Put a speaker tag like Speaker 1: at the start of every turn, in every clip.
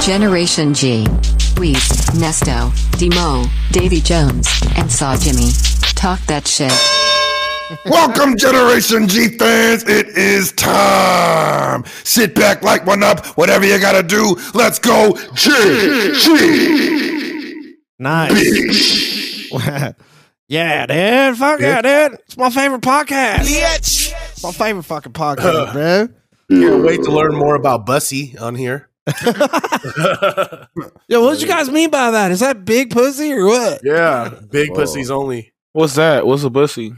Speaker 1: Generation G. Weez, Nesto, Demo, Davy Jones, and Saw Jimmy. Talk that shit.
Speaker 2: Welcome, Generation G fans. It is time. Sit back, light one up, whatever you gotta do. Let's go, G G.
Speaker 3: Nice. yeah, dude. Fuck yeah, dude. It's my favorite podcast.
Speaker 4: Bitch.
Speaker 3: It's my favorite fucking podcast, bro.
Speaker 4: Can't wait to learn more about Bussy on here.
Speaker 3: Yo, what did you guys mean by that? Is that big pussy or what?
Speaker 4: Yeah, big pussies only.
Speaker 5: What's that? What's a bussy?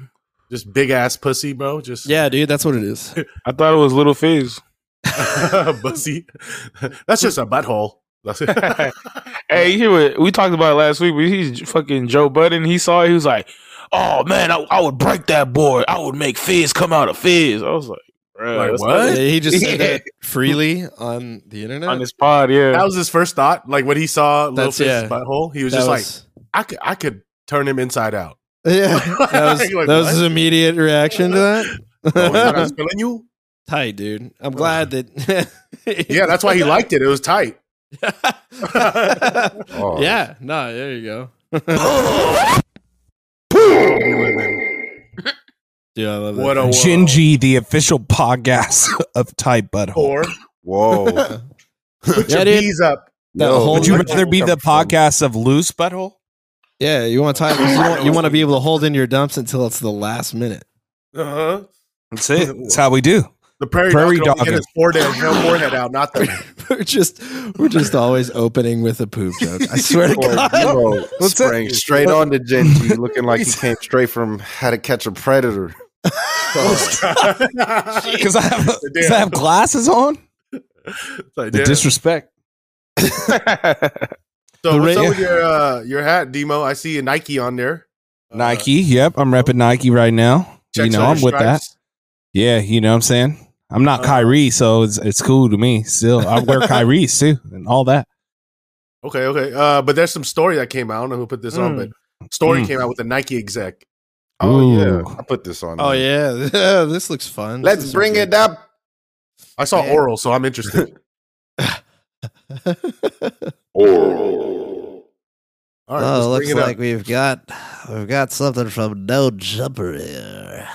Speaker 4: Just big ass pussy, bro. Just
Speaker 3: Yeah, dude, that's what it is.
Speaker 5: I thought it was little fizz.
Speaker 4: bussy. That's just a butthole. That's
Speaker 5: Hey, you hear what we talked about it last week? But he's fucking Joe Budden. He saw it. He was like, "Oh man, I, I would break that board. I would make fizz come out of fizz." I was like, "Bruh,
Speaker 4: Like,
Speaker 5: that's
Speaker 4: what?
Speaker 3: He just said that freely on the internet.
Speaker 5: on this pod, yeah."
Speaker 4: That was his first thought. Like when he saw Lil
Speaker 3: That's-
Speaker 4: Fizz
Speaker 3: yeah.
Speaker 4: butthole, he was
Speaker 3: That
Speaker 4: just
Speaker 3: was-
Speaker 4: like, I could, I could turn him inside out.
Speaker 3: yeah, that was,
Speaker 4: You're like,
Speaker 3: that was
Speaker 4: what?
Speaker 3: his immediate reaction to
Speaker 4: Oh, is that us
Speaker 3: that.
Speaker 4: killing you?
Speaker 3: Tight, dude. I'm glad that.
Speaker 4: Yeah, that's why he liked it. It was tight.
Speaker 2: Oh.
Speaker 3: Yeah, no, there you go. Dude, I love that.
Speaker 4: What a world.
Speaker 6: Shinji, the official podcast of Type Butthole.
Speaker 4: Or
Speaker 2: Whoa.
Speaker 4: put
Speaker 3: Yeah,
Speaker 4: your
Speaker 3: dude.
Speaker 4: bees up.
Speaker 6: That
Speaker 2: Yo,
Speaker 3: whole-
Speaker 6: Would you
Speaker 2: where'd
Speaker 6: rather be the
Speaker 2: come from?
Speaker 6: podcast of Loose Butthole?
Speaker 3: Yeah, you want time? You want, you want to be able to hold in your dumps until it's the last minute.
Speaker 4: Uh-huh.
Speaker 6: That's it. That's how we do.
Speaker 4: The prairie,
Speaker 6: Prairie
Speaker 4: dog, can only
Speaker 6: dog.
Speaker 4: get his forehead, his forehead out, not the
Speaker 3: We're just we're just always opening with a poop joke. I swear to
Speaker 2: Boy,
Speaker 3: God.
Speaker 2: Demo
Speaker 6: What's that?
Speaker 2: sprang straight on to Genji, looking like he came straight from How to Catch a Predator.
Speaker 4: Oh,
Speaker 6: Because I
Speaker 4: Damn.
Speaker 6: have 'cause I have glasses on.
Speaker 4: It's like,
Speaker 6: The
Speaker 4: damn.
Speaker 6: disrespect.
Speaker 4: so
Speaker 3: the
Speaker 4: what's
Speaker 3: ra-
Speaker 4: up with your uh, your hat, Demo? I see a Nike on there. Uh,
Speaker 6: Nike. Yep, I'm repping Nike right now. You
Speaker 4: checks
Speaker 6: know,
Speaker 4: out
Speaker 6: I'm
Speaker 4: your
Speaker 6: with that.
Speaker 4: stripes.
Speaker 6: Yeah, you know what I'm saying? I'm not
Speaker 4: Uh,
Speaker 6: Kyrie, so it's it's cool to me. Still, I wear Kyrie's too and all that.
Speaker 4: Okay, okay. Uh, but there's some story that came out. I don't know who put this on,
Speaker 3: Mm.
Speaker 4: but story
Speaker 6: Mm.
Speaker 4: came out with a Nike exec.
Speaker 2: Oh,
Speaker 6: Ooh.
Speaker 2: yeah. I put this on.
Speaker 3: Oh yeah, yeah, this looks fun. This
Speaker 2: Let's
Speaker 3: is
Speaker 2: bring
Speaker 3: so
Speaker 2: it up.
Speaker 4: I saw
Speaker 3: Man.
Speaker 4: oral, so I'm interested.
Speaker 3: good.
Speaker 4: All right,
Speaker 7: Oh,
Speaker 4: let's
Speaker 7: looks
Speaker 4: bring it
Speaker 7: like
Speaker 4: up.
Speaker 7: we've got we've got something from No Jumper here.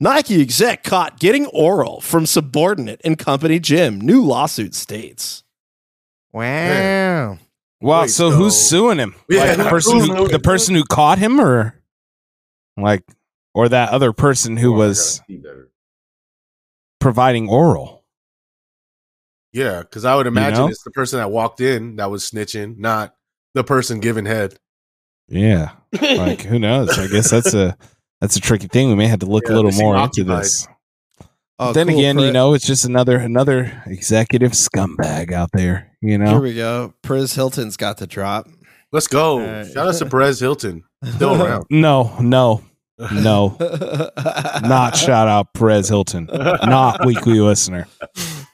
Speaker 3: Nike exec caught getting oral from subordinate in company gym. New lawsuit states.
Speaker 7: Wow.
Speaker 6: Wow.
Speaker 4: Wait,
Speaker 6: so, who's
Speaker 4: so-
Speaker 6: suing him?
Speaker 4: Yeah.
Speaker 6: Like the person who the person who caught him, or like, or that other person
Speaker 4: Oh
Speaker 6: who was providing oral.
Speaker 4: Yeah, because I would imagine
Speaker 6: know?
Speaker 4: it's the person that walked in that was snitching, not the person giving head.
Speaker 6: Yeah. Like who knows? I guess that's a that's a tricky thing. We may have to look
Speaker 4: Yeah,
Speaker 6: a little
Speaker 4: they seem
Speaker 6: more into
Speaker 4: occupied.
Speaker 6: this.
Speaker 3: Oh,
Speaker 6: then
Speaker 3: cool,
Speaker 6: again,
Speaker 3: Pri-
Speaker 6: you know, it's just another another executive scumbag out there. You
Speaker 3: Here
Speaker 6: know,
Speaker 3: we go. Priz Hilton's got the drop.
Speaker 4: Let's go.
Speaker 3: All right.
Speaker 4: Shout out to Perez Hilton. Still around.
Speaker 6: no, no, no. Not
Speaker 3: Not
Speaker 6: shout out Perez Hilton. Not weekly listener.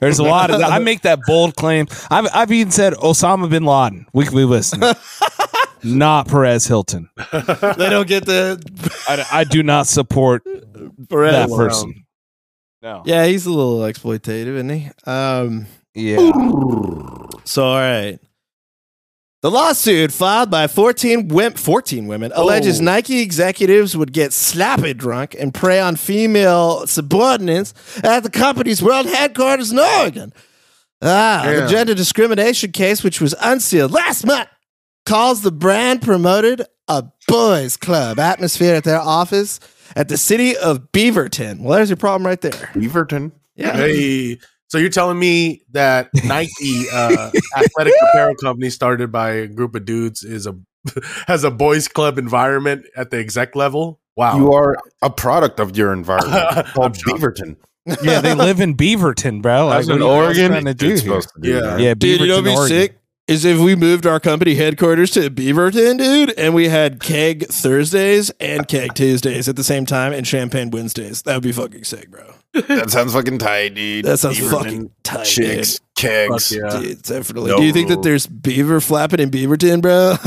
Speaker 6: There's a lot of that. I make that bold claim. I've I've even said Osama bin Laden, weekly listener. Not Perez Hilton.
Speaker 3: they don't get the
Speaker 6: I, I do not support that
Speaker 3: Perez.
Speaker 6: person. No.
Speaker 3: Yeah, he's a little exploitative, isn't he? Um,
Speaker 6: Yeah.
Speaker 3: so, all right. The lawsuit filed by 14, wim- 14 women alleges
Speaker 4: Oh.
Speaker 3: Nike executives would get slappy drunk and prey on female subordinates at the company's world headquarters in Oregon. Ah, the
Speaker 4: Damn.
Speaker 3: gender discrimination case, which was unsealed last month, calls the brand promoted a boys' club atmosphere at their office at the city of Beaverton. Well, there's your problem right there.
Speaker 2: Beaverton.
Speaker 3: Yeah.
Speaker 4: Hey, so you're telling me that Nike uh, athletic apparel company started by a group of dudes is a has a boys club environment at the exec level? Wow.
Speaker 2: You are a product of your environment It's called Beaverton.
Speaker 6: Yeah, they live in Beaverton, bro.
Speaker 5: That's
Speaker 6: what
Speaker 5: in
Speaker 6: are you guys
Speaker 5: Oregon?
Speaker 6: Trying to do
Speaker 2: You're
Speaker 6: here?
Speaker 2: supposed to do
Speaker 4: Yeah.
Speaker 2: that.
Speaker 6: Yeah,
Speaker 3: Dude, you know
Speaker 6: Beaverton,
Speaker 3: what'd be
Speaker 6: Oregon.
Speaker 3: sick? Is if we moved our company headquarters to Beaverton, dude, and we had keg Thursdays and keg Tuesdays at the same time and champagne Wednesdays. That would be fucking sick, bro.
Speaker 2: That sounds fucking tight, dude.
Speaker 3: That sounds
Speaker 2: Beaverton,
Speaker 3: fucking tight.
Speaker 2: Chicks,
Speaker 4: Fuck
Speaker 2: kegs.
Speaker 4: yeah.
Speaker 3: Dude. Dude, definitely.
Speaker 2: No.
Speaker 3: Do you think that there's beaver flapping in Beaverton, bro?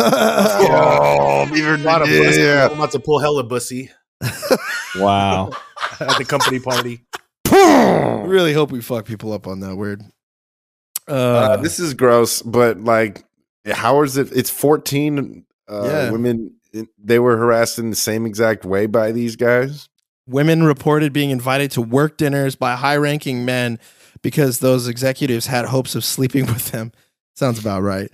Speaker 2: Oh,
Speaker 4: A lot of
Speaker 2: Beaverton.
Speaker 4: pussy.
Speaker 2: Yeah.
Speaker 4: I'm about to pull hella bussy
Speaker 6: Wow.
Speaker 4: at the company party.
Speaker 3: Oh I really hope we fuck people up on that word.
Speaker 2: Uh, this is gross, but like, how is it? It's 14 uh,
Speaker 3: Yeah.
Speaker 2: women. They were harassed in the same exact way by these guys.
Speaker 3: Women reported being invited to work dinners by high ranking men because those executives had hopes of sleeping with them. Sounds about right.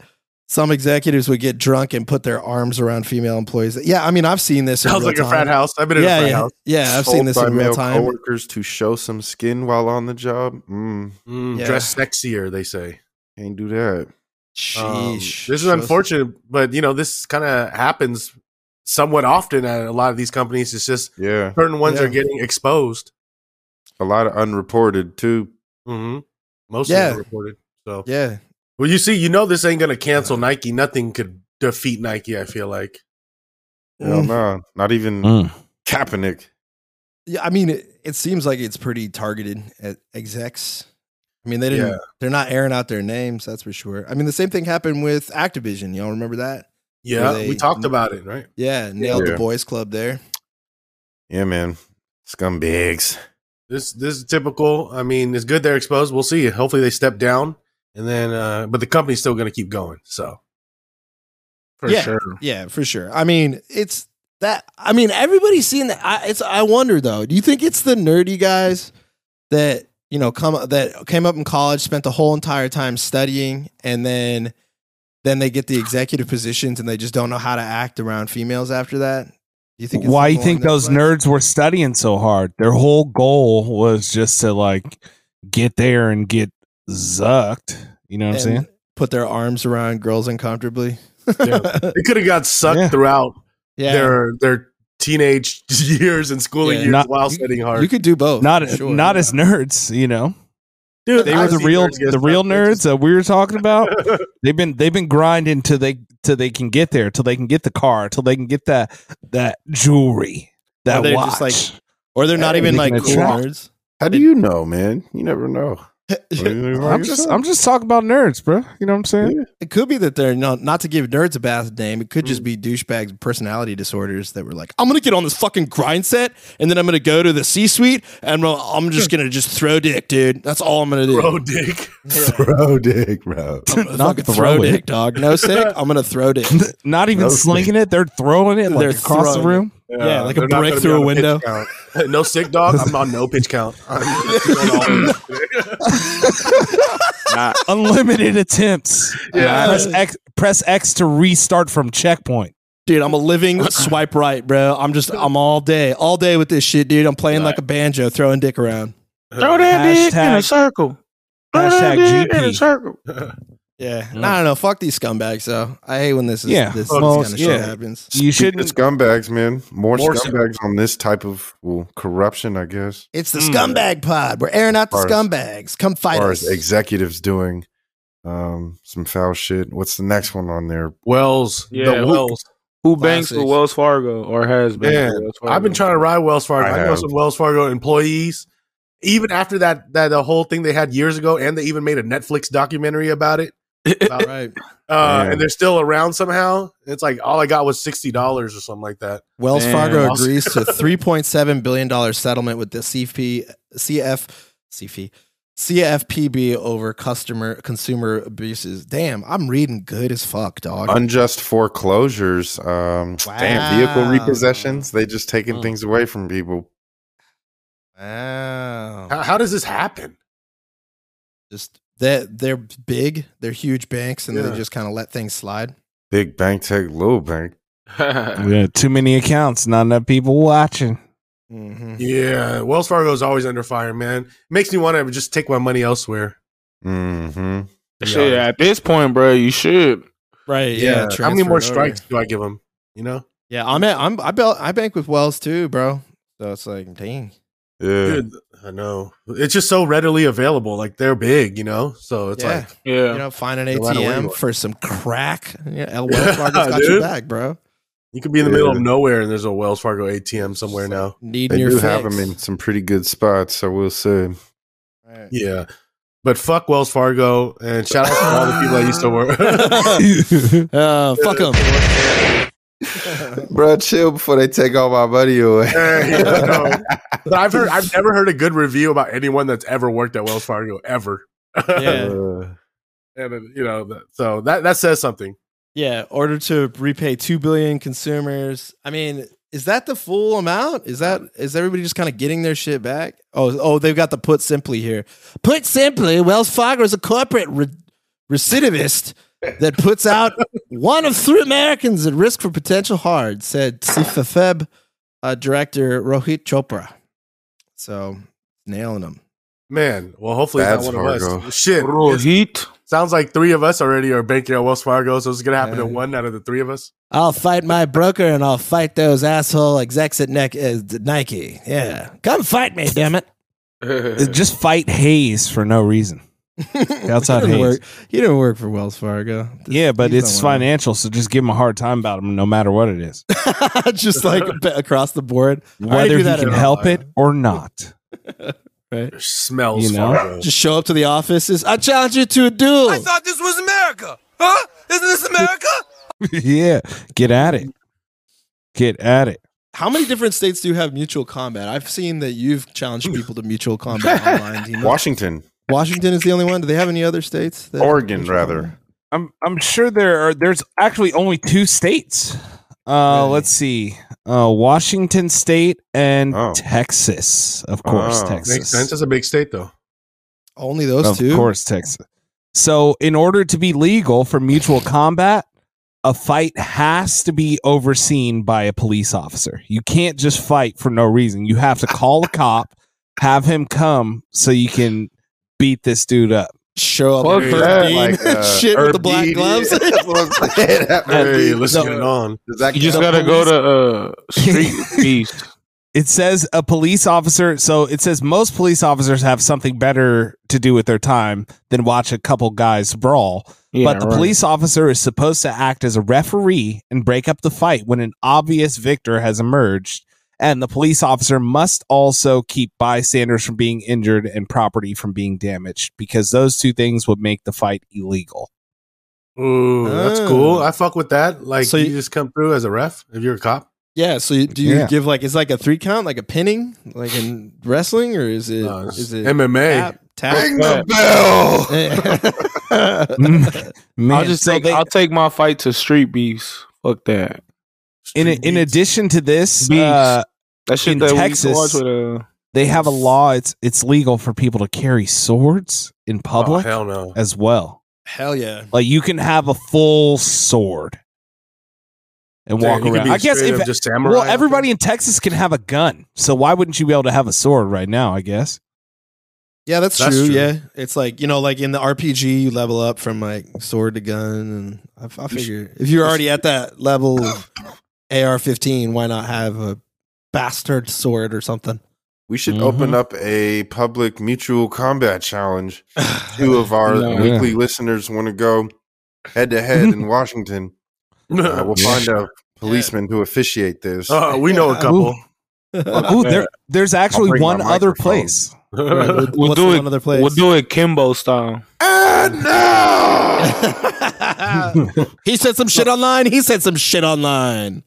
Speaker 3: Some executives would get drunk and put their arms around female employees. Yeah, I mean, I've seen this. in
Speaker 4: Sounds
Speaker 3: real
Speaker 4: like a
Speaker 3: time.
Speaker 4: frat house. I've been in a
Speaker 3: Yeah,
Speaker 4: frat
Speaker 3: yeah,
Speaker 4: house.
Speaker 3: yeah. I've seen
Speaker 2: Told
Speaker 3: this
Speaker 2: by
Speaker 3: in
Speaker 2: male
Speaker 3: real time.
Speaker 2: Coworkers to show some skin while on the job. Mm,
Speaker 4: Mm,
Speaker 3: Yeah.
Speaker 4: Dress sexier, they say.
Speaker 2: can't do that.
Speaker 4: Um,
Speaker 3: Sheesh.
Speaker 4: this is unfortunate, but you know this kind of happens somewhat often at a lot of these companies. It's just
Speaker 2: Yeah,
Speaker 4: certain ones
Speaker 3: Yeah.
Speaker 4: are getting exposed.
Speaker 2: a lot of unreported too.
Speaker 4: Mm-hmm. Most
Speaker 3: Yeah.
Speaker 4: of them reported. So,
Speaker 3: Yeah.
Speaker 4: well, you see, you know this ain't gonna cancel Nike. Nothing could defeat Nike. I feel like.
Speaker 2: Hell no, not even
Speaker 6: Mm.
Speaker 2: Kaepernick.
Speaker 3: Yeah, I mean, it, it seems like it's pretty targeted at execs. I mean, they didn't.
Speaker 4: Yeah.
Speaker 3: They're not airing out their names, that's for sure. I mean, the same thing happened with Activision. Y'all remember that?
Speaker 4: Yeah,
Speaker 3: they-
Speaker 4: we talked about it, right?
Speaker 3: Yeah, nailed
Speaker 2: Yeah.
Speaker 3: the boys club there.
Speaker 2: Yeah, man, scumbags.
Speaker 4: This this is typical. I mean, it's good they're exposed. We'll see. Hopefully, they step down, and then, uh, but the company's still gonna keep going. So, for
Speaker 3: Yeah.
Speaker 4: sure.
Speaker 3: Yeah, for sure. I mean, it's that. I mean, everybody's seen that. I, it's. I wonder though. Do you think it's the nerdy guys that you know come that came up in college, spent the whole entire time studying, and then then they get the executive positions and they just don't know how to act around females after that? Do you it's
Speaker 6: Why you
Speaker 3: people
Speaker 6: think
Speaker 3: along
Speaker 6: those
Speaker 3: those lines?
Speaker 6: nerds were studying so hard? Their whole goal was just to like get there and get zucked. You know what I'm
Speaker 3: and
Speaker 6: saying?
Speaker 3: put their arms around girls uncomfortably?
Speaker 4: Yeah. They could have got sucked
Speaker 6: Yeah.
Speaker 4: throughout
Speaker 3: yeah.
Speaker 4: their their teenage years and schooling
Speaker 3: Yeah.
Speaker 4: years
Speaker 6: Not-
Speaker 4: while studying hard.
Speaker 3: you could do both.
Speaker 6: Not
Speaker 3: for sure.
Speaker 6: not as nerds, you know.
Speaker 4: Dude,
Speaker 6: They were the real the real nerds that we were talking about. they've been they've been grinding till they till they can get there, till they can get the car, till they can get that that jewelry, that
Speaker 3: Or they're
Speaker 6: watch.
Speaker 3: just like- or they're not
Speaker 2: Hey,
Speaker 3: even
Speaker 6: they
Speaker 3: like
Speaker 6: can
Speaker 3: cool
Speaker 6: attract.
Speaker 3: nerds.
Speaker 2: How do you know, man? You never know.
Speaker 6: I'm just I'm just talking about nerds, bro. You know what I'm saying?
Speaker 3: It could be that they're not not to give nerds a bad name. It could just be douchebags with personality disorders that were like, I'm gonna get on this fucking grind set and then I'm gonna go to the C suite and I'm- I'm just
Speaker 2: Hmm.
Speaker 3: gonna just throw dick, dude. That's all I'm gonna do.
Speaker 4: bro dick.
Speaker 2: throw dick, bro.
Speaker 3: I'm gonna
Speaker 6: Not
Speaker 3: fucking
Speaker 6: throw
Speaker 3: throw
Speaker 6: it.
Speaker 3: dick, dog. No sick. I'm gonna throw dick.
Speaker 6: Not even
Speaker 2: Okay.
Speaker 6: slinging it; they're throwing it like
Speaker 3: They're
Speaker 6: across the
Speaker 3: throwing it.
Speaker 6: room.
Speaker 3: Yeah, like a
Speaker 4: uh, they're not
Speaker 3: brick
Speaker 4: gonna be
Speaker 3: through
Speaker 4: on
Speaker 3: a
Speaker 4: pitch
Speaker 3: window.
Speaker 4: count. no sick dog. I'm on no pitch count. I'm doing all of it.
Speaker 6: unlimited attempts.
Speaker 4: Yeah.
Speaker 6: Press X, press X to restart from checkpoint.
Speaker 3: Dude, I'm a living swipe right, bro. I'm just I'm all day, all day with this shit, dude. I'm playing like a banjo, throwing dick around.
Speaker 5: Throw that dick in a
Speaker 6: Hashtag-
Speaker 5: circle. Throw that
Speaker 6: hashtag
Speaker 5: dick in a
Speaker 6: GP.
Speaker 5: circle.
Speaker 3: Yeah. I don't know. Fuck these scumbags though. I hate when this is
Speaker 6: Yeah.
Speaker 3: this,
Speaker 6: Well,
Speaker 3: kind of
Speaker 6: yeah.
Speaker 3: shit happens.
Speaker 6: You
Speaker 2: Speaking of
Speaker 6: shouldn't.
Speaker 2: scumbags, man. More,
Speaker 4: More
Speaker 2: scumbags on this type of well, corruption, I guess.
Speaker 3: It's the
Speaker 5: Mm.
Speaker 3: scumbag pod. We're airing out the
Speaker 2: Hmm. Bars.
Speaker 3: scumbags. Come
Speaker 2: As
Speaker 3: fight
Speaker 2: far
Speaker 3: us.
Speaker 2: as executives doing um, some foul shit. What's the next one on there?
Speaker 4: Wells.
Speaker 5: Yeah,
Speaker 4: the
Speaker 5: who-
Speaker 4: Wells.
Speaker 5: Who banks with
Speaker 3: Classic.
Speaker 5: Wells Fargo or has been?
Speaker 4: Man,
Speaker 5: with Wells Fargo?
Speaker 4: I've been trying to ride Wells Fargo.
Speaker 2: Oh. I
Speaker 4: I, know
Speaker 2: have.
Speaker 4: some Wells Fargo employees. Even after that, that uh, whole thing they had years ago, and they even made a Netflix documentary about it,
Speaker 3: All right.
Speaker 4: uh,
Speaker 2: Man.
Speaker 4: and they're still around somehow. It's like all I got was sixty dollars or something like that.
Speaker 3: Wells
Speaker 5: Damn.
Speaker 3: Fargo
Speaker 4: Awesome.
Speaker 3: agrees to $3.7 billion settlement with the CFP, CF, CFP, CFPB over customer consumer abuses. Damn, I'm reading good as fuck, dog.
Speaker 2: Unjust foreclosures. Um, Damn, vehicle repossessions. They just taking
Speaker 6: Mm.
Speaker 2: things away from people.
Speaker 3: wow.
Speaker 2: Oh.
Speaker 4: How, how does this happen?
Speaker 3: Just that they're big, they're huge banks, and
Speaker 4: Yeah.
Speaker 3: they just kind of let things slide.
Speaker 2: Big bank take little bank.
Speaker 5: trying.
Speaker 6: We had too many accounts, not enough people watching.
Speaker 3: Mhm.
Speaker 4: Mm-hmm. Yeah, Wells Fargo is always under fire, man. Makes me want to just take my money elsewhere.
Speaker 2: hmm
Speaker 5: Shit, at this point, bro, you should.
Speaker 3: Right.
Speaker 4: How many
Speaker 3: transfer
Speaker 4: more
Speaker 3: it over.
Speaker 4: strikes do I give them? You know,
Speaker 3: Yeah, I'm at, I'm I, bel- I bank with Wells too, bro. So it's like, dang.
Speaker 2: Yeah.
Speaker 4: Dude, I know it's just so readily available. Like they're big, you know. So it's
Speaker 3: yeah.
Speaker 4: like
Speaker 5: Yeah.
Speaker 3: you know, find an
Speaker 4: No matter where
Speaker 3: ATM
Speaker 4: you are.
Speaker 3: for some crack. Yeah, El Wells Fargo's got your
Speaker 4: Dude.
Speaker 3: back, bro.
Speaker 4: you could be in the middle of
Speaker 2: Yeah.
Speaker 4: nowhere and there's a Wells Fargo ATM somewhere
Speaker 3: Just
Speaker 4: now.
Speaker 3: like Needing
Speaker 2: They
Speaker 3: your
Speaker 2: do
Speaker 3: fix.
Speaker 2: have them in some pretty good spots, so we'll see.
Speaker 3: Right.
Speaker 4: Yeah, but fuck Wells Fargo and shout out to all the people I used to work.
Speaker 3: Uh, fuck them.
Speaker 2: Bro, chill before they take all my money away.
Speaker 4: Hey, no. But I've heard I've never heard a good review about anyone that's ever worked at Wells Fargo ever.
Speaker 3: Yeah.
Speaker 2: Uh,
Speaker 4: and uh, you know, that, so that that says something.
Speaker 3: Yeah, order to repay two billion consumers. I mean, is that the full amount? Is that is everybody just kind of getting their shit back? Oh, oh, they've got the put simply here. Put simply, Wells Fargo is a corporate re- recidivist that puts out one of three Americans at risk for potential hard, said CFFEB uh, director Rohit Chopra. So nailing them.
Speaker 4: Man, well, hopefully it's
Speaker 2: That's
Speaker 4: not one of
Speaker 2: Fargo.
Speaker 4: us. Shit, it's-
Speaker 5: Rohit.
Speaker 4: sounds like three of us already are banking on Wells Fargo, so it's gonna happen to
Speaker 3: Yeah.
Speaker 4: one out of the three of us.
Speaker 3: I'll fight my broker and I'll fight those asshole execs at Nike. Uh, Nike. Yeah, come fight me, damn it.
Speaker 6: Uh, Just fight Hayes for no reason. Outside
Speaker 3: he
Speaker 6: Hayes.
Speaker 3: didn't, work, he didn't work for Wells Fargo.
Speaker 6: Yeah, but
Speaker 3: He's
Speaker 6: it's
Speaker 3: not one
Speaker 6: financial, so just give him a hard time about him, no matter what it is,
Speaker 3: of them. just like ba- across the board. I
Speaker 6: whether
Speaker 3: do
Speaker 6: he
Speaker 3: that
Speaker 6: can
Speaker 3: at all.
Speaker 6: help it or not.
Speaker 3: Right?
Speaker 4: Smells
Speaker 6: You know?
Speaker 4: Fargo.
Speaker 3: Just show up to the offices. I challenge you to a duel.
Speaker 8: thought this was America. Huh? Isn't this America?
Speaker 6: yeah, get at it. Get at it.
Speaker 3: How many different states do you have mutual combat? I've seen that you've challenged people to mutual combat online. Do you know?
Speaker 2: Washington,
Speaker 3: Washington is the only one. Do they have any other states? That
Speaker 2: Oregon, rather.
Speaker 6: I'm I'm sure there are. There's actually only two states. Uh,
Speaker 3: Really?
Speaker 6: Let's see, uh, Washington State and
Speaker 2: Oh.
Speaker 6: Texas, of course,
Speaker 2: Oh.
Speaker 6: Texas.
Speaker 4: Makes sense. That's a big state, though.
Speaker 3: Only those
Speaker 6: of
Speaker 3: two.
Speaker 6: course, Texas. So, in order to be legal for mutual combat, a fight has to be overseen by a police officer. You can't just fight for no reason. You have to call a cop, have him come so you can beat this dude up.
Speaker 3: Show up.
Speaker 5: Fuck
Speaker 3: in
Speaker 5: that,
Speaker 3: Herb Dean
Speaker 2: like, uh,
Speaker 3: shit with the black
Speaker 2: Herb Dean.
Speaker 3: gloves.
Speaker 2: That's what I'm saying.
Speaker 4: Hey,
Speaker 2: Herb
Speaker 4: let's
Speaker 2: Dean.
Speaker 4: get it on.
Speaker 2: Does that
Speaker 5: You just
Speaker 2: count?
Speaker 5: gotta go to uh, Street Beast.
Speaker 6: It says a police officer. So it says most police officers have something better to do with their time than watch a couple guys brawl.
Speaker 5: Yeah,
Speaker 6: but the
Speaker 5: right.
Speaker 6: police officer is supposed to act as a referee and break up the fight when an obvious victor has emerged. And the police officer must also keep bystanders from being injured and property from being damaged because those two things would make the fight illegal.
Speaker 4: Ooh, that's
Speaker 3: Oh.
Speaker 4: cool. I fuck with that. Like,
Speaker 3: So
Speaker 4: you,
Speaker 3: you-
Speaker 4: just come through as a ref if you're a cop.
Speaker 3: Yeah. So you, do you
Speaker 6: Yeah.
Speaker 3: give like it's like a three count, like a pinning, like in wrestling, or is it?
Speaker 4: No, it's
Speaker 3: is it
Speaker 4: MMA.
Speaker 3: tap? tap?
Speaker 2: Ring the bell.
Speaker 6: Man,
Speaker 5: I'll just
Speaker 6: so
Speaker 5: take.
Speaker 6: they-
Speaker 5: I'll take my fight to Street Beast. Fuck that.
Speaker 6: in,
Speaker 4: Street
Speaker 6: in
Speaker 4: beats.
Speaker 6: addition to this,
Speaker 5: Beast.
Speaker 6: uh,
Speaker 5: That shit
Speaker 6: In
Speaker 5: that
Speaker 6: Texas-
Speaker 5: we used to watch with, uh,
Speaker 6: they have a law. It's it's legal for people to carry swords in
Speaker 4: Oh,
Speaker 6: public
Speaker 4: hell no.
Speaker 6: as well.
Speaker 3: Hell yeah.
Speaker 6: Like you can have a full sword and walk
Speaker 4: Damn, you could
Speaker 6: around.
Speaker 4: be
Speaker 6: I guess
Speaker 4: straight
Speaker 6: if
Speaker 4: up just samurai
Speaker 6: well,
Speaker 4: out there.
Speaker 6: everybody in Texas can have a gun, so why wouldn't you be able to have a sword right now? I guess.
Speaker 3: Yeah, that's,
Speaker 4: That's
Speaker 3: true,
Speaker 4: true.
Speaker 3: Yeah, it's like you know, like in the RPG, you level up from like sword to gun, and I, I figure if you're already at that level of AR-15, why not have a bastard sword or something?
Speaker 2: We should
Speaker 6: Mhm.
Speaker 2: open up a public mutual combat challenge. Two of our
Speaker 5: No.
Speaker 2: weekly listeners want to go head to head in Washington. Uh, we'll find a policeman to officiate this.
Speaker 4: Uh, we know a couple.
Speaker 6: Ooh, there, there's actually
Speaker 2: bring my
Speaker 6: one other
Speaker 2: microphone.
Speaker 6: place.
Speaker 3: Right,
Speaker 4: All
Speaker 3: what-
Speaker 5: We'll
Speaker 3: what's
Speaker 5: do
Speaker 3: the
Speaker 5: it.
Speaker 3: one other place?
Speaker 5: We'll do it Kimbo style.
Speaker 2: and now.
Speaker 3: he said some shit online. He said some shit online.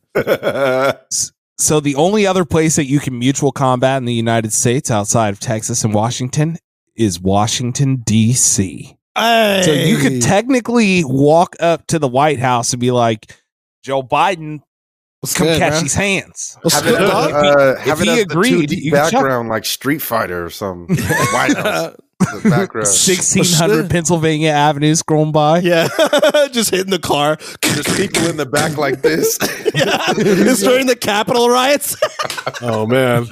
Speaker 6: So the only other place that you can mutual combat in the United States outside of Texas and Washington is Washington D.C.
Speaker 3: Hey.
Speaker 6: So you could technically walk up to the White House and be like, "Joe Biden,
Speaker 3: What's
Speaker 6: come
Speaker 3: good,
Speaker 6: catch
Speaker 3: bro?
Speaker 6: these hands."
Speaker 3: What's
Speaker 2: Have
Speaker 3: good,
Speaker 2: it, as,
Speaker 3: dog?
Speaker 2: uh, have
Speaker 6: if
Speaker 2: it
Speaker 6: he
Speaker 2: as the
Speaker 6: agreed,
Speaker 2: 2D
Speaker 6: you could check.
Speaker 2: background like Street Fighter or something. White House. The background.
Speaker 6: Sixteen
Speaker 3: What's
Speaker 6: hundred
Speaker 3: that?
Speaker 6: Pennsylvania Avenue scrolling by.
Speaker 3: Yeah, just hitting the car.
Speaker 2: There's people in the back like this.
Speaker 3: yeah, it's during the Capitol riots.
Speaker 4: Oh man.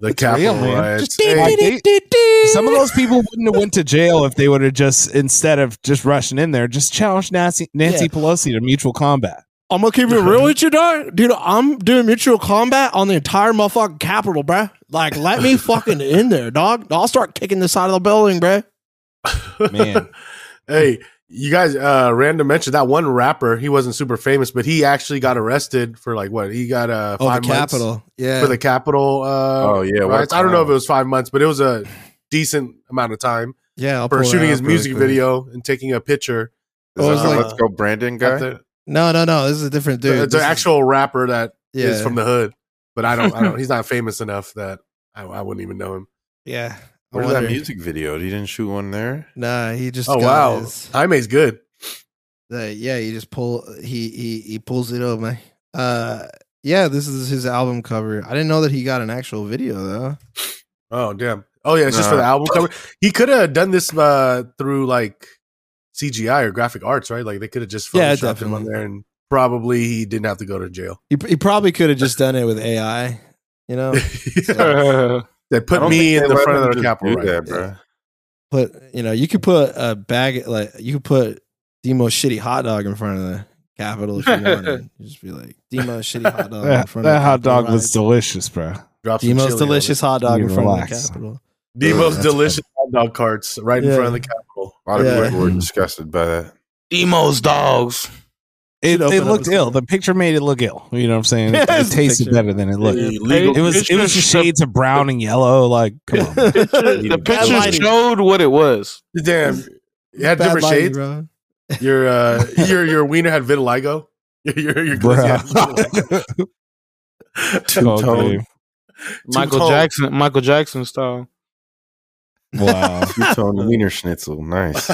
Speaker 4: the Capitol
Speaker 6: real, man.
Speaker 4: riots.
Speaker 6: Like,
Speaker 4: Hey,
Speaker 6: they- some of those people wouldn't have went to jail if they would have just instead of just rushing in there, just challenged Nancy Nancy
Speaker 3: Yeah.
Speaker 6: Pelosi to mutual combat.
Speaker 3: I'm gonna keep it real with you, dog. Dude, I'm doing mutual combat on the entire motherfucking capital, bruh. Like, let me fucking in there, dog. I'll start kicking the side of the building, bruh.
Speaker 6: Man.
Speaker 4: hey, you guys uh random mentioned that one rapper, he wasn't super famous, but he actually got arrested for like what? He got uh
Speaker 6: Oh,
Speaker 4: five months
Speaker 3: yeah.
Speaker 4: for the Capitol uh
Speaker 2: Oh, yeah, what a
Speaker 4: riots. I don't know if it
Speaker 2: clown.
Speaker 4: was five months, but it was a decent amount of time
Speaker 3: yeah, I'll
Speaker 4: for
Speaker 3: pull it
Speaker 4: shooting
Speaker 3: out
Speaker 4: his
Speaker 3: really
Speaker 4: music
Speaker 3: quick.
Speaker 4: video and taking a picture.
Speaker 2: Is
Speaker 3: Oh,
Speaker 2: that
Speaker 3: it's
Speaker 2: the
Speaker 3: like-
Speaker 2: Let's go, Brandon
Speaker 4: at
Speaker 2: guy.
Speaker 4: the-
Speaker 3: No, no, no. This is a different dude.
Speaker 4: the,
Speaker 3: This
Speaker 4: the
Speaker 3: is-
Speaker 4: actual rapper that is
Speaker 3: yeah,
Speaker 4: from the hood, but I don't I don't he's not famous enough that I, I wouldn't even know him.
Speaker 3: yeah.
Speaker 2: Where's that
Speaker 3: wonder-
Speaker 2: music video? He didn't shoot one there.
Speaker 3: Nah, he just.
Speaker 4: Oh
Speaker 3: got
Speaker 4: wow,
Speaker 3: his-
Speaker 4: Jaime's good.
Speaker 3: the- yeah, he just pull. He he he pulls it over. Uh, yeah, this is his album cover. I didn't know that he got an actual video though.
Speaker 4: Oh damn. Oh yeah, it's just for
Speaker 2: Nah.
Speaker 4: the album cover. He could have done this uh, through like CGI or graphic arts, right? Like they could have just
Speaker 3: Yeah,
Speaker 4: photoshopped him on
Speaker 3: definitely.
Speaker 4: there, and probably he didn't have to go to jail.
Speaker 3: He, he probably could have just done it with AI. You know,
Speaker 4: They
Speaker 2: I
Speaker 4: put
Speaker 2: don't
Speaker 4: me
Speaker 2: think
Speaker 4: in
Speaker 2: they
Speaker 4: the
Speaker 2: let
Speaker 4: front
Speaker 2: him
Speaker 4: of the
Speaker 2: just
Speaker 4: Capitol.
Speaker 2: do
Speaker 4: Right?
Speaker 2: that, bro.
Speaker 3: put you know you could put a bag like you could put Demo's shitty hot dog in front of the Capitol if you wanted. You just be like Demo's shitty hot dog. in
Speaker 6: That,
Speaker 3: front of
Speaker 6: that
Speaker 3: the
Speaker 6: hot
Speaker 3: Capitol
Speaker 6: dog was
Speaker 3: rides."
Speaker 6: delicious, bro.
Speaker 4: Drop some chili
Speaker 3: Demo's
Speaker 4: on
Speaker 3: delicious hot dog
Speaker 6: You
Speaker 3: in front of
Speaker 6: relax.
Speaker 3: the Capitol.
Speaker 4: it. Demo's
Speaker 6: That's
Speaker 4: delicious hot dog carts right in
Speaker 3: Yeah.
Speaker 4: front of the Capitol.
Speaker 2: A lot of
Speaker 3: Yeah.
Speaker 2: people were disgusted by that.
Speaker 5: Demos dogs.
Speaker 6: It,
Speaker 3: open
Speaker 6: it
Speaker 3: up
Speaker 6: looked
Speaker 3: a-
Speaker 6: ill. The picture made it look ill. You know what I'm saying? It,
Speaker 3: Yes,
Speaker 6: it
Speaker 3: the
Speaker 6: tasted
Speaker 3: picture.
Speaker 6: better than it looked.
Speaker 5: Illegal
Speaker 6: It was it was just shades of brown and yellow. Like, come on. man.
Speaker 5: The picture
Speaker 3: lighting.
Speaker 5: showed what it was.
Speaker 4: Damn, you had
Speaker 3: Bad
Speaker 4: different
Speaker 3: lighting,
Speaker 4: shades.
Speaker 3: bro.
Speaker 4: Your uh, your your wiener had vitiligo. Your your, your glizzy had vitiligo.
Speaker 6: Bruh.
Speaker 2: Two-tone.
Speaker 4: Oh,
Speaker 6: Okay.
Speaker 5: Michael
Speaker 4: tall.
Speaker 5: Jackson, Michael Jackson style.
Speaker 6: Wow.
Speaker 2: Two-tone wiener schnitzel. Nice.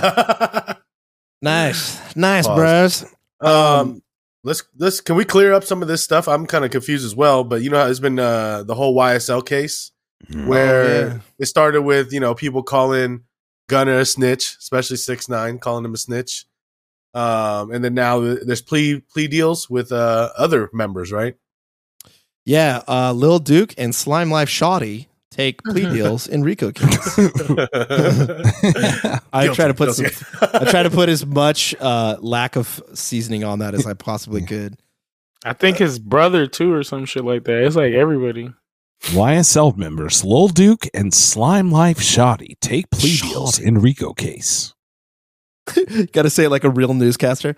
Speaker 3: Nice, nice,
Speaker 4: Pause.
Speaker 3: bros.
Speaker 4: Um, let's let's can we clear up some of this stuff? I'm kind of confused as well, but you know how it's been uh, the whole YSL case where
Speaker 3: Oh, yeah.
Speaker 4: it started with you know people calling Gunner a snitch, especially six nine calling him a snitch, um, and then now there's plea plea deals with uh, other members, right?
Speaker 3: Yeah, uh, Lil Duke and Slime Life Shoddy take plea deals in Rico cases. I try to put some. I try to put as much uh, lack of seasoning on that as I possibly could.
Speaker 5: I think his brother too, or some shit like that. It's like everybody.
Speaker 6: YSL members Lil Duke and Slime Life Shoddy take plea deals in Rico case.
Speaker 3: Got to say it like a real newscaster.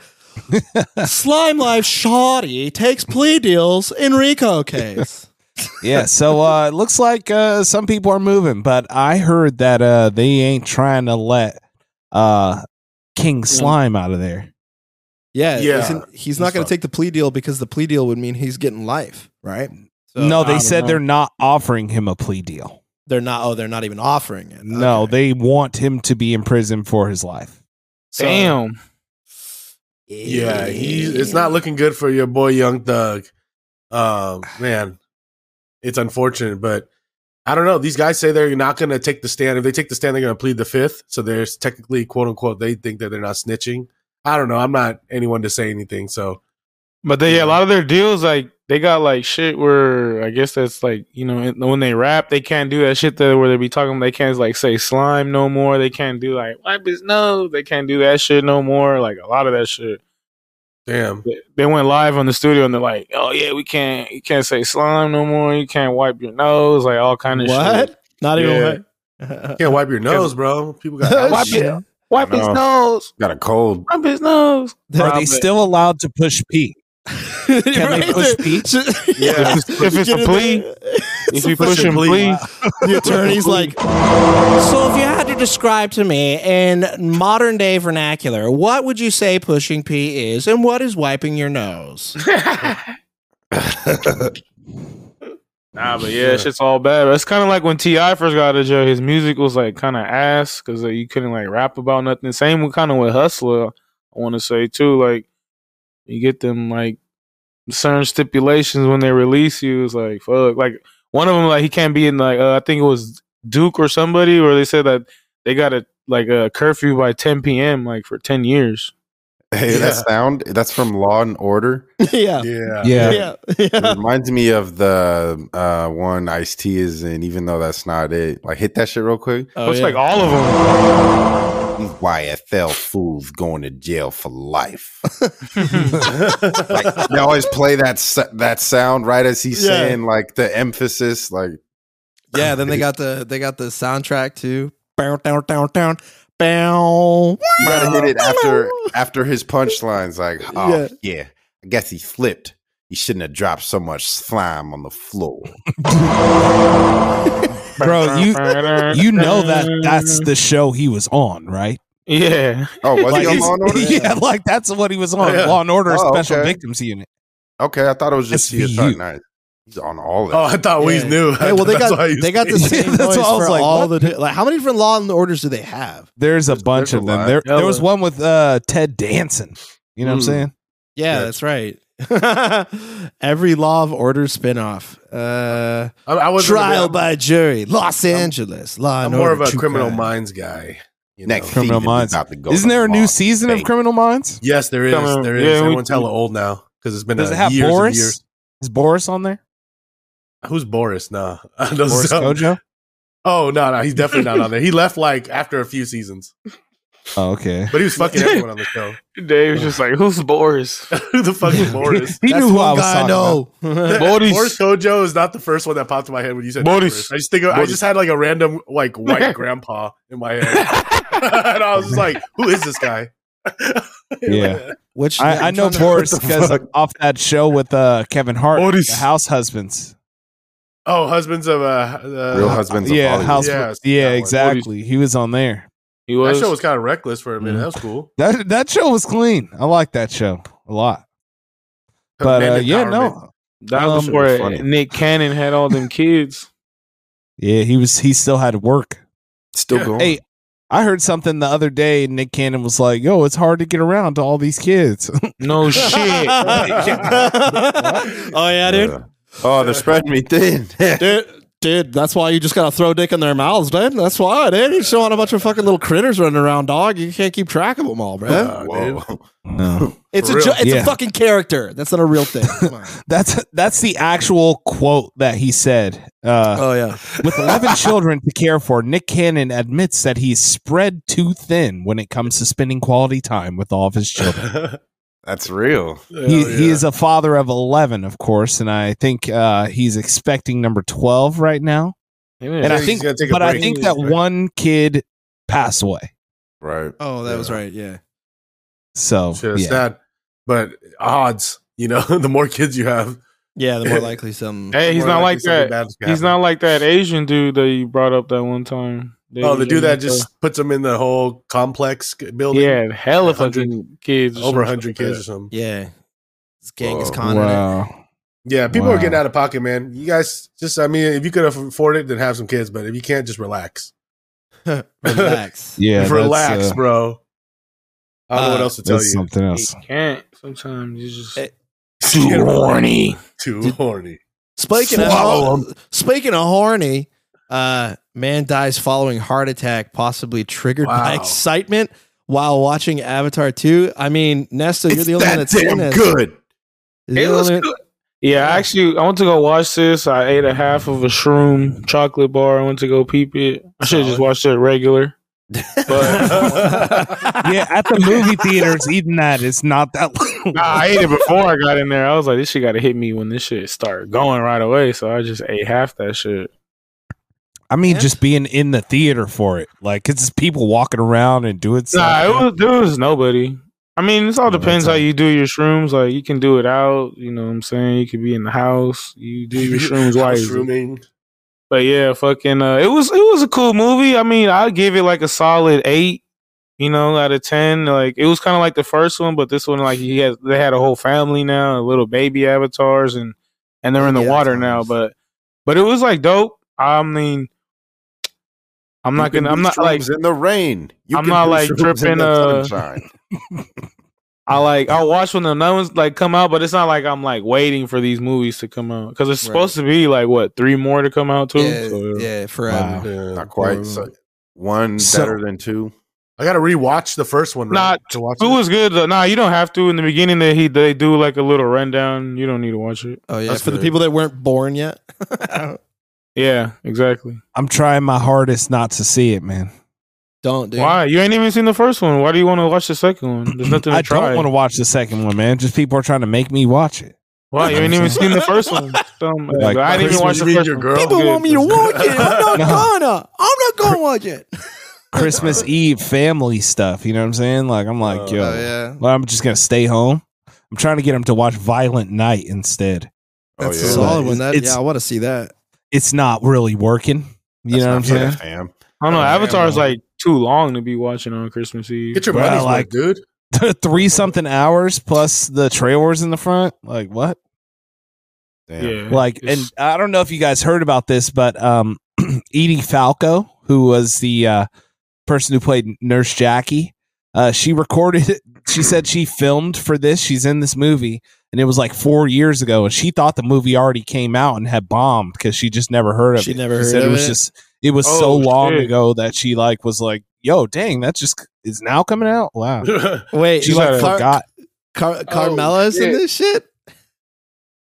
Speaker 3: Slime Life Shoddy takes plea deals in Rico case.
Speaker 6: Yeah, so uh, it looks like uh, some people are moving, but I heard that uh, they ain't trying to let uh, King Slime out of there.
Speaker 3: Yeah,
Speaker 4: Yeah,
Speaker 3: isn't- he's not going
Speaker 4: he's fine.
Speaker 3: to take the plea deal because the plea deal would mean he's getting life, right? So um,
Speaker 6: no,
Speaker 5: I
Speaker 6: they
Speaker 5: don't
Speaker 6: said
Speaker 5: know.
Speaker 6: they're not offering him a plea deal.
Speaker 3: they're not. Oh, they're not even offering it.
Speaker 6: No,
Speaker 3: Okay.
Speaker 6: they want him to be in prison for his life.
Speaker 3: So-
Speaker 5: Damn.
Speaker 4: Yeah, he, it's not looking good for your boy Young Thug. Um, man, it's unfortunate, but I don't know. These guys say they're not going to take the stand. If they take the stand, they're going to plead the fifth. So there's technically, quote unquote, they think that they're not snitching. I don't know. I'm not anyone to say anything. So
Speaker 5: But they a lot of their deals like they got like shit where I guess that's like you know when they rap they can't do that shit that where they be talking they can't like say slime no more they can't do like wipe his nose they can't do that shit no more like a lot of that shit
Speaker 4: damn,
Speaker 5: they- they went live on the studio and they're like, "Oh yeah, we can't, you can't say slime no more. You can't wipe your nose, like all kind of shit.
Speaker 3: What? Not even.
Speaker 5: Yeah.
Speaker 3: what?
Speaker 4: can't wipe your nose, bro. People got
Speaker 3: Oh,
Speaker 5: Wipe,
Speaker 4: allergies.
Speaker 3: shit.
Speaker 5: it- wipe his
Speaker 2: No.
Speaker 5: nose,
Speaker 2: Got a cold.
Speaker 5: wipe his nose."
Speaker 6: Are
Speaker 5: Probably.
Speaker 6: they still allowed to push P? Can they push P?
Speaker 4: Yeah.
Speaker 5: If it's, if it's
Speaker 3: Get
Speaker 5: a
Speaker 3: in
Speaker 5: plea,
Speaker 3: there.
Speaker 5: if you push him, plea,
Speaker 3: The attorney's like, so if you had to describe to me in modern day vernacular, what would you say pushing P is, and what is wiping your nose?
Speaker 5: nah, but yeah, shit's all bad. That's kind of like when Ti first got out of jail. His music was like kind of ass because like, you couldn't like rap about nothing. Same with kind of with Hustler. I want to say too, like you get them like certain stipulations when they release you. It's like fuck. Like one of them, like he can't be in like uh, I think it was Duke or somebody, where they said that they got a like a curfew by 10 p.m. like for 10 years.
Speaker 2: Hey, that sound, that's from Law and Order.
Speaker 3: yeah.
Speaker 4: Yeah.
Speaker 6: Yeah.
Speaker 2: It reminds me of the uh, one Ice T is in, even though that's not it. Like, hit that shit real quick.
Speaker 3: Oh,
Speaker 5: it's
Speaker 3: yeah.
Speaker 5: like all of them.
Speaker 2: These YFL fools going to jail for life. like, they always play that s- that sound right as he's
Speaker 3: Yeah.
Speaker 2: saying, like, the emphasis. Like,
Speaker 3: yeah. Then they got the they got the soundtrack too. Bow, down, down, down, bow.
Speaker 2: you gotta hit it after after his punchlines. Like, oh yeah. I guess he slipped. He shouldn't have dropped so much slime on the floor.
Speaker 6: Bro, you you know that that's the show he was on, right?
Speaker 5: yeah.
Speaker 2: Oh, was
Speaker 6: Like,
Speaker 2: he on
Speaker 6: it's-
Speaker 2: Law and Order?
Speaker 6: Yeah, like that's what he was on.
Speaker 4: Yeah.
Speaker 6: Law and Order
Speaker 2: Oh,
Speaker 6: Special
Speaker 2: okay.
Speaker 6: Victims Unit.
Speaker 2: Okay, I thought it was just
Speaker 6: SVU.
Speaker 2: CSI. Nice. He's on all
Speaker 4: Oh,
Speaker 2: of
Speaker 4: I thought we
Speaker 3: Yeah.
Speaker 4: knew.
Speaker 3: Hey, well, they
Speaker 4: That's
Speaker 3: got
Speaker 4: why you
Speaker 3: they got the
Speaker 4: say-
Speaker 3: same
Speaker 6: That's
Speaker 3: voice
Speaker 6: why I was
Speaker 3: for
Speaker 6: like,
Speaker 3: all
Speaker 6: what
Speaker 3: the di- like. How many different Law and Orders do they have?
Speaker 6: There's a bunch
Speaker 2: there's
Speaker 6: of
Speaker 2: a
Speaker 6: them.
Speaker 2: lot. Hmm.
Speaker 6: There, there
Speaker 5: Hella.
Speaker 6: was one with uh, Ted Danson. You know what I'm
Speaker 4: Mm.
Speaker 6: saying?
Speaker 3: Yeah,
Speaker 4: Yeah.
Speaker 3: that's right. Every Law of Orders spinoff. Uh,
Speaker 4: I, I was
Speaker 3: trial by jury, Los Angeles. Law
Speaker 4: I'm
Speaker 3: and
Speaker 4: more
Speaker 3: Order,
Speaker 4: of a
Speaker 3: true
Speaker 4: Criminal
Speaker 3: crime.
Speaker 4: Minds guy.
Speaker 2: it.
Speaker 4: you know.
Speaker 2: Next
Speaker 6: Criminal
Speaker 2: season,
Speaker 6: Minds.
Speaker 2: he's about to go
Speaker 6: Isn't
Speaker 2: to
Speaker 6: there a new
Speaker 2: Las
Speaker 6: season of
Speaker 2: Vegas.
Speaker 6: Criminal Minds?
Speaker 4: Yes, there is.
Speaker 5: Criminal-
Speaker 4: There is.
Speaker 5: yeah, we-
Speaker 4: Everyone's hella old now because it's been
Speaker 6: Does
Speaker 4: uh,
Speaker 6: it have
Speaker 4: years and
Speaker 6: Boris?
Speaker 4: years.
Speaker 6: Is Boris on there?
Speaker 4: Who's Boris? Nah, Those-
Speaker 6: Boris Gojo?
Speaker 4: Oh no, no, he's definitely not on there. He left like after a few seasons,
Speaker 6: Oh, okay.
Speaker 4: but he was fucking everyone on the show.
Speaker 5: Dave's just like, who's Boris?
Speaker 4: Who the fuck is Boris?
Speaker 6: He
Speaker 3: That's
Speaker 6: knew who
Speaker 3: one
Speaker 6: I was
Speaker 3: guy
Speaker 6: talking about.
Speaker 3: know.
Speaker 5: Boris.
Speaker 4: Boris Kojo is not the first one that popped in my head when you said
Speaker 5: Boris.
Speaker 4: Boris. I just think of, I
Speaker 5: Boris.
Speaker 4: just had like a random like white grandpa in my head, and I was just like, "Who is this guy?"
Speaker 6: Yeah.
Speaker 3: Which
Speaker 6: I, I know
Speaker 3: which one-
Speaker 6: Boris
Speaker 4: What the
Speaker 6: because
Speaker 4: fuck?
Speaker 6: off that show with uh, Kevin Hart,
Speaker 4: Boris.
Speaker 6: the House Husbands.
Speaker 4: Oh, husbands of uh, uh
Speaker 2: Real Husbands of
Speaker 6: yeah,
Speaker 2: Hollywood.
Speaker 6: House.
Speaker 4: Yeah,
Speaker 6: Yeah,
Speaker 4: it's that one.
Speaker 6: exactly. He was on there.
Speaker 5: He
Speaker 4: That
Speaker 5: was.
Speaker 4: show was kind of reckless for a minute. That was cool.
Speaker 6: That that show was clean. I like that show a lot. But
Speaker 4: Men
Speaker 6: uh, yeah,
Speaker 4: empowerment.
Speaker 6: no,
Speaker 5: that was
Speaker 6: um,
Speaker 5: before
Speaker 2: funny.
Speaker 5: Nick Cannon had all them kids.
Speaker 6: yeah, he was. He still had work.
Speaker 2: Still
Speaker 4: Yeah.
Speaker 2: going.
Speaker 6: Hey, I heard something the other day. Nick Cannon was like, "Yo, it's hard to get around to all these kids."
Speaker 5: No shit.
Speaker 3: oh yeah, dude.
Speaker 2: Uh, oh, they're spreading me thin.
Speaker 3: Dude, dude, that's why you just gotta throw dick in their mouths, dude. That's why, dude. You just don't want a bunch of fucking little critters running around, dog. You can't keep track of them all, bro.
Speaker 4: Uh,
Speaker 2: Whoa.
Speaker 6: no,
Speaker 3: it's a
Speaker 4: for
Speaker 3: jo-
Speaker 4: real.
Speaker 3: it's a
Speaker 6: Yeah.
Speaker 3: fucking character. That's not a real thing. Come on.
Speaker 6: that's that's the actual quote that he said. Uh,
Speaker 3: oh yeah.
Speaker 6: With 11 children to care for, Nick Cannon admits that he's spread too thin when it comes to spending quality time with all of his children.
Speaker 2: That's real.
Speaker 6: he,
Speaker 4: Hell
Speaker 6: he
Speaker 4: yeah.
Speaker 6: is a father of 11, of course, and I think uh, he's expecting number 12 right now. And I
Speaker 4: he's
Speaker 6: think,
Speaker 4: gonna take a
Speaker 6: but I
Speaker 4: break.
Speaker 6: think that one kid passed away.
Speaker 2: Right.
Speaker 3: Oh, that was right. Yeah.
Speaker 4: Shit,
Speaker 6: So,
Speaker 4: it's
Speaker 6: Oh, yeah.
Speaker 4: sad. But odds, you know, the more kids you have,
Speaker 3: Yeah, the more likely some.
Speaker 5: hey, he's
Speaker 4: more
Speaker 5: not
Speaker 4: likely
Speaker 5: like
Speaker 4: something
Speaker 5: that.
Speaker 4: bad's gonna
Speaker 5: He's not
Speaker 4: happen.
Speaker 5: like that Asian dude that you brought up that one time.
Speaker 4: Oh, the dude that just puts them in the whole complex c- building.
Speaker 5: yeah, hell of
Speaker 4: 100
Speaker 5: fucking kids, or
Speaker 4: over
Speaker 5: some
Speaker 4: hundred
Speaker 5: shit like
Speaker 4: kids or something.
Speaker 3: Yeah. It's Genghis
Speaker 2: Whoa.
Speaker 3: Khan. in it.
Speaker 6: Wow.
Speaker 4: Yeah, people are
Speaker 6: Wow.
Speaker 4: getting out of pocket, man. You guys, just I mean, if you could afford it, then have some kids. But if you can't, just relax.
Speaker 3: Relax.
Speaker 6: Yeah. that's,
Speaker 4: relax,
Speaker 6: uh,
Speaker 4: bro. I don't know what
Speaker 3: Uh,
Speaker 4: else to tell
Speaker 6: That's
Speaker 4: you.
Speaker 6: something
Speaker 5: that.
Speaker 6: else.
Speaker 5: He can't. Sometimes you
Speaker 4: Eh,
Speaker 5: just
Speaker 3: Hey,
Speaker 4: Too horny. Too horny.
Speaker 3: Speaking of speaking of horny, uh, man dies following heart attack, possibly triggered by
Speaker 4: Wow.
Speaker 3: excitement while watching Avatar 2. I mean, Nesta, you're
Speaker 2: it's
Speaker 3: the only one
Speaker 2: that
Speaker 3: that's seen
Speaker 2: damn
Speaker 3: this.
Speaker 2: good.
Speaker 3: You're the only-
Speaker 5: Yeah, I actually, I went to go watch this. I ate a half of a shroom chocolate bar. I went to go peep it. I should have just watched it regular. But
Speaker 6: yeah, at the movie theaters, eating that is not that.
Speaker 5: Nah, I ate it before I got in there. I was like, this shit got to hit me when this shit started going right away. So I just ate half that shit.
Speaker 6: I mean,
Speaker 3: Yeah.
Speaker 6: just being in the theater for it, like it's just people walking around and doing stuff.
Speaker 5: Nah, it was, there was nobody. I mean, this all depends how you do your shrooms. Like, you can do it out. You know what I'm saying? You could be in the house. You do your shrooms wisely.
Speaker 4: Shrooming.
Speaker 5: But yeah, fucking uh it was it was a cool movie. I mean, I'd give it like a solid eight, you know, out of ten. Like it was kinda like the first one, but this one like he had they had a whole family now, little baby avatars and and they're in the
Speaker 3: Baby
Speaker 5: water now,
Speaker 3: avatars.
Speaker 5: but but it was like dope. I mean I'm not
Speaker 2: You can
Speaker 5: gonna I'm
Speaker 2: do
Speaker 5: not like
Speaker 2: shrooms in the rain. You
Speaker 5: I'm
Speaker 2: can
Speaker 5: not,
Speaker 2: do
Speaker 5: like,
Speaker 2: shrooms in
Speaker 5: tripping,
Speaker 2: the
Speaker 5: uh,
Speaker 2: sunshine.
Speaker 5: I like I'll watch when the new ones like come out, but it's not like I'm like waiting for these movies to come out because it's
Speaker 3: Right.
Speaker 5: supposed to be like what three more to come out too.
Speaker 3: yeah,
Speaker 5: So,
Speaker 3: yeah, um, forever.
Speaker 6: Wow.
Speaker 4: Yeah.
Speaker 2: Not quite. So, one
Speaker 6: So-
Speaker 2: better than two.
Speaker 4: I got to rewatch the first one.
Speaker 5: Nah,
Speaker 4: to watch
Speaker 5: It
Speaker 4: it.
Speaker 5: was good though. Nah, you don't have to. In the beginning, they he they do like a little rundown. You don't need to watch it.
Speaker 3: Oh yeah,
Speaker 4: That's
Speaker 3: for the
Speaker 4: good.
Speaker 3: people that weren't born yet.
Speaker 5: Yeah, exactly.
Speaker 6: I'm trying my hardest not to see it, man.
Speaker 3: Don't do
Speaker 5: Why you ain't even seen the first one? Why do you want to watch the second one? There's nothing to
Speaker 6: I
Speaker 5: try.
Speaker 6: don't want to watch the second one, man. Just people are trying to make me watch it.
Speaker 5: Why you ain't even seen the first one? Dumb ass.
Speaker 6: Like,
Speaker 5: I didn't even
Speaker 4: Chris,
Speaker 5: watch
Speaker 4: you
Speaker 5: the
Speaker 4: mean
Speaker 5: first
Speaker 4: your
Speaker 5: one.
Speaker 4: girl?
Speaker 3: People want me to watch it. I'm not
Speaker 6: No.
Speaker 3: gonna. I'm not gonna watch it.
Speaker 6: Christmas Eve family stuff. You know what I'm saying? Like I'm like,
Speaker 4: Oh,
Speaker 6: yo,
Speaker 3: yeah.
Speaker 6: well, I'm just gonna stay home. I'm trying to get them to watch Violent Night instead.
Speaker 3: That's
Speaker 2: oh,
Speaker 3: a
Speaker 2: yeah.
Speaker 3: solid one. That,
Speaker 6: It's-
Speaker 3: yeah, I want to see that.
Speaker 6: It's not really working. You
Speaker 2: That's
Speaker 6: know what I'm
Speaker 2: not fair,
Speaker 6: saying?
Speaker 2: fam.
Speaker 5: I don't know.
Speaker 4: Oh, yeah,
Speaker 5: Avatar's
Speaker 4: man.
Speaker 5: like too long to be watching on Christmas Eve.
Speaker 4: Get your
Speaker 6: Well,
Speaker 4: money's
Speaker 6: like-
Speaker 4: like, dude.
Speaker 6: Three something hours plus the trailers in the front. Like what?
Speaker 2: Damn.
Speaker 5: Yeah.
Speaker 6: like and
Speaker 5: It's-
Speaker 6: i don't know if you guys heard about this but um edie falco who was the uh person who played nurse jackie uh she recorded she said she filmed for this she's in this movie and it was like four years ago and she thought the movie already came out and had bombed because she just never heard of
Speaker 3: She
Speaker 6: it
Speaker 3: never
Speaker 6: She
Speaker 3: heard
Speaker 6: said
Speaker 3: of
Speaker 6: it was
Speaker 3: it?
Speaker 6: just it was so
Speaker 5: Oh,
Speaker 6: long
Speaker 5: shit.
Speaker 6: ago that she like was like yo dang that just is now coming out wow
Speaker 3: Wait,
Speaker 6: she
Speaker 5: She's
Speaker 6: like
Speaker 5: had a-
Speaker 3: Car-
Speaker 6: forgot
Speaker 3: Car- Carmela's in
Speaker 5: shit.
Speaker 3: this shit.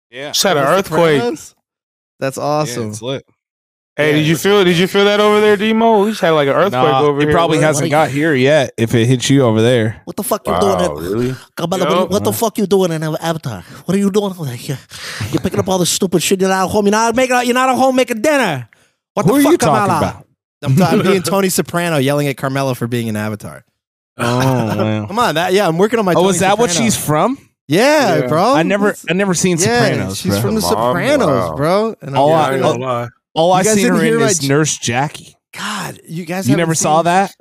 Speaker 6: yeah
Speaker 5: Just had an
Speaker 3: The
Speaker 5: earthquake.
Speaker 3: Sopranos? That's
Speaker 6: Yeah,
Speaker 3: awesome.
Speaker 6: it's lit.
Speaker 5: Hey, did you feel? Did you feel that over there, Demo? We just had like an earthquake
Speaker 6: Nah,
Speaker 5: over
Speaker 6: it
Speaker 5: here.
Speaker 6: probably
Speaker 5: bro.
Speaker 6: hasn't got here yet if it hits you over there
Speaker 7: What the fuck you doing?
Speaker 2: Wow,
Speaker 7: in-
Speaker 2: really?
Speaker 7: Carmelo, what,
Speaker 5: Yup.
Speaker 7: what the fuck you doing in an Avatar? What are you doing over here? You're picking up all this stupid shit. You're not at home. You're not making. You're not at home making dinner. What
Speaker 6: who
Speaker 7: the
Speaker 6: are
Speaker 7: fuck,
Speaker 6: you talking
Speaker 7: Kamala?
Speaker 6: about
Speaker 3: I'm, t- I'm being Tony Soprano yelling at Carmela for being an avatar.
Speaker 6: Oh wow.
Speaker 3: Come on, that yeah, I'm working on my.
Speaker 6: oh,
Speaker 3: Tony
Speaker 6: is that what
Speaker 3: Soprano.
Speaker 6: she's from?
Speaker 3: Yeah,
Speaker 5: Yeah.
Speaker 3: bro.
Speaker 6: I never, I never seen
Speaker 3: Oh, yeah,
Speaker 6: Sopranos.
Speaker 3: She's
Speaker 6: bro.
Speaker 3: from The
Speaker 2: Mom,
Speaker 3: Sopranos,
Speaker 2: wow.
Speaker 3: bro. And
Speaker 6: All
Speaker 3: I'm-
Speaker 4: I
Speaker 6: I-
Speaker 4: ain't gonna lie.
Speaker 6: All I
Speaker 3: guys
Speaker 6: seen
Speaker 3: didn't
Speaker 6: her in
Speaker 3: hear
Speaker 6: is
Speaker 3: my-
Speaker 6: Nurse Jackie.
Speaker 3: God, you guys.
Speaker 6: You
Speaker 3: haven't
Speaker 6: never
Speaker 3: seen-
Speaker 6: saw that?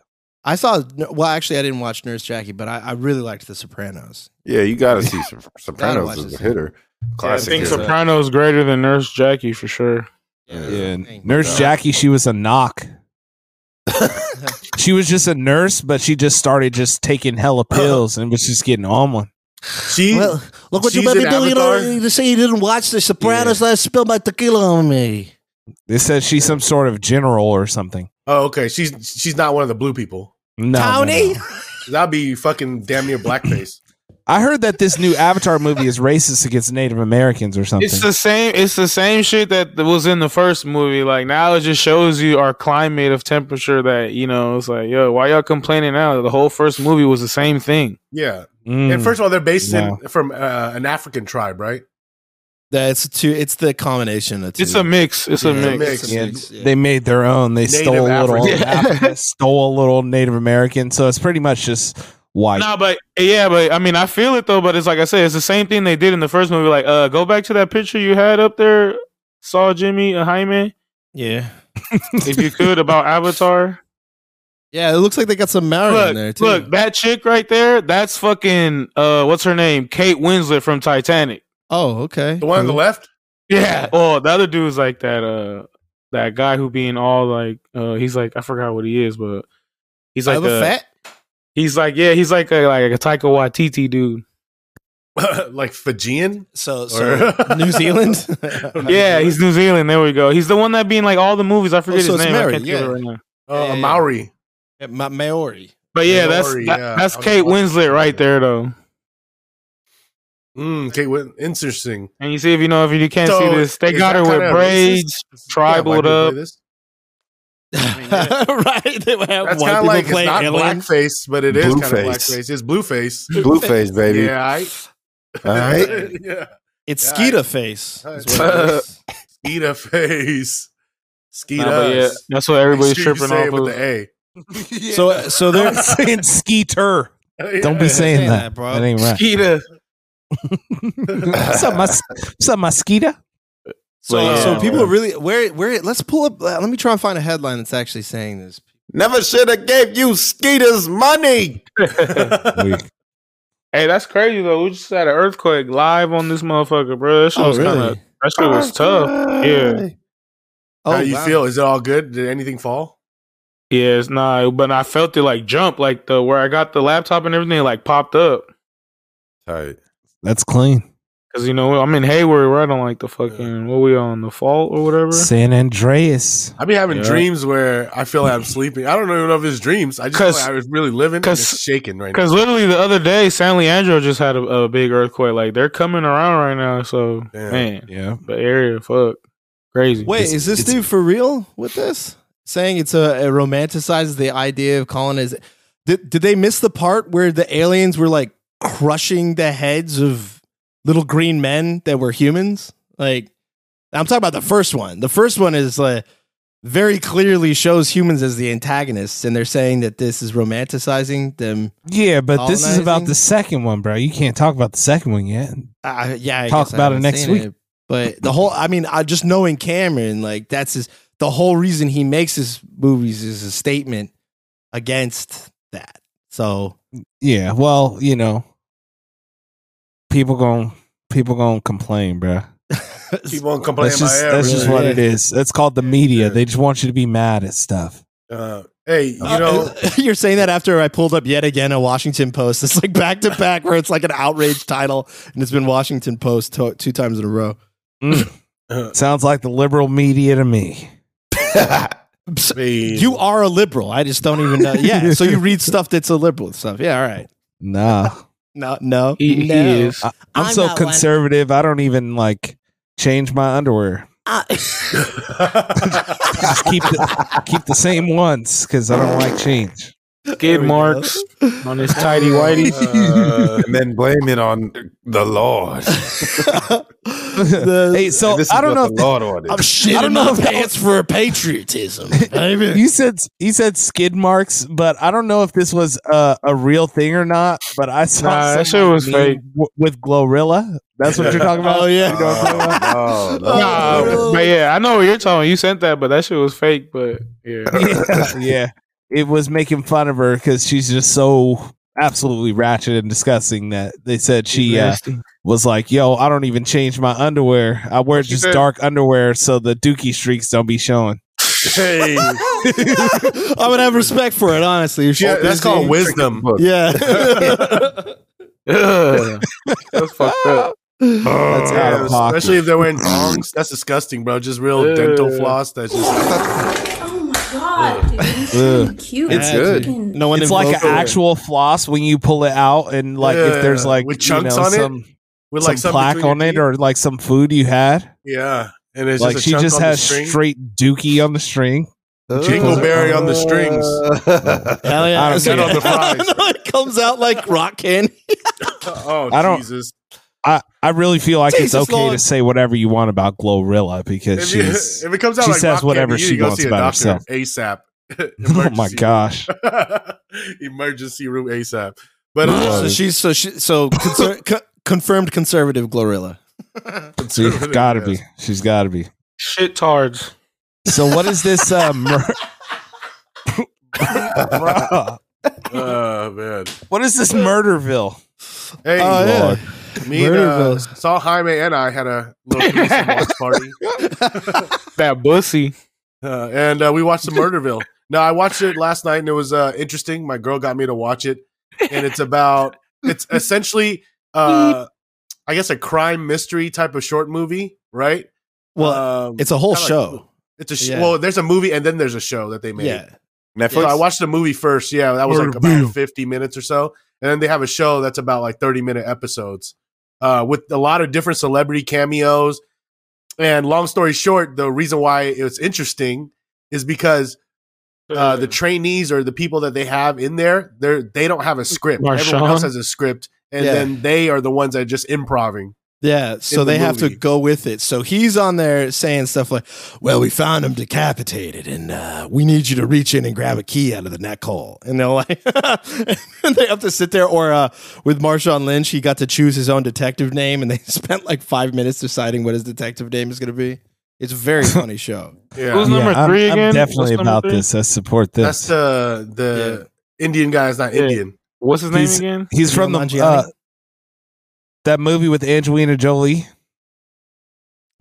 Speaker 3: I saw. Well, actually, I didn't watch Nurse Jackie, but I, I really liked The Sopranos.
Speaker 2: Yeah, you got to see some
Speaker 3: watch
Speaker 2: Sopranos
Speaker 3: this.
Speaker 2: as a hitter.
Speaker 5: I
Speaker 2: Classic.
Speaker 5: think
Speaker 2: hitter.
Speaker 5: Soprano's greater than Nurse Jackie for sure.
Speaker 2: Yeah.
Speaker 3: Thank
Speaker 6: Nurse
Speaker 3: God.
Speaker 6: Jackie. She was a knock. she was just a nurse, but she just started just taking hella pills and was just getting on one.
Speaker 4: Hmm. She
Speaker 7: Well, look what you
Speaker 4: She's
Speaker 7: made me
Speaker 4: an
Speaker 7: do. You
Speaker 4: avatar?
Speaker 7: don't need to say you didn't watch The Sopranos. Let I spilled my tequila on me.
Speaker 6: It says she's some sort of general or something.
Speaker 4: Oh, okay. She's she's not one of the blue people.
Speaker 6: No, no,
Speaker 7: Tony,
Speaker 6: no.
Speaker 4: That'd be fucking damn near blackface.
Speaker 6: I heard that this new Avatar movie is racist against Native Americans or something.
Speaker 5: It's the same. It's the same shit that was in the first movie. Like now, it just shows you our climate of temperature. That you know, it's like, yo, why y'all complaining now? The whole first movie was the same thing.
Speaker 4: Yeah.
Speaker 6: Mm.
Speaker 4: And first of all, they're based
Speaker 6: Wow.
Speaker 4: in from uh, an African tribe, right?
Speaker 3: That's two. It's the combination of two.
Speaker 5: It's a mix. It's
Speaker 3: Yeah,
Speaker 5: a mix.
Speaker 4: mix.
Speaker 6: Yeah,
Speaker 3: Yeah.
Speaker 6: they made their own. They
Speaker 4: Native
Speaker 6: stole a little,
Speaker 4: African.
Speaker 6: Africa, stole a little Native American. So it's pretty much just white.
Speaker 5: No, but yeah, but I mean, I feel it though. But it's like I said, it's the same thing they did in the first movie. Like, uh, go back to that picture you had up there, saw Jimmy uh, Jaime,
Speaker 3: yeah.
Speaker 5: if you could, about Avatar.
Speaker 3: Yeah, it looks like they got some Maori in there
Speaker 5: Look,
Speaker 3: too.
Speaker 5: look, that chick right there, that's fucking uh, what's her name? Kate Winslet from Titanic.
Speaker 3: oh, okay.
Speaker 4: The one on the left.
Speaker 5: Yeah. Oh, the other dude's like that. Uh, that guy who being all like, uh, he's like, I forgot what he is, but he's like
Speaker 3: Like
Speaker 5: a-
Speaker 3: fat.
Speaker 5: He's like, yeah, he's like a like a Taika Waititi dude.
Speaker 4: like Fijian.
Speaker 3: So,
Speaker 4: so-
Speaker 3: New Zealand.
Speaker 5: Yeah, he's New Zealand. There we go. He's the one that being like all the movies. I
Speaker 4: Oh,
Speaker 5: forget
Speaker 3: so
Speaker 5: his
Speaker 3: it's
Speaker 5: name. I
Speaker 3: Mary,
Speaker 5: can't think of
Speaker 3: yeah.
Speaker 5: it right now.
Speaker 4: Uh,
Speaker 3: Yeah,
Speaker 4: a
Speaker 3: yeah.
Speaker 4: Maori.
Speaker 3: Yeah, Ma- Maori.
Speaker 5: But yeah, that's
Speaker 4: Mary,
Speaker 5: that,
Speaker 4: yeah.
Speaker 5: that's
Speaker 4: I was
Speaker 5: Kate
Speaker 4: watching
Speaker 5: Winslet
Speaker 4: that.
Speaker 5: right there though.
Speaker 4: Mm, okay, well, interesting.
Speaker 5: And you see if you know if you can't
Speaker 4: So,
Speaker 5: see this, they
Speaker 4: is
Speaker 5: got
Speaker 4: that
Speaker 5: her with
Speaker 4: kinda
Speaker 5: braids,
Speaker 4: Yeah, why
Speaker 5: tribal
Speaker 4: people
Speaker 5: up.
Speaker 4: play this?
Speaker 3: right. They would have
Speaker 4: That's
Speaker 3: white
Speaker 4: kind of
Speaker 3: people
Speaker 4: like it's
Speaker 3: play
Speaker 4: not
Speaker 3: aliens.
Speaker 4: blackface, but it is kind of
Speaker 2: Blueface.
Speaker 4: blackface. It's blueface.
Speaker 2: Blueface, baby.
Speaker 4: Yeah, I,
Speaker 2: All right.
Speaker 4: yeah.
Speaker 3: It's
Speaker 4: Yeah,
Speaker 3: Skeeta face.
Speaker 4: Alright.
Speaker 3: is what it is.
Speaker 4: Skeeta face. Skeeta.
Speaker 5: Nah, but yeah, that's what everybody's
Speaker 4: Make sure you
Speaker 5: tripping
Speaker 4: say it
Speaker 5: off of.
Speaker 4: with the
Speaker 3: So, so
Speaker 6: they're
Speaker 3: they're
Speaker 6: saying skeeter.
Speaker 4: A.
Speaker 6: uh, Don't be saying
Speaker 3: saying
Speaker 6: that,
Speaker 3: that, bro.
Speaker 6: That ain't right.
Speaker 5: Skeeter.
Speaker 6: what's up, mus- what's up, mosquito?
Speaker 3: so,
Speaker 5: But yeah.
Speaker 3: so people really where where let's pull up. uh, Let me try and find a headline that's actually saying this.
Speaker 2: Never should have gave you Skeeter's money.
Speaker 5: Hey, that's crazy though. We just had an earthquake live on this motherfucker, bro. That
Speaker 4: Oh,
Speaker 5: shit was kind of that shit was tough. Yeah,
Speaker 3: Oh,
Speaker 4: How you
Speaker 3: wow.
Speaker 4: feel? Is it all good? Did anything fall?
Speaker 5: yeah, it's not. But I felt it like jump, like the where I got the laptop and everything it, like popped up.
Speaker 2: Tight.
Speaker 6: That's clean.
Speaker 5: Cause you know I'm in Hayward, right on like the fucking what we on the fault or whatever.
Speaker 6: San Andreas.
Speaker 4: I've been having
Speaker 5: Yeah.
Speaker 4: dreams where I feel like I'm sleeping. I don't even know if it's dreams. I just feel
Speaker 5: 'Cause-
Speaker 4: like I was really living. and
Speaker 5: 'cause-
Speaker 4: It's shaking right now.
Speaker 5: Cause literally the other day, San Leandro just had a, a big earthquake. Like they're coming around right now, so
Speaker 4: Yeah.
Speaker 5: man,
Speaker 6: Yeah.
Speaker 5: the area fuck crazy.
Speaker 3: Wait,
Speaker 6: It's-
Speaker 3: is this
Speaker 6: it's-
Speaker 3: dude for real with this? Saying it's a it romanticizes the idea of coloniz. Did did they miss the part where the aliens were like crushing the heads of little green men that were humans? Like I'm talking about the first one. The first one is like very clearly shows humans as the antagonists, and they're saying that this is romanticizing them.
Speaker 6: Yeah, but this is about
Speaker 3: Colonizing?
Speaker 6: the second one, bro. You can't talk about the second one yet.
Speaker 3: Uh, yeah, I
Speaker 6: Talk
Speaker 3: guess I
Speaker 6: about it
Speaker 3: haven't
Speaker 6: next
Speaker 3: seen
Speaker 6: week.
Speaker 3: but the whole, I mean, I just knowing Cameron, like that's his, the whole reason he makes his movies is a statement against that. So
Speaker 6: Yeah. Well, you know, people going to people going to complain, bro.
Speaker 4: Keep on complaining
Speaker 6: That's just
Speaker 4: about
Speaker 6: that's just
Speaker 4: everything.
Speaker 6: what it is. That's called the media.
Speaker 4: Yeah.
Speaker 6: They just want you to be mad at stuff.
Speaker 4: Uh, hey, you know,
Speaker 3: you're saying that after I pulled up yet again a Washington Post. It's like back to back where it's like an outrage title, and it's been Washington Post to- two times in a row.
Speaker 5: Mm.
Speaker 6: Sounds like the liberal media to me.
Speaker 4: I mean,
Speaker 3: You are a liberal. I just don't even know. Yeah, so you read stuff that's a liberal stuff. Yeah, all right.
Speaker 6: Nah,
Speaker 3: No, no,
Speaker 5: He, he
Speaker 3: no.
Speaker 5: is.
Speaker 6: I, I'm,
Speaker 7: I'm
Speaker 6: so
Speaker 7: not one.
Speaker 6: conservative. I don't even like change my underwear. Just keep the, keep the same ones because I don't like change.
Speaker 5: Skid marks on his tidy whitey.
Speaker 4: uh,
Speaker 2: and then blame it on the Lord.
Speaker 6: hey, so
Speaker 2: This is
Speaker 6: I
Speaker 2: what
Speaker 6: don't know.
Speaker 2: The
Speaker 6: If
Speaker 2: Lord ordered.
Speaker 3: I'm shitting my pants for patriotism. baby.
Speaker 6: you said you said skid marks, but I don't know if this was uh, a real thing or not. But I saw
Speaker 5: Nah, that
Speaker 6: some,
Speaker 5: shit
Speaker 6: like,
Speaker 5: was
Speaker 6: meme
Speaker 5: fake.
Speaker 6: w- with Glorilla. That's what you're talking about.
Speaker 3: oh yeah.
Speaker 2: Oh, no, no.
Speaker 5: Nah, but yeah, I know what you're talking. You sent that, but that shit was fake. But yeah,
Speaker 6: yeah, yeah. It was making fun of her because she's just so absolutely ratchet and disgusting that they said she uh, was like, "Yo, I don't even change my underwear. I wear
Speaker 5: She
Speaker 6: just
Speaker 5: said-
Speaker 6: dark underwear so the dookie streaks don't be showing."
Speaker 4: hey,
Speaker 3: I would have respect for it, honestly. If she-
Speaker 4: yeah, that's called wisdom.
Speaker 3: yeah.
Speaker 5: Ugh. that's fucked up.
Speaker 6: That's
Speaker 4: Oh, Yeah,
Speaker 6: out of pocket.
Speaker 4: especially if they're wearing tongs. That's disgusting, bro. Just real
Speaker 5: Yeah.
Speaker 4: dental floss. That's just
Speaker 9: Oh my god, dude. He's so
Speaker 6: Ugh.
Speaker 9: cute.
Speaker 2: It's good.
Speaker 9: Fucking-
Speaker 3: No one.
Speaker 6: it's like
Speaker 3: invoked
Speaker 6: an
Speaker 3: it.
Speaker 6: actual floss when you pull it out, and like if there's
Speaker 4: Yeah,
Speaker 6: like
Speaker 4: with
Speaker 6: you
Speaker 4: chunks
Speaker 6: know,
Speaker 4: on it,
Speaker 6: some,
Speaker 4: with
Speaker 6: some
Speaker 4: like something
Speaker 6: plaque
Speaker 4: between
Speaker 6: on
Speaker 4: your
Speaker 6: it, or like some food you had.
Speaker 4: teeth. yeah, and it's
Speaker 6: like
Speaker 4: just a
Speaker 6: she
Speaker 4: chunk
Speaker 6: just
Speaker 4: on the
Speaker 6: has
Speaker 4: string.
Speaker 6: straight dookie on the string.
Speaker 4: Jingleberry on the strings.
Speaker 3: Hell yeah.
Speaker 6: I don't
Speaker 3: It's like-
Speaker 4: get it.
Speaker 3: I don't know, it comes out like rock candy.
Speaker 4: Oh,
Speaker 6: I don't-
Speaker 4: Jesus.
Speaker 6: I, I really feel like
Speaker 3: Jesus,
Speaker 6: it's okay
Speaker 3: Lord.
Speaker 6: to say whatever you want about Glorilla because
Speaker 4: If, you,
Speaker 6: she's
Speaker 4: if it comes out
Speaker 6: she
Speaker 4: like
Speaker 6: says
Speaker 4: rock
Speaker 6: whatever
Speaker 4: candy, you
Speaker 6: she
Speaker 4: need to go
Speaker 6: wants
Speaker 4: see a doctor
Speaker 6: about herself.
Speaker 4: ASAP.
Speaker 6: Oh my
Speaker 4: Emergency.
Speaker 6: gosh.
Speaker 4: emergency room ASAP. But
Speaker 3: so
Speaker 4: uh,
Speaker 3: she's so she, so conser- co- confirmed conservative Glorilla.
Speaker 6: She's gotta be. She's gotta be.
Speaker 5: Shit tards.
Speaker 6: So what is this uh mur- Bruh.
Speaker 4: Oh man.
Speaker 6: what is this murderville?
Speaker 4: Hey,
Speaker 3: Oh, yeah.
Speaker 6: Lord.
Speaker 4: me and, uh, saw Jaime and I had a little threesome watch party,
Speaker 5: That bussy.
Speaker 4: uh, and uh, we watched the Murderville. No, I watched it last night, and it was uh, interesting. My girl got me to watch it, and it's about it's essentially, uh, I guess, a crime mystery type of short movie, right?
Speaker 3: Well,
Speaker 4: um,
Speaker 3: it's a whole
Speaker 4: kinda like-
Speaker 3: show.
Speaker 4: It's a sh-
Speaker 3: Yeah.
Speaker 4: well. There's a movie, and then there's a show that they made.
Speaker 3: yeah.
Speaker 2: Netflix.
Speaker 4: So I watched the movie first. Yeah, that was like about 50 minutes or so. And then they have a show that's about like 30 minute episodes uh, with a lot of different celebrity cameos. And long story short, the reason why it's interesting is because uh, the trainees or the people that they have in there, they're, they don't have a script.
Speaker 5: Marshawn?
Speaker 4: Everyone else has a script. And
Speaker 3: Yeah.
Speaker 4: then they are the ones that are just improving.
Speaker 3: Yeah, so
Speaker 4: the
Speaker 3: they have to
Speaker 4: movie.
Speaker 3: go with it. So he's on there saying stuff like, "Well, we found him decapitated, and uh, we need you to reach in and grab a key out of the neck hole." And they're like, and they have to sit there. Or uh, with Marshawn Lynch, he got to choose his own detective name, and they spent like five minutes deciding what his detective name is going to be. It's a very funny show.
Speaker 4: Yeah.
Speaker 5: Who's number
Speaker 6: I'm-
Speaker 5: three
Speaker 6: I'm,
Speaker 5: again? What's
Speaker 6: definitely
Speaker 5: number
Speaker 6: about
Speaker 5: three?
Speaker 6: this. I support
Speaker 4: That's uh,
Speaker 6: this.
Speaker 4: the, the Indian guy is not
Speaker 5: Yeah.
Speaker 4: Indian.
Speaker 5: What's his name
Speaker 6: He's-
Speaker 5: again?
Speaker 6: He's from the
Speaker 3: Mangiani?
Speaker 6: uh, that movie with Angelina Jolie.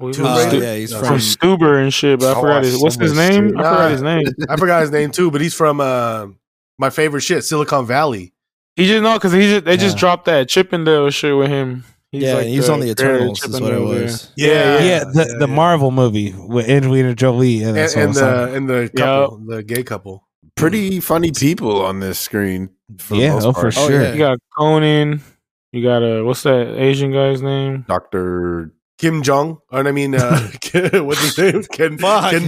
Speaker 4: Tomb
Speaker 3: Uh,
Speaker 4: Raider?
Speaker 3: yeah, he's
Speaker 4: No,
Speaker 5: From
Speaker 3: from.
Speaker 5: Stuber and shit, but I
Speaker 2: Oh,
Speaker 5: forgot
Speaker 2: I
Speaker 5: his. What's
Speaker 2: saw
Speaker 5: his
Speaker 2: this
Speaker 5: name?
Speaker 2: too.
Speaker 5: I forgot his name.
Speaker 4: I forgot his name too, but he's from uh, my favorite shit, Silicon Valley.
Speaker 5: He just no, because he just they just
Speaker 6: Yeah.
Speaker 5: dropped that Chippendale shit with him. He's
Speaker 3: Yeah,
Speaker 5: like
Speaker 3: he was on the Eternals.
Speaker 5: creator
Speaker 3: Is
Speaker 5: of
Speaker 3: what it
Speaker 5: Chippendales,
Speaker 3: was.
Speaker 5: Yeah, yeah.
Speaker 6: Yeah, the, the Marvel movie with Angelina Jolie. Yeah,
Speaker 4: and,
Speaker 6: that's
Speaker 4: and uh,
Speaker 6: what I'm saying.
Speaker 4: the and the couple, the gay couple.
Speaker 2: Pretty funny people on this screen. For
Speaker 6: Yeah,
Speaker 2: the most
Speaker 6: oh,
Speaker 2: part.
Speaker 6: for sure.
Speaker 5: You got Conan. You got a what's that Asian guy's name?
Speaker 2: Doctor.
Speaker 4: Kim Jong, and I mean, uh, Kim- what's his name? Ken, Kim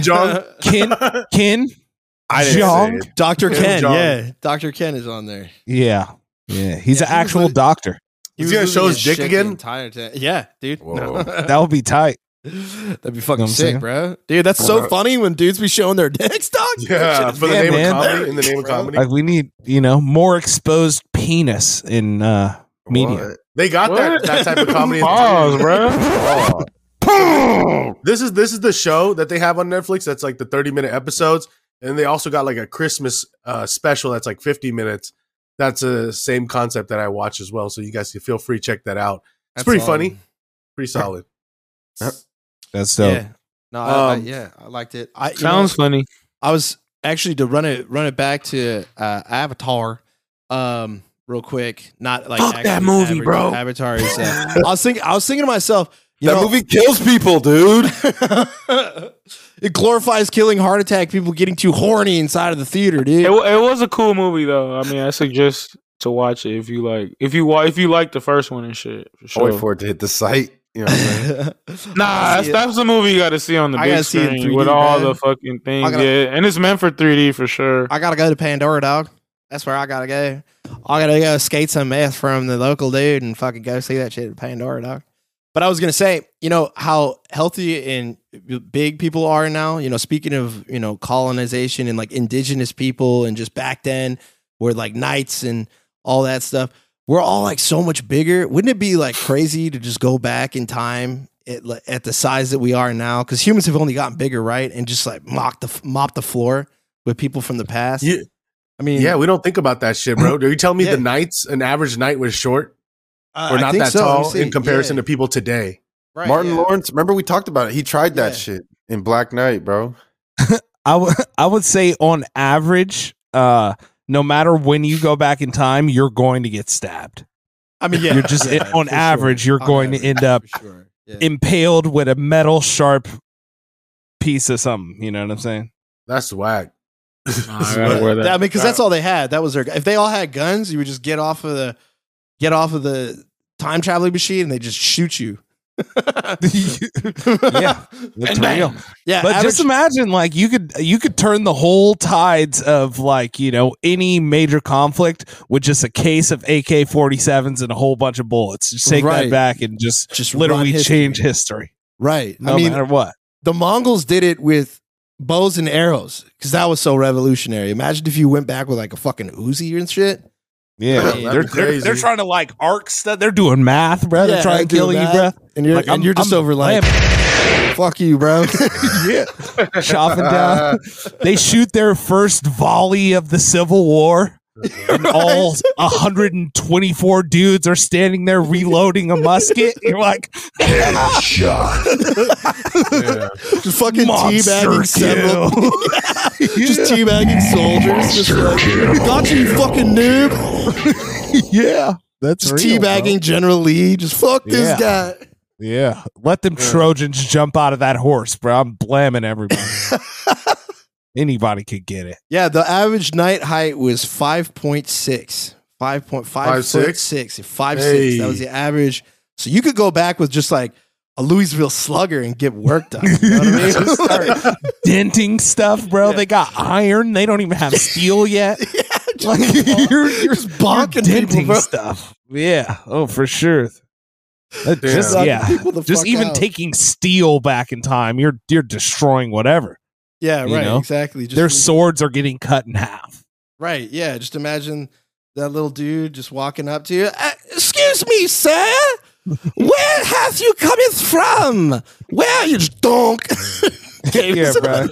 Speaker 4: Jong.
Speaker 6: Ken Ken
Speaker 2: I didn't say
Speaker 6: Jeong?
Speaker 2: it.
Speaker 3: Dr.
Speaker 4: Kim
Speaker 3: Ken,
Speaker 4: Jong.
Speaker 3: yeah, Dr. Ken is on there.
Speaker 6: Yeah. Yeah. He's
Speaker 3: Yeah,
Speaker 6: an
Speaker 3: he was
Speaker 6: actual
Speaker 3: like-
Speaker 6: doctor.
Speaker 4: Is
Speaker 3: was
Speaker 4: he gonna
Speaker 3: losing
Speaker 4: show his dick
Speaker 3: shit
Speaker 4: again?
Speaker 3: The entire time. Yeah, dude.
Speaker 2: Whoa.
Speaker 6: That would be tight.
Speaker 3: That'd be
Speaker 6: Know
Speaker 3: fucking
Speaker 6: what I'm
Speaker 3: sick,
Speaker 6: saying?
Speaker 3: bro. Dude, that's so funny when dudes be showing their dicks, dog.
Speaker 4: Yeah, for the
Speaker 6: Yeah,
Speaker 4: name
Speaker 6: man.
Speaker 4: of comedy. In the name of comedy,
Speaker 6: Like we need, you know, more exposed penis in uh media.
Speaker 2: What?
Speaker 4: they got that, that type of comedy. in the
Speaker 5: Pause, bro.
Speaker 2: Oh,
Speaker 4: This is this is the show that they have on Netflix. That's like the thirty minute episodes, and they also got like a Christmas uh, special that's like fifty minutes. That's a same concept that I watch as well. So you guys can feel free to check that out. It's pretty funny, pretty solid.
Speaker 6: That's dope.
Speaker 3: Yeah. No, I, I,
Speaker 4: Um,
Speaker 3: yeah, I liked it. I, you know,
Speaker 5: Sounds funny.
Speaker 3: I was actually to run it run it back to uh, Avatar, um, real quick. Not like
Speaker 8: Fuck that
Speaker 3: actually
Speaker 8: movie,
Speaker 3: Avatar-
Speaker 8: bro.
Speaker 3: Avatar is. uh, I was thinking. I was thinking to myself. You
Speaker 2: that
Speaker 3: know,
Speaker 2: movie kills people, dude.
Speaker 3: it glorifies killing heart attack, people getting too horny inside of the theater,
Speaker 5: It,
Speaker 3: dude.
Speaker 5: wa- it was a cool movie though. I mean, I suggest to watch it if you like. If you wa- if you like the first one and shit,
Speaker 2: I'll
Speaker 5: for
Speaker 3: Oh,
Speaker 5: sure.
Speaker 2: Wait for it to hit the site. You know what I'm saying?
Speaker 5: Nah, that's, that's a movie you got to see on the
Speaker 3: I
Speaker 5: big
Speaker 3: gotta see it in
Speaker 5: screen
Speaker 3: 3D,
Speaker 5: with all
Speaker 3: man.
Speaker 5: the fucking things.
Speaker 3: gotta-
Speaker 5: yeah, and it's meant for 3D for sure.
Speaker 3: I gotta go to Pandora, dog. That's where I gotta go. I gotta go skate some ass from the local dude and fucking go see that shit at Pandora, dog. But I was gonna say, you know how healthy and big people are now. You know, speaking of you know colonization and like indigenous people and just back then, were like knights and all that stuff. We're all like so much bigger. Wouldn't it be like crazy to just go back in time at, like, at the size that we are now? Because humans have only gotten bigger, right? And just like mop the mop the floor with people from the past.
Speaker 4: Yeah.
Speaker 3: I mean,
Speaker 4: Yeah, we don't think about that shit, bro. Are you telling me
Speaker 3: Yeah.
Speaker 4: the nights, an average night was short
Speaker 3: uh,
Speaker 4: or
Speaker 3: I
Speaker 4: not
Speaker 3: think
Speaker 4: that
Speaker 3: so. Let me
Speaker 4: tall
Speaker 3: see.
Speaker 4: in comparison
Speaker 3: Yeah.
Speaker 4: to people today?
Speaker 3: Right,
Speaker 2: Martin
Speaker 3: yeah.
Speaker 2: Lawrence. Remember we talked about it. He tried that
Speaker 3: Yeah.
Speaker 2: shit in Black Knight, bro.
Speaker 6: I w- I would say on average, uh, no matter when you go back in time, you're going to get stabbed.
Speaker 3: I mean, yeah,
Speaker 6: You're just-
Speaker 3: yeah,
Speaker 6: on
Speaker 3: for
Speaker 6: average, you're
Speaker 3: On
Speaker 6: going to end up
Speaker 3: for sure. Yeah.
Speaker 6: Impaled with a metal sharp piece of something. You know what I'm saying?
Speaker 4: That's whack.
Speaker 5: Nah, I gotta wear
Speaker 3: I
Speaker 5: that.
Speaker 3: mean, because that's all they had. That was their. If they all had guns, you would just get off of the, get off of the time traveling machine, and they just shoot you.
Speaker 6: yeah, that's real.
Speaker 3: yeah.
Speaker 6: But
Speaker 3: average-
Speaker 6: just imagine, like you could you could turn the whole tides of like you know any major conflict with just a case of AK-47s and a whole bunch of bullets. Just take
Speaker 3: Right.
Speaker 6: that back and just
Speaker 3: Just
Speaker 6: literally Oh,
Speaker 3: run history.
Speaker 6: change history,
Speaker 3: right.
Speaker 6: no
Speaker 3: I mean,
Speaker 6: matter what.
Speaker 3: the Mongols did it with bows and arrows because that was so revolutionary. Imagine if you went back with like a fucking Uzi and shit.
Speaker 6: Yeah,
Speaker 4: That'd be
Speaker 6: they're, they're,
Speaker 4: crazy.
Speaker 6: they're trying to like arc stuff. They're doing math, bro. they're trying to kill you, bro.
Speaker 3: And you're
Speaker 6: Like,
Speaker 3: and
Speaker 6: I'm-
Speaker 3: you're just
Speaker 6: I'm
Speaker 3: over like, fuck you, bro.
Speaker 6: chopping down. they shoot their first volley of the Civil War. And all 124 dudes are standing there reloading a musket. You're like,
Speaker 4: Yeah.
Speaker 3: just fucking
Speaker 6: Monster
Speaker 3: teabagging several. just teabagging soldiers. Just like, gotcha, you fucking noob.
Speaker 6: yeah, that's
Speaker 3: Just teabagging General Lee. Just fuck this guy.
Speaker 6: Yeah, let them Trojans jump out of that horse, bro. I'm blaming everybody. Anybody could get it.
Speaker 3: Yeah, the average night height was 5.6. 5.5
Speaker 4: Five
Speaker 3: foot
Speaker 4: six?
Speaker 3: 6. 5 6.
Speaker 4: Hey.
Speaker 3: That was the average. So you could go back with just like a Louisville slugger and get work done. You know what I mean?
Speaker 6: Denting stuff, bro. They got iron. They don't even have steel yet. Like, you're, you're
Speaker 3: Just bonking
Speaker 6: denting
Speaker 3: people, bro.
Speaker 6: stuff. Yeah. Oh, for sure. That
Speaker 4: Damn.
Speaker 6: just
Speaker 3: Knocking
Speaker 6: yeah.
Speaker 3: people the
Speaker 6: Just
Speaker 3: fuck
Speaker 6: even
Speaker 3: out.
Speaker 6: taking steel back in time, you're you're destroying whatever.
Speaker 3: Yeah, right.
Speaker 6: you know?
Speaker 3: Exactly. Just
Speaker 6: Their swords are getting cut in half.
Speaker 3: Right. Yeah. Just imagine that little dude just walking up to you. "Uh, excuse me, sir. Where have you coming from? Where you donk?
Speaker 6: Yeah, bro.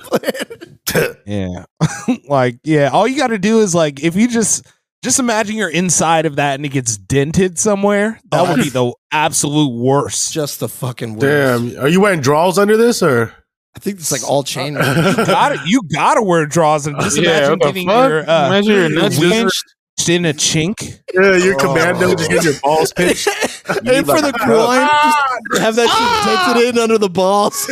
Speaker 6: Yeah. like, yeah, all you got to do is like if you just just imagine you're inside of that and it gets dented somewhere, that
Speaker 3: Oh,
Speaker 6: would be the absolute worst.
Speaker 3: Just the fucking worst.
Speaker 4: Damn. Are you wearing draws under this or?
Speaker 3: I think it's like all chain.
Speaker 6: You gotta, you gotta wear draws and just
Speaker 5: yeah,
Speaker 6: imagine
Speaker 5: what the
Speaker 6: getting
Speaker 5: fuck?
Speaker 6: your uh,
Speaker 5: Imagine your nuts
Speaker 6: wizard-
Speaker 5: pinched.
Speaker 6: in a chink.
Speaker 4: Yeah, your commando just get your balls
Speaker 3: Oh. and
Speaker 4: pinched.
Speaker 3: for the groin, just have that shit dented in under the balls.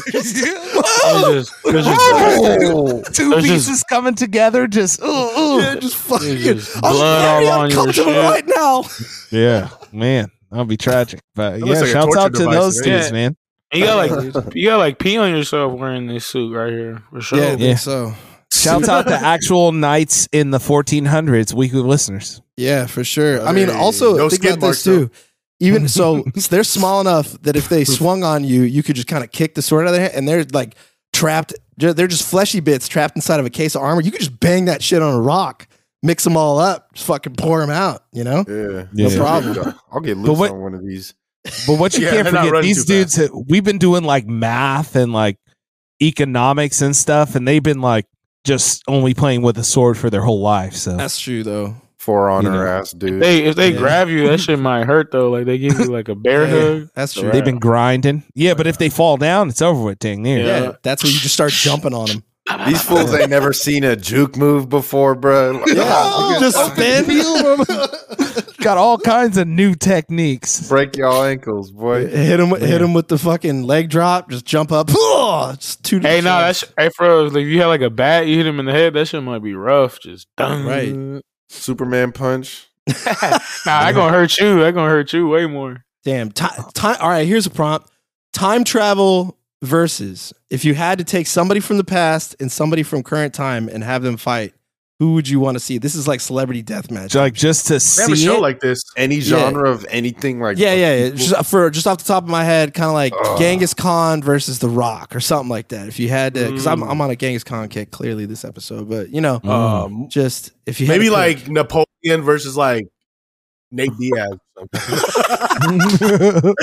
Speaker 3: Oh!
Speaker 5: There's just- there's just-
Speaker 6: Oh, two
Speaker 5: There's
Speaker 6: pieces
Speaker 5: just-
Speaker 6: coming together, just ooh, ooh.
Speaker 3: Yeah, just fucking.
Speaker 5: There's just
Speaker 3: I'm
Speaker 5: blood
Speaker 3: very
Speaker 5: all on your
Speaker 3: uncomfortable
Speaker 5: shit.
Speaker 3: right now.
Speaker 6: yeah, man, that'll be tragic.
Speaker 4: That
Speaker 6: But yeah,
Speaker 4: looks like a
Speaker 6: shouts
Speaker 4: torture
Speaker 6: out to
Speaker 4: device,
Speaker 6: those
Speaker 4: man.
Speaker 6: dudes,
Speaker 5: Yeah.
Speaker 6: man.
Speaker 5: you got like you got like pee on yourself wearing this suit right here for sure.
Speaker 3: Yeah, I
Speaker 5: Yeah,
Speaker 3: think
Speaker 6: Yeah.
Speaker 3: so.
Speaker 6: Shouts out to actual knights in the 1400s, weekly listeners.
Speaker 3: Yeah, for sure. I mean, also
Speaker 4: No
Speaker 3: think
Speaker 4: skid
Speaker 3: about this too.
Speaker 4: marks,
Speaker 3: Even so, they're small enough that if they swung on you, you could just kind of kick the sword out of their hand, and they're like trapped. ju- They're just fleshy bits trapped inside of a case of armor. You could just bang that shit on a rock, mix them all up, just fucking pour them out. You know?
Speaker 2: Yeah,
Speaker 6: No Yeah.
Speaker 3: problem.
Speaker 2: I'll get loose
Speaker 6: what-
Speaker 2: on one of these.
Speaker 6: But what you
Speaker 4: Yeah,
Speaker 6: can't
Speaker 4: they're not
Speaker 6: forget,
Speaker 4: running
Speaker 6: these
Speaker 4: too
Speaker 6: dudes, we've been doing like math and like economics and stuff, and they've been like just only playing with a sword for their whole life. So
Speaker 3: That's true, though.
Speaker 2: for on
Speaker 6: You
Speaker 2: her
Speaker 6: know.
Speaker 2: ass, dude.
Speaker 5: They if they
Speaker 3: Yeah.
Speaker 5: grab you, that shit might hurt though. Like they give you like a bear hug.
Speaker 3: That's true.
Speaker 5: Right.
Speaker 6: They've been grinding. Yeah, but if they fall down, it's over with. Dang near.
Speaker 5: Yeah.
Speaker 3: Yeah, that's where you just start jumping on them.
Speaker 2: These fools ain't never seen a juke move before, bro. Like, oh,
Speaker 3: just spin.
Speaker 6: Got all kinds of new techniques.
Speaker 2: break y'all ankles, boy.
Speaker 3: hit him, hit him with the fucking leg drop. Just jump up. It's two.
Speaker 5: Hey, no, that's hey, bro. If you had like a bat, you hit him in the head. That shit might be rough. Just dung.
Speaker 3: Right.
Speaker 5: Nah,
Speaker 2: Superman punch.
Speaker 5: that gonna hurt you. That gonna hurt you way more.
Speaker 3: Damn. Ti- ti- all right, here's a prompt. Time travel versus if you had to take somebody from the past and somebody from current time and have them fight, who would you want to see? This is like celebrity deathmatch.
Speaker 6: Like just to
Speaker 4: They have a
Speaker 6: see
Speaker 4: show
Speaker 6: it.
Speaker 4: like this.
Speaker 2: Any genre of anything like
Speaker 3: yeah, yeah, yeah. Just, for just off the top of my head, kind of like
Speaker 2: Ugh.
Speaker 3: Genghis Khan versus The Rock or something like that. If you had to, because I'm,
Speaker 4: Mm.
Speaker 3: I'm on a Genghis Khan kick clearly this episode, but you know,
Speaker 4: Um,
Speaker 3: just if you had
Speaker 4: maybe
Speaker 3: to pick-
Speaker 4: like Napoleon versus like Nate Diaz. or something.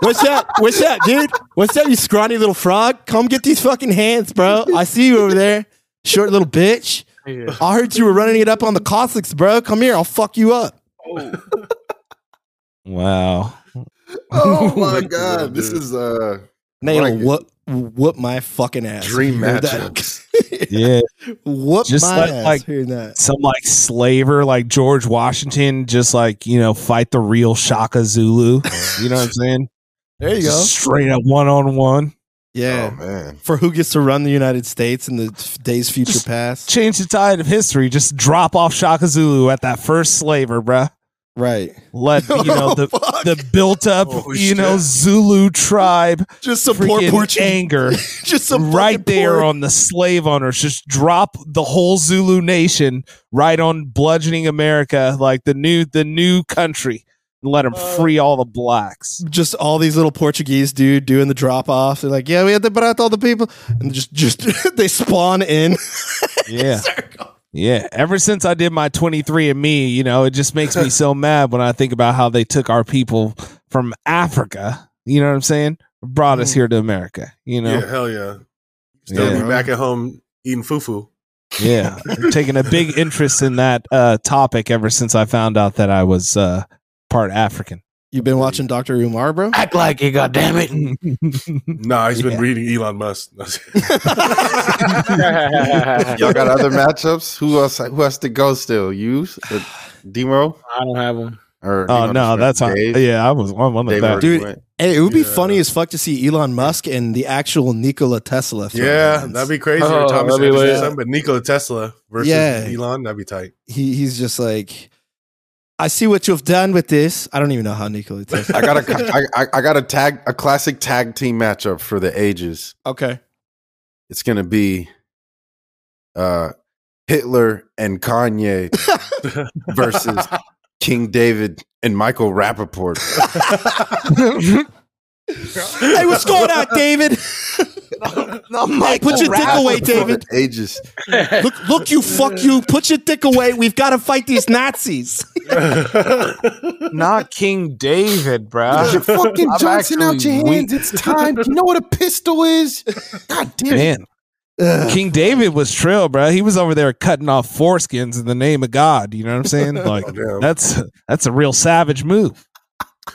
Speaker 3: What's up? What's up, dude? What's up, you scrawny little frog? Come get these fucking hands, bro. I see you over there, short little bitch.
Speaker 5: Yeah.
Speaker 3: I heard you were running it up on the Cossacks, bro. Come here, I'll fuck you up.
Speaker 6: Mm, wow.
Speaker 2: Oh my god, this is uh
Speaker 3: Now you
Speaker 2: Like-
Speaker 3: know, whoop, whoop my fucking ass.
Speaker 2: dream
Speaker 3: Heard that?
Speaker 2: matchups.
Speaker 6: Yeah.
Speaker 3: Whoop
Speaker 6: Just
Speaker 3: my
Speaker 6: like-
Speaker 3: ass.
Speaker 6: like-
Speaker 3: Hearing that.
Speaker 6: Some like slaver like George Washington, just like, you know, fight the real Shaka Zulu. You know what I'm saying?
Speaker 3: There you go.
Speaker 6: Just straight up one on one.
Speaker 3: Yeah.
Speaker 2: Oh man.
Speaker 3: For who gets to run the United States in the f- days future past.
Speaker 6: Change the tide of history. Just drop off Shaka Zulu at that first slaver, bruh.
Speaker 3: Right. Oh,
Speaker 6: Let you know the
Speaker 3: fuck.
Speaker 6: the built up,
Speaker 2: Oh,
Speaker 6: you know,
Speaker 2: shit.
Speaker 6: Zulu tribe
Speaker 3: just support
Speaker 6: freaking
Speaker 3: Portuguese.
Speaker 6: anger.
Speaker 3: Just some
Speaker 6: right
Speaker 3: fucking
Speaker 6: there
Speaker 3: poor-
Speaker 6: on the slave owners. Just drop the whole Zulu nation right on bludgeoning America, like the new the new country, and let them free all the blacks.
Speaker 3: just all these little Portuguese dude doing the drop off. They're like, yeah, we had to brat all the people, and just just they spawn in.
Speaker 6: Yeah. Yeah, ever since I did my 23 and me, you know, it just makes me so mad when I think about how they took our people from Africa, you know what I'm saying? Brought us here to America, you know.
Speaker 4: Yeah, hell yeah. Still
Speaker 6: Yeah.
Speaker 4: be back at home eating fufu.
Speaker 6: Yeah, I'm taking a big interest in that uh, topic ever since I found out that I was uh, part African.
Speaker 3: You've been watching Doctor Umar, bro?
Speaker 5: Act like it. God damn it.
Speaker 4: Nah, he's been reading Elon Musk.
Speaker 5: I
Speaker 2: Y'all got other matchups? Who else who has to go still? You Uh, Demo?
Speaker 5: don't have them.
Speaker 2: Or Demo
Speaker 6: oh no,
Speaker 2: just went
Speaker 6: that's how,
Speaker 2: Dave?
Speaker 6: yeah. I was one of
Speaker 2: Dave
Speaker 6: that.
Speaker 2: already
Speaker 3: Dude,
Speaker 2: went.
Speaker 3: Hey, it would be
Speaker 4: Yeah.
Speaker 3: funny as fuck to see Elon Musk and the actual Nikola Tesla. thrown
Speaker 4: yeah,
Speaker 3: hands.
Speaker 4: that'd be crazy.
Speaker 5: Oh,
Speaker 4: or Thomas
Speaker 5: that'd be
Speaker 4: Edison,
Speaker 5: lit.
Speaker 4: something, but Nikola Tesla versus
Speaker 3: Yeah.
Speaker 4: Elon, that'd be tight.
Speaker 3: he he's just like, I see what you've done with this. I don't even know how Nikola Tesla.
Speaker 2: I got a I, I- I got a tag a classic tag team matchup for the ages.
Speaker 3: okay.
Speaker 2: It's gonna be uh Hitler and Kanye versus King David and Michael Rappaport.
Speaker 3: Hey, what's going on, David? hey, put your dick away, David.
Speaker 2: For the ages.
Speaker 3: Look, look, you fuck you. Put your dick away. We've got to fight these Nazis.
Speaker 6: Not King David, bro.
Speaker 2: Get your fucking
Speaker 6: I'm
Speaker 2: Johnson out
Speaker 6: actually
Speaker 2: your hands. It's time. You know what a pistol is? God damn it.
Speaker 6: Man, King David was trill, bro. He was over there cutting off foreskins in the name of God. You know what I'm saying?
Speaker 2: Oh,
Speaker 6: Like
Speaker 4: damn.
Speaker 6: that's that's a real savage move.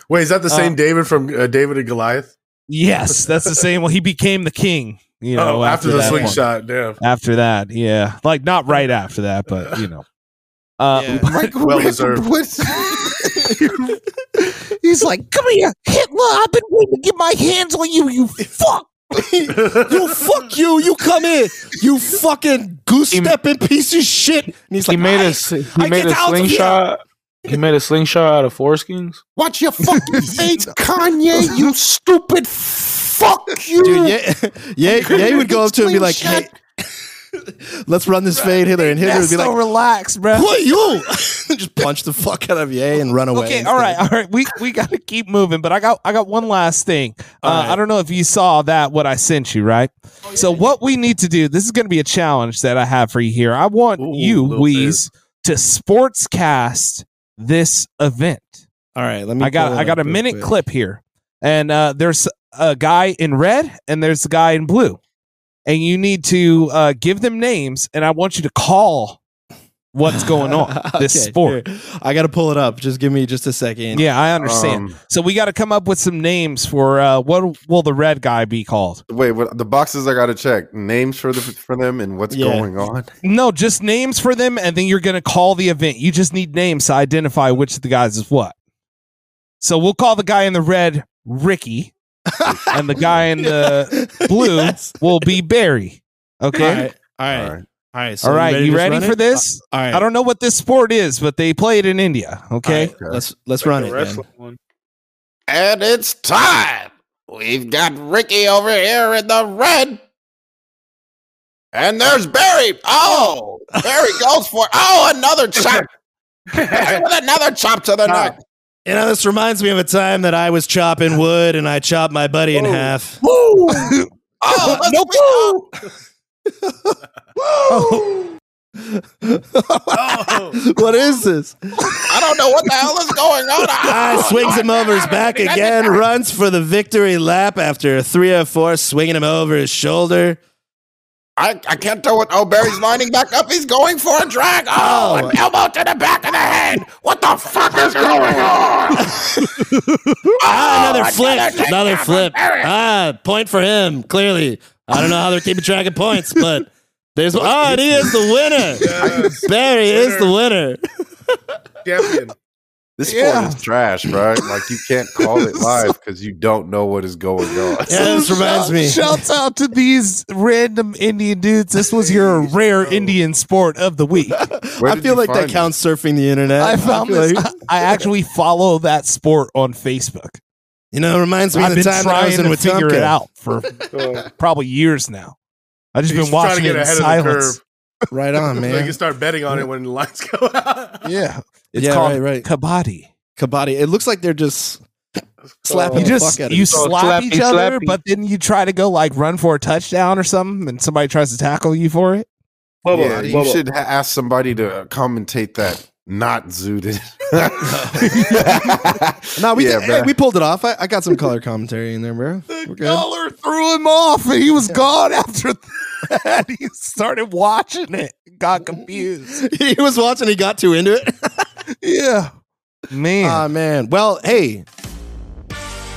Speaker 4: Wait, is that the same
Speaker 6: Uh,
Speaker 4: David from uh, David and Goliath?
Speaker 6: Yes, that's the same. Well, he became the king. You know,
Speaker 4: oh, after, the
Speaker 6: that
Speaker 4: swing
Speaker 6: one.
Speaker 4: shot, damn.
Speaker 6: After that, yeah, like not right after that, but you know. Uh,
Speaker 3: Yeah.
Speaker 2: Michael
Speaker 4: Well deserved.
Speaker 2: Rappaport.
Speaker 6: He's like, come here, Hitler. I've been waiting to get my hands on you, you fuck.
Speaker 3: You fuck you. You come in. You fucking goose stepping piece of shit. And he's
Speaker 5: He
Speaker 3: like,
Speaker 5: made
Speaker 3: "I-
Speaker 5: a s-
Speaker 3: I
Speaker 5: he made
Speaker 3: get
Speaker 5: a
Speaker 3: out of here."
Speaker 5: slingshot. He made a slingshot out of foreskins.
Speaker 2: Watch your fucking face, Kanye, you stupid fuck you.
Speaker 3: Dude, yeah, yeah, yeah. He would go up to him and be like, "Hey, let's run this fade, Hitler," and Hitler would be like,
Speaker 6: relax, bro.
Speaker 3: "Who are you?" Just punch the fuck out of Ye and run away.
Speaker 6: Okay, all right, all right. We we gotta keep moving, but I got I got one last thing. Uh, I don't know if you saw that what I sent you, right? so what we need to do, this is gonna be a challenge that I have for you here. I want
Speaker 4: Ooh,
Speaker 6: you,
Speaker 4: little
Speaker 6: Wheeze, to sportscast this event.
Speaker 3: all right. Let me.
Speaker 6: I got
Speaker 3: pull it
Speaker 6: I got a
Speaker 3: up real
Speaker 6: minute
Speaker 3: quick.
Speaker 6: clip here, and uh, there's a guy in red and there's a guy in blue, and you need to uh, give them names, and I want you to call what's going on this
Speaker 3: Okay,
Speaker 6: sport.
Speaker 3: here. I got to pull it up. Just give me just a second.
Speaker 6: Yeah, I understand.
Speaker 2: Um,
Speaker 6: so we got to come up with some names for uh, what will the red guy be called?
Speaker 2: Wait, what, the boxes I gotta check names for the for them and what's
Speaker 3: Yeah.
Speaker 2: going on.
Speaker 6: No, just names for them, and then you're going to call the event. You just need names to identify which of the guys is what. So we'll call the guy in the red Ricky, and the guy in the blue
Speaker 3: Yes.
Speaker 6: will be Barry.
Speaker 3: All
Speaker 6: Okay.
Speaker 3: right. All right. All right.
Speaker 2: Alright.
Speaker 3: so
Speaker 6: All right, you
Speaker 3: to just
Speaker 6: ready
Speaker 3: run
Speaker 6: for
Speaker 3: it?
Speaker 6: this?
Speaker 3: All right.
Speaker 6: I don't know what this sport is, but they play it in India. Okay.
Speaker 3: All right, Let's let's run it. Then.
Speaker 5: one.
Speaker 2: And it's time. We've got Ricky over here in the red. And there's Barry. Oh, Barry goes for oh another chop. And with another chop to the neck.
Speaker 3: You know, this reminds me of a time that I was chopping wood and I chopped my buddy in half.
Speaker 2: Oh, let's
Speaker 6: No
Speaker 2: be up. Oh.
Speaker 3: what is this?
Speaker 2: I don't know what the hell is going on.
Speaker 3: Guy swings him over his back again, runs for the victory lap after a three or four, swinging him over his shoulder.
Speaker 2: I, I can't do it. Oh, Barry's lining back up. He's going for a drag. Oh, an elbow to the back of the head. What the fuck is going on?
Speaker 3: Ah, another
Speaker 2: Oh,
Speaker 3: flip,
Speaker 2: takedown
Speaker 3: another
Speaker 2: from
Speaker 3: flip.
Speaker 2: Barry.
Speaker 3: Ah, point for him. Clearly, I don't know how they're keeping track of points, but there's. Oh, and he is the winner.
Speaker 4: Yes.
Speaker 3: Barry is the winner.
Speaker 4: Champion.
Speaker 2: This sport is trash, bro. Like you can't call it live because you don't know what is going on.
Speaker 3: Yeah, this reminds me.
Speaker 6: Shouts out to these random Indian dudes. This was your
Speaker 3: Oh.
Speaker 6: rare Indian sport of the week.
Speaker 2: Where
Speaker 3: I
Speaker 2: did
Speaker 3: feel
Speaker 2: you
Speaker 3: like that
Speaker 2: find it?
Speaker 3: counts surfing the internet.
Speaker 6: I found
Speaker 3: feel
Speaker 6: this.
Speaker 3: like-
Speaker 6: I actually follow that sport on Facebook.
Speaker 3: You know, it reminds me
Speaker 6: I've
Speaker 3: of the
Speaker 6: been
Speaker 3: time that I was
Speaker 6: trying
Speaker 3: in
Speaker 6: to
Speaker 3: with
Speaker 6: figure it out for probably years now. I just
Speaker 4: He's
Speaker 6: been
Speaker 4: trying to
Speaker 6: watching
Speaker 4: get
Speaker 6: it in
Speaker 4: ahead of the
Speaker 6: silence.
Speaker 3: Right on,
Speaker 4: So you
Speaker 3: man.
Speaker 4: can start betting on it when the lines go out.
Speaker 6: Yeah, it's
Speaker 3: Yeah,
Speaker 6: called
Speaker 3: right, right.
Speaker 6: kabaddi.
Speaker 3: Kabaddi. It looks like they're just slapping
Speaker 6: you
Speaker 3: the
Speaker 6: just
Speaker 3: fuck out of
Speaker 6: you
Speaker 3: each
Speaker 5: Oh,
Speaker 6: slap
Speaker 5: slappy,
Speaker 6: each other,
Speaker 5: slappy.
Speaker 6: but then you try to go like run for a touchdown or something, and somebody tries to tackle you for it.
Speaker 2: Yeah, you should ha- ask somebody to commentate that. Not zooted.
Speaker 3: No, we
Speaker 2: yeah,
Speaker 3: did- hey,
Speaker 2: bro.
Speaker 3: we pulled it off. I, I got some color commentary in there, bro. We're good.
Speaker 6: Dollar threw him off, and he was gone after that. he started watching it, got confused.
Speaker 3: he was watching. He got too into it.
Speaker 6: Yeah, man.
Speaker 3: Ah man. Well, hey.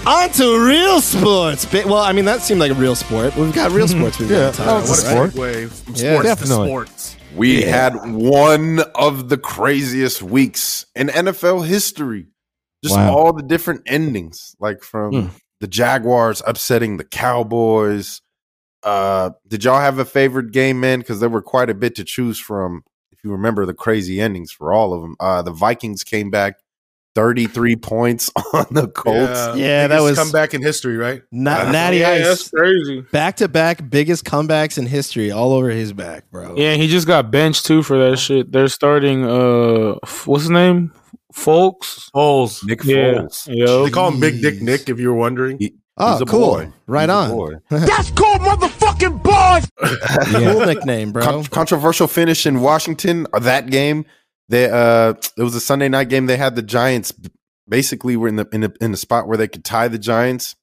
Speaker 3: On to real sports. Ba- Well, I mean that seemed like a real sport. Weort. We've got real sports. We've
Speaker 6: Yeah,
Speaker 3: got to talk
Speaker 6: that
Speaker 3: about,
Speaker 6: was a
Speaker 3: right?
Speaker 6: sport.
Speaker 4: Way from
Speaker 3: Yeah,
Speaker 4: sports
Speaker 6: definitely.
Speaker 4: to sports.
Speaker 2: We had one of the craziest weeks in NFL history. Just
Speaker 6: Wow.
Speaker 2: all the different endings, like from
Speaker 6: Hmm.
Speaker 2: the Jaguars upsetting the Cowboys. Uh, did y'all have a favorite game, man? Because there were quite a bit to choose from. If you remember the crazy endings for all of them, uh, the Vikings came back 33 points on the Colts.
Speaker 3: Yeah, that
Speaker 4: biggest
Speaker 3: was-
Speaker 4: comeback in history, right?
Speaker 3: Na- Natty
Speaker 5: yeah, that's
Speaker 3: Ice,
Speaker 5: crazy.
Speaker 3: back to back biggest comebacks in history, all over his back, bro.
Speaker 5: Yeah, he just got benched too for that shit. They're starting uh, f- what's his name? Folks.
Speaker 4: Holes.
Speaker 2: Nick
Speaker 5: Yeah.
Speaker 2: Foles.
Speaker 5: Yo.
Speaker 4: They call him Big Dick
Speaker 3: Jeez.
Speaker 4: Nick, if you were wondering.
Speaker 3: Oh,
Speaker 2: He's a
Speaker 3: cool.
Speaker 2: boy.
Speaker 3: Right
Speaker 2: He's a
Speaker 3: on.
Speaker 2: boy.
Speaker 3: Cool nickname, bro.
Speaker 2: Con- controversial finish in Washington. uh, That game, they uh, it was a Sunday night game. They had the Giants basically were in the in the in the spot where they could tie the Giants.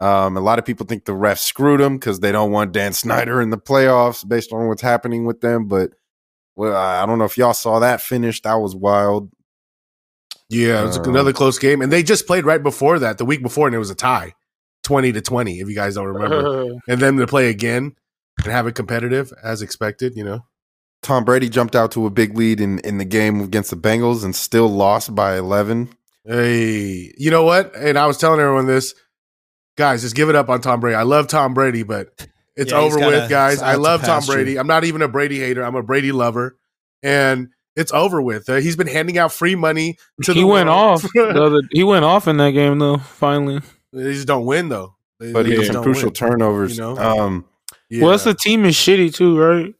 Speaker 2: Um, a lot of people think the refs screwed them because they don't want Dan Snyder in the playoffs based on what's happening with them. But well, I I don't know if y'all saw that finish. That was wild.
Speaker 4: Yeah, it was
Speaker 2: Uh,
Speaker 4: another close game. And they just played right before that, the week before, and it was a tie 20 to 20, if you guys don't remember. and then to play again and have it competitive as expected, you know?
Speaker 2: Tom Brady jumped out to a big lead in in the game against the Bengals and still lost by eleven.
Speaker 4: Hey, you know what? And I was telling everyone this. Guys, just give it up on Tom Brady. I love Tom Brady, but it's
Speaker 3: Yeah, he's
Speaker 4: over
Speaker 3: gotta-
Speaker 4: with, guys. I
Speaker 3: it's
Speaker 4: love
Speaker 3: past
Speaker 4: Tom Brady.
Speaker 3: you.
Speaker 4: I'm not even a Brady hater. I'm a Brady lover. And it's over with. Uh, he's been handing out free money to
Speaker 5: He
Speaker 4: the
Speaker 5: went
Speaker 4: world.
Speaker 5: off. the other, he went off in that game though. Finally,
Speaker 4: They just don't win though. They-
Speaker 2: But
Speaker 4: they
Speaker 2: he
Speaker 4: just
Speaker 2: was some
Speaker 4: don't
Speaker 2: crucial
Speaker 4: win.
Speaker 2: turnovers.
Speaker 4: you know?
Speaker 2: Um,
Speaker 4: Yeah.
Speaker 5: well, that's the team is shitty too, right?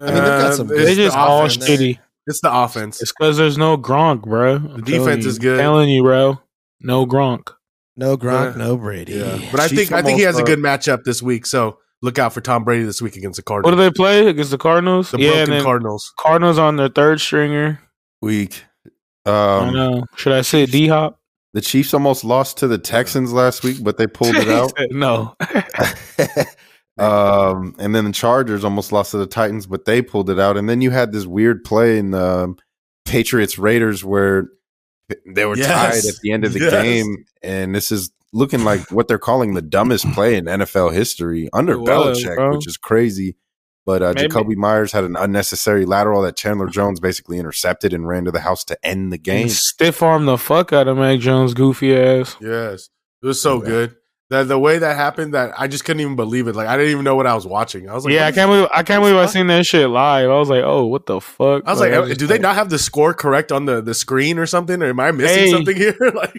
Speaker 4: I
Speaker 3: mean, they've got some good-
Speaker 5: They
Speaker 3: It's
Speaker 5: just
Speaker 3: the
Speaker 5: all
Speaker 3: offense.
Speaker 5: shitty.
Speaker 4: It's the offense.
Speaker 5: It's because there's no Gronk, bro. The
Speaker 4: defense is good.
Speaker 5: Telling you, bro. No Gronk.
Speaker 3: No Gronk,
Speaker 4: Yeah.
Speaker 3: no Brady.
Speaker 4: yeah. But I
Speaker 2: Chiefs
Speaker 4: think I think he has
Speaker 2: almost,
Speaker 4: a
Speaker 2: uh,
Speaker 4: good matchup this week. So look out for Tom Brady this week against the
Speaker 5: What do
Speaker 4: Cardinals.
Speaker 5: they play against the Cardinals?
Speaker 4: The
Speaker 5: yeah, and
Speaker 4: broken
Speaker 5: then
Speaker 4: Cardinals.
Speaker 5: Cardinals on their third stringer.
Speaker 2: week.
Speaker 5: I
Speaker 2: Um,
Speaker 5: know. Should I say D Hop?
Speaker 2: The Chiefs almost lost to the Texans last week, but they pulled it out.
Speaker 5: no.
Speaker 2: Um, and then the Chargers almost lost to the Titans, but they pulled it out. And then you had this weird play in the Patriots Raiders where they were
Speaker 4: Yes.
Speaker 2: tied at the end of the
Speaker 4: Yes.
Speaker 2: game. And this is looking like what they're calling the dumbest play in NFL history under
Speaker 5: It was,
Speaker 2: Belichick,
Speaker 5: bro.
Speaker 2: which is crazy. But uh,
Speaker 5: Maybe-
Speaker 2: Jacoby Myers had an unnecessary lateral that Chandler Jones basically intercepted and ran to the house to end the game.
Speaker 5: Stiff arm the fuck out of Mac Jones, goofy ass.
Speaker 4: Yes, it was so good. The the way that happened, that I just couldn't even believe it. Like I didn't even know what I was watching. I was like,
Speaker 5: yeah,
Speaker 4: what
Speaker 5: I
Speaker 4: is-
Speaker 5: can't believe I can't
Speaker 4: what
Speaker 5: believe I
Speaker 4: the
Speaker 5: seen that shit live. I was like, oh, what the fuck?
Speaker 4: I was like, "Oh,
Speaker 5: just
Speaker 4: do they not have the score correct on the, the screen or something? Or am I missing
Speaker 5: Hey.
Speaker 4: something here? like,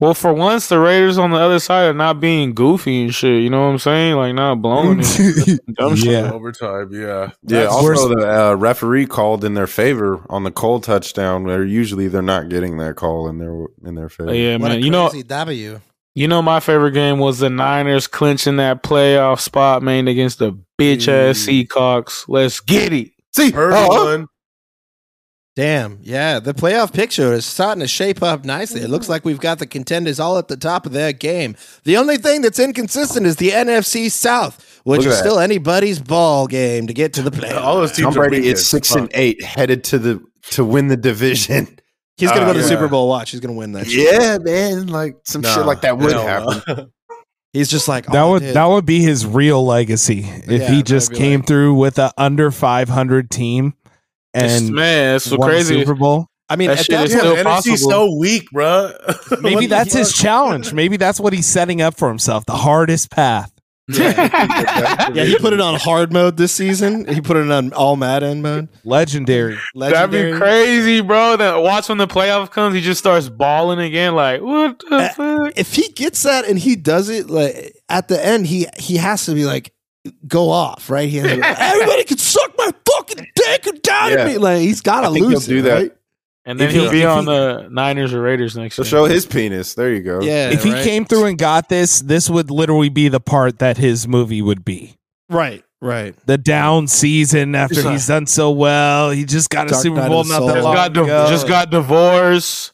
Speaker 5: Well, for once, the Raiders on the other side are not being goofy and shit. You know what I'm saying? Like not blowing it. dumb shit.
Speaker 6: yeah.
Speaker 4: overtime, yeah.
Speaker 2: Yeah,
Speaker 4: That's-
Speaker 2: also the uh, referee called in their favor on the Cole touchdown, where usually they're not getting that call in their in their favor.
Speaker 5: But yeah,
Speaker 3: What a
Speaker 5: man. You know,
Speaker 3: crazy W.
Speaker 5: you know, my favorite game was the Niners clinching that playoff spot, man, against the bitch ass
Speaker 6: Mm.
Speaker 5: Seahawks. Let's get it.
Speaker 2: See,
Speaker 4: Heard
Speaker 2: oh,
Speaker 4: one.
Speaker 3: Damn. Yeah, the playoff picture is starting to shape up nicely. It looks like we've got the contenders all at the top of their game. The only thing that's inconsistent is the NFC South, which
Speaker 2: Look at
Speaker 3: is
Speaker 2: that.
Speaker 3: still anybody's ball game to get to the playoffs.
Speaker 4: All those
Speaker 2: Tom
Speaker 4: teams are
Speaker 2: Brady
Speaker 4: weak
Speaker 2: is
Speaker 4: as
Speaker 2: six
Speaker 4: fuck.
Speaker 2: and eight, headed to the to win the division.
Speaker 3: He's gonna
Speaker 2: Ah,
Speaker 3: go to the
Speaker 4: yeah.
Speaker 3: Super Bowl. Watch, he's gonna win that. shit.
Speaker 2: yeah, man, like some
Speaker 4: Nah,
Speaker 2: shit like that would
Speaker 4: hell no.
Speaker 2: happen.
Speaker 3: He's just like
Speaker 6: That
Speaker 3: oh,
Speaker 6: would
Speaker 3: dude.
Speaker 6: that would be his real legacy if
Speaker 3: Yeah,
Speaker 6: he
Speaker 3: that'd
Speaker 6: just
Speaker 3: be
Speaker 6: came
Speaker 3: like-
Speaker 6: through with a under 500 team
Speaker 5: It's-
Speaker 6: and
Speaker 5: man, it's so
Speaker 6: won a
Speaker 5: crazy.
Speaker 6: Super Bowl.
Speaker 3: I mean,
Speaker 5: that
Speaker 3: at
Speaker 5: shit
Speaker 3: that
Speaker 5: is
Speaker 4: Yeah,
Speaker 5: still
Speaker 4: the NFC is
Speaker 5: possible.
Speaker 4: so weak, bro.
Speaker 6: Maybe that's his challenge. Maybe that's what he's setting up for himself, the hardest path.
Speaker 3: Yeah, he put it on hard mode this season. He put it on all Madden mode.
Speaker 6: Legendary.
Speaker 5: That'd
Speaker 3: Legendary.
Speaker 5: be crazy, bro. That watch when the playoff comes, he just starts balling again. Like what the
Speaker 6: Eh,
Speaker 3: Uh,
Speaker 5: fuck?
Speaker 3: If he gets that and he does it, like at the end, he he has to be like, go off, right? He has to be like, everybody can suck my fucking dick and die
Speaker 2: Yeah.
Speaker 3: to me. Like he's got to
Speaker 2: I think
Speaker 3: lose.
Speaker 2: he'll
Speaker 3: it,
Speaker 2: do that.
Speaker 3: right?
Speaker 5: And then
Speaker 6: if he-
Speaker 5: he'll be
Speaker 6: if
Speaker 5: on
Speaker 6: he-
Speaker 5: the Niners or Raiders next
Speaker 2: So
Speaker 5: year.
Speaker 2: show his penis. There you go.
Speaker 3: Yeah.
Speaker 6: if he
Speaker 3: right?
Speaker 6: came through and got this, this would literally be the part that his movie would be.
Speaker 3: right, right.
Speaker 6: The down season after he's done so well. He just got
Speaker 3: Dark
Speaker 6: a
Speaker 3: Knight
Speaker 6: Super
Speaker 3: of
Speaker 6: Bowl
Speaker 3: the
Speaker 6: not
Speaker 3: Soul.
Speaker 6: that
Speaker 5: just
Speaker 6: long
Speaker 5: got di-
Speaker 6: ago.
Speaker 5: just got divorced.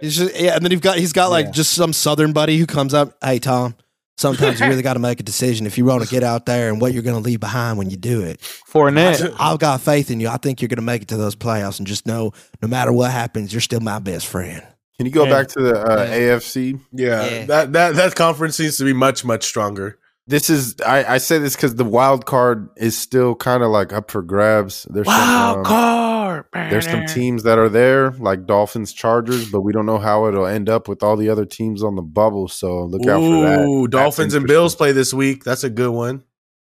Speaker 3: He's just yeah, and then you've got he's got like just some southern buddy who comes up. Hey Tom, sometimes you really got to make a decision if you want to get out there and what you're going to leave behind when you do it.
Speaker 5: Fournette.
Speaker 3: I've got faith in you. I think you're going to make it to those playoffs, and just know no matter what happens, you're still my best friend.
Speaker 2: Can you go
Speaker 5: Yeah.
Speaker 2: back to the uh, AFC?
Speaker 4: yeah, that that that conference seems to be much much stronger.
Speaker 2: This is I, I say this because the wild card is still kind of like up for grabs. There's some, um,
Speaker 5: Wild card.
Speaker 2: There's some teams that are there, like Dolphins, Chargers, but we don't know how it'll end up with all the other teams on the bubble. So look out for that.
Speaker 4: Ooh,
Speaker 2: That's
Speaker 4: Dolphins and
Speaker 2: interesting.
Speaker 4: Bills play this week. That's a good one.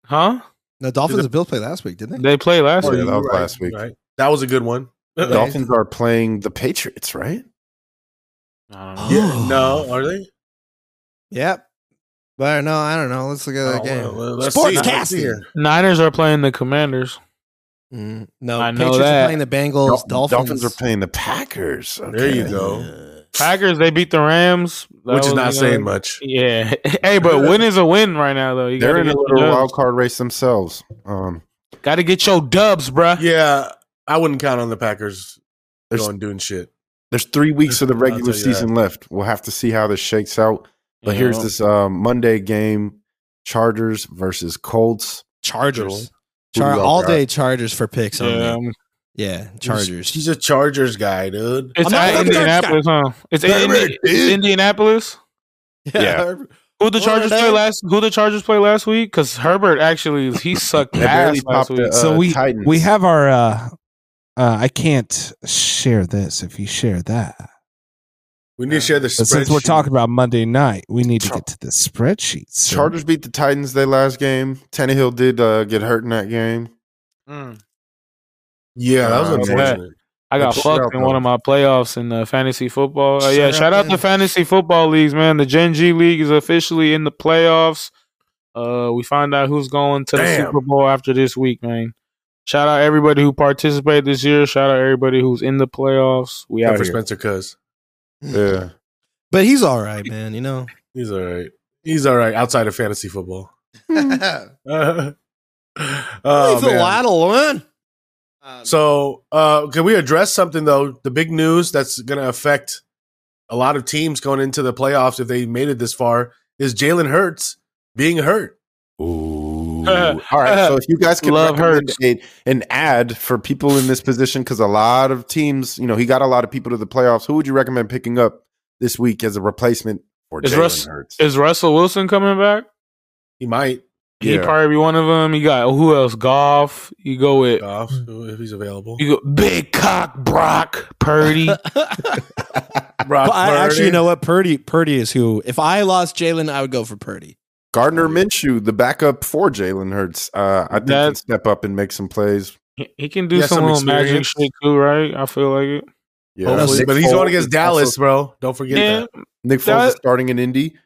Speaker 5: Huh?
Speaker 3: No, Dolphins and Bills played last week, didn't they?
Speaker 5: They played last
Speaker 2: Oh,
Speaker 5: week.
Speaker 2: yeah, that was
Speaker 4: Right,
Speaker 2: last week.
Speaker 4: right. That was a good one.
Speaker 2: Dolphins are playing the Patriots, right?
Speaker 5: I don't know.
Speaker 4: Yeah, no, are they?
Speaker 3: Yep. But no, I don't know. Let's look at that
Speaker 4: Oh,
Speaker 3: game.
Speaker 4: well, let's see. Let's see
Speaker 3: Sportscasting.
Speaker 4: here.
Speaker 5: Niners are playing the Commanders.
Speaker 3: Mm, no,
Speaker 5: I know
Speaker 3: Patriots
Speaker 5: that.
Speaker 3: are playing the Bengals.
Speaker 2: Dol-
Speaker 3: Dolphins.
Speaker 2: are playing the Packers. Okay.
Speaker 4: There you go.
Speaker 5: Packers, they beat the Rams. That
Speaker 4: Which is
Speaker 5: was,
Speaker 4: not
Speaker 5: you know,
Speaker 4: saying much.
Speaker 5: Yeah. hey, but win is a win right now, though. You
Speaker 2: They're
Speaker 5: gotta
Speaker 2: in a
Speaker 5: get
Speaker 2: little
Speaker 5: your
Speaker 2: wild
Speaker 5: dubs.
Speaker 2: card race themselves. Um,
Speaker 5: Gotta get your dubs, bruh.
Speaker 4: Yeah, I wouldn't count on the Packers
Speaker 2: There's-
Speaker 4: going doing shit.
Speaker 2: there's three weeks of the
Speaker 4: I'll tell
Speaker 2: regular
Speaker 4: you that.
Speaker 2: season left. We'll have to see how this shakes out. But
Speaker 5: You
Speaker 2: here's
Speaker 5: know?
Speaker 2: this uh, Monday game: Chargers versus Colts.
Speaker 3: Chargers.
Speaker 2: Who do
Speaker 3: Char-
Speaker 2: y'all
Speaker 3: all
Speaker 2: got?
Speaker 3: day Chargers for picks. on
Speaker 5: Yeah,
Speaker 3: that.
Speaker 5: um,
Speaker 3: yeah Chargers.
Speaker 4: He's a Chargers guy, dude.
Speaker 5: it's
Speaker 3: I'm not
Speaker 5: at
Speaker 3: fucking
Speaker 5: Indianapolis, huh? It's, in,
Speaker 2: Herbert,
Speaker 5: it's
Speaker 2: dude.
Speaker 5: Indianapolis.
Speaker 2: Yeah.
Speaker 5: Who the
Speaker 3: Or
Speaker 5: Chargers
Speaker 3: they-
Speaker 5: play last? Who the Chargers play last week? Because Herbert actually he sucked
Speaker 2: They barely
Speaker 5: ass last
Speaker 2: popped
Speaker 5: week.
Speaker 2: the
Speaker 6: so
Speaker 2: uh,
Speaker 6: we
Speaker 2: Titans.
Speaker 6: we have our uh uh I can't share this if you share that.
Speaker 4: We need to share the
Speaker 6: But since we're
Speaker 4: spreadsheet.
Speaker 6: talking about Monday night, we need to
Speaker 2: Char-
Speaker 6: get to the spreadsheet. sir.
Speaker 2: Chargers beat the Titans their last game. Tannehill did uh, get hurt in that game.
Speaker 5: Mm.
Speaker 4: Yeah, that was
Speaker 2: Uh,
Speaker 4: unfortunate.
Speaker 5: I got
Speaker 2: Shout out,
Speaker 5: fucked in
Speaker 2: though.
Speaker 5: one of my playoffs in uh, fantasy football. Uh, yeah,
Speaker 3: Shout
Speaker 5: shout
Speaker 3: out,
Speaker 5: out to
Speaker 3: man.
Speaker 5: fantasy football leagues, man. The Gen G League is officially in the playoffs. Uh, we find out who's going to
Speaker 4: Damn.
Speaker 5: the Super Bowl after this week, man. Shout out everybody who participated this year. Shout out everybody who's in the playoffs. We
Speaker 4: Yeah,
Speaker 5: out
Speaker 4: for
Speaker 5: here.
Speaker 4: Spencer Cuz.
Speaker 2: Yeah.
Speaker 3: But he's all right, man. You know.
Speaker 4: He's all right. He's all right outside of fantasy football. oh,
Speaker 3: Leave the
Speaker 4: man.
Speaker 3: Waddle, man.
Speaker 2: Um,
Speaker 4: So, uh, can we address something though? The big news that's going to affect a lot of teams going into the playoffs if they made it this far is Jalen Hurts being hurt.
Speaker 2: Ooh. All right. So if you guys could
Speaker 5: Love
Speaker 2: recommend
Speaker 5: hurts.
Speaker 2: a, an ad for people in this position, because a lot of teams, you know, he got a lot of people to the playoffs. Who would you recommend picking up this week as a replacement for
Speaker 5: Is Russ-
Speaker 2: Jalen Hurts?
Speaker 5: Is Russell Wilson coming back?
Speaker 4: He might
Speaker 5: He probably be one of them. You got who else? Golf. You go with
Speaker 4: off if he's available.
Speaker 5: you go big cock Brock Purdy. uh,
Speaker 4: Brock
Speaker 3: But I, actually,
Speaker 4: Purdy.
Speaker 3: you know what? Purdy, Purdy is who. If I lost Jalen, I would go for Purdy.
Speaker 2: Gardner Minshew, the backup for Jalen Hurts. Uh, I think
Speaker 5: That-
Speaker 2: can step up and make some plays.
Speaker 5: he, he can do
Speaker 4: He has
Speaker 5: some,
Speaker 4: some
Speaker 5: little magic
Speaker 4: experience.
Speaker 5: shit too, right? I feel like it.
Speaker 2: Yeah,
Speaker 4: Hopefully,
Speaker 2: Nick
Speaker 4: but he's
Speaker 2: Foles
Speaker 4: going against
Speaker 2: is
Speaker 4: Dallas,
Speaker 2: also-
Speaker 4: bro. Don't forget
Speaker 5: Yeah,
Speaker 4: that.
Speaker 2: Nick Foles
Speaker 5: Dallas-
Speaker 2: is starting in Indy.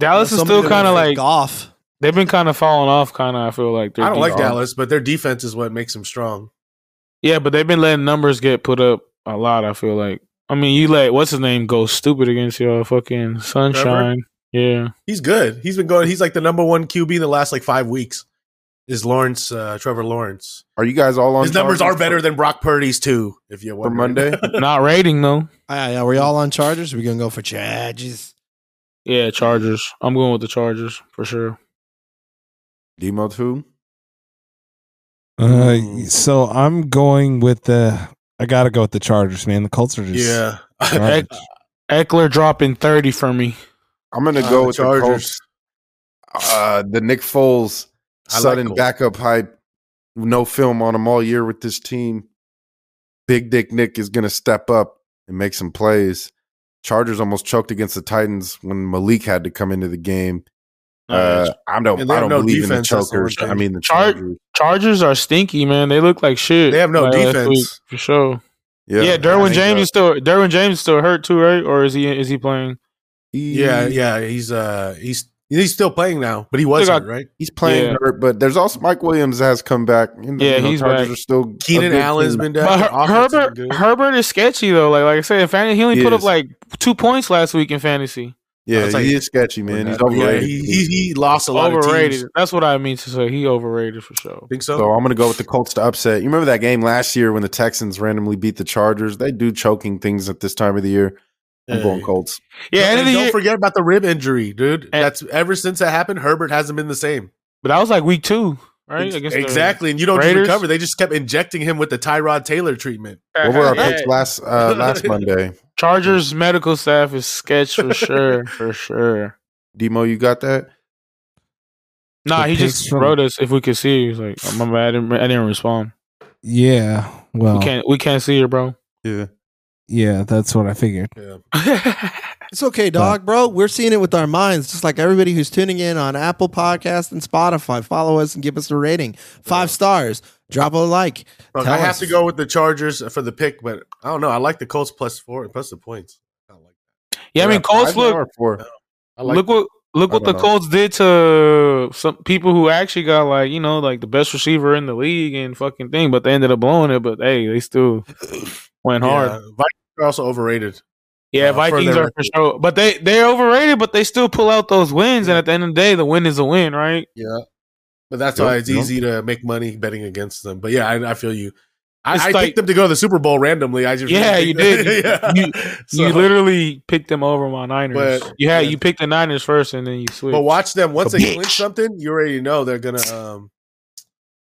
Speaker 5: Dallas is still kind of like
Speaker 3: off.
Speaker 5: they've been kind of falling off. Kind of, I feel like
Speaker 4: I don't like
Speaker 5: Dallas.
Speaker 4: Dallas, but their defense is what makes them strong.
Speaker 5: Yeah, but they've been letting numbers get put up a lot. I feel like. I mean, you let what's his name go stupid against your fucking sunshine. Yeah,
Speaker 4: He's good. He's been going. He's like the number one QB in the last like five weeks. Is Lawrence uh, Trevor Lawrence?
Speaker 2: Are you guys all on?
Speaker 4: His numbers
Speaker 2: Chargers
Speaker 4: are better than Brock Purdy's too. If you
Speaker 2: for Monday.
Speaker 5: not rating though.
Speaker 3: Yeah, yeah. We all on Chargers. We're gonna go for Chargers.
Speaker 5: Yeah, Chargers. I'm going with the Chargers for sure.
Speaker 2: Demo too.
Speaker 6: Uh,
Speaker 5: Um,
Speaker 6: so I'm going with the. I gotta go with the Chargers, man. The Colts are just
Speaker 4: yeah,
Speaker 6: garbage.
Speaker 5: Eckler dropping thirty for me.
Speaker 2: I'm gonna
Speaker 4: Uh,
Speaker 2: go with the
Speaker 4: Chargers.
Speaker 2: Colts. Uh, the Nick Foles
Speaker 4: I like
Speaker 2: sudden
Speaker 4: Colts.
Speaker 2: backup hype. No film on him all year with this team. Big Dick Nick is gonna step up and make some plays. Chargers almost choked against the Titans when Malik had to come into the game.
Speaker 4: Oh,
Speaker 2: Uh, I don't.
Speaker 4: And they
Speaker 2: I don't
Speaker 4: have no
Speaker 2: believe in the
Speaker 4: defense, that's the
Speaker 2: chokers.
Speaker 4: one
Speaker 2: I
Speaker 4: thing.
Speaker 2: mean the
Speaker 5: Char-
Speaker 2: Chargers.
Speaker 5: Chargers are stinky, man. They look like shit.
Speaker 4: They have no
Speaker 5: Like, last
Speaker 4: defense.
Speaker 5: week, for sure. Yeah, Derwin
Speaker 4: uh,
Speaker 5: James is still Derwin James is still hurt too, right? Or is he is he playing?
Speaker 4: yeah, yeah. He's uh, he's he's still playing now, but he wasn't right.
Speaker 2: He's playing
Speaker 5: Yeah.
Speaker 2: hurt, but there's also Mike Williams has come back. And,
Speaker 5: Yeah, he's
Speaker 2: Chargers
Speaker 5: back.
Speaker 2: are still a
Speaker 4: Keenan
Speaker 2: good
Speaker 4: Allen's
Speaker 2: team.
Speaker 4: been
Speaker 5: But
Speaker 4: down.
Speaker 5: Her-
Speaker 4: Offense has been
Speaker 5: Herbert
Speaker 4: good.
Speaker 5: Herbert is sketchy though. Like like I said, in fan- he only
Speaker 2: He
Speaker 5: put up
Speaker 2: is.
Speaker 5: like two points last week in fantasy.
Speaker 4: I'll
Speaker 2: Yeah,
Speaker 4: tell
Speaker 2: he
Speaker 4: you.
Speaker 2: is sketchy, man. He's
Speaker 4: Yeah,
Speaker 2: overrated.
Speaker 4: he, he he lost a lot of
Speaker 5: Overrated.
Speaker 4: teams.
Speaker 5: That's what I mean to say. He overrated for sure.
Speaker 4: Think
Speaker 2: so I'm going to go with the Colts to upset. You remember that game last year when the Texans randomly beat the Chargers? They do choking things at this time of the year. I'm
Speaker 4: Hey.
Speaker 2: going Colts.
Speaker 5: Yeah, end of
Speaker 4: and
Speaker 5: the
Speaker 4: don't
Speaker 5: year,
Speaker 4: forget about the rib injury, dude. That's ever since that happened, Herbert hasn't been the same.
Speaker 5: but that was like week two, right?
Speaker 4: Ex-
Speaker 5: Against the-
Speaker 4: exactly, and you don't just
Speaker 5: Raiders.
Speaker 4: recover. They just kept injecting him with the Tyrod Taylor treatment.
Speaker 2: What were our
Speaker 5: Yeah.
Speaker 2: picks last uh, last Monday?
Speaker 5: Chargers medical staff is sketch for sure, for sure.
Speaker 2: Demo, you got that?
Speaker 5: Nah,
Speaker 6: The
Speaker 5: he
Speaker 6: picks
Speaker 5: just
Speaker 6: from-
Speaker 5: wrote us if we could see. He was like, "Oh, my bad, I didn't, I didn't respond.
Speaker 6: yeah. Well,
Speaker 5: We can't, we can't see her, bro.
Speaker 2: Yeah.
Speaker 6: yeah, that's what I figured.
Speaker 4: Yeah.
Speaker 3: It's okay, dog, bro. We're seeing it with our minds, just like everybody who's tuning in on Apple Podcast and Spotify. Follow us and give us a rating, five stars. Drop a like.
Speaker 4: Look,
Speaker 3: Tell
Speaker 4: I have
Speaker 3: us.
Speaker 4: to go with the Chargers for the pick, but I don't know. I like the Colts plus four plus the points. I like.
Speaker 5: yeah, I mean, Colts
Speaker 2: Five now
Speaker 5: look,
Speaker 2: or four?
Speaker 4: I like
Speaker 5: look what look
Speaker 2: I
Speaker 5: what the
Speaker 2: don't know.
Speaker 5: Colts did to some people who actually got like you know like the best receiver in the league and fucking thing, but they ended up blowing it. But hey, they still went hard.
Speaker 4: Yeah. Vikings are also overrated.
Speaker 5: Yeah,
Speaker 4: Uh, for
Speaker 5: Vikings
Speaker 4: their
Speaker 5: are for sure, but they they're overrated, but they still pull out those wins. And at the end of the day, the win is a win, right?
Speaker 4: Yeah, but that's
Speaker 2: Yep,
Speaker 4: why it's
Speaker 2: yep.
Speaker 4: easy to make money betting against them. But yeah, I, I feel you. I,
Speaker 5: It's
Speaker 4: I
Speaker 5: like-
Speaker 4: picked them to go to the Super Bowl randomly. I just
Speaker 5: Yeah, you
Speaker 4: really
Speaker 5: did.
Speaker 4: picked them.
Speaker 5: You- you
Speaker 4: So-
Speaker 5: literally picked them over my Niners.
Speaker 4: But-
Speaker 5: you had
Speaker 4: yeah.
Speaker 5: you picked the Niners first, and then you switched.
Speaker 4: But watch them once they
Speaker 5: Kabitch.
Speaker 4: clinch something, you already know they're gonna um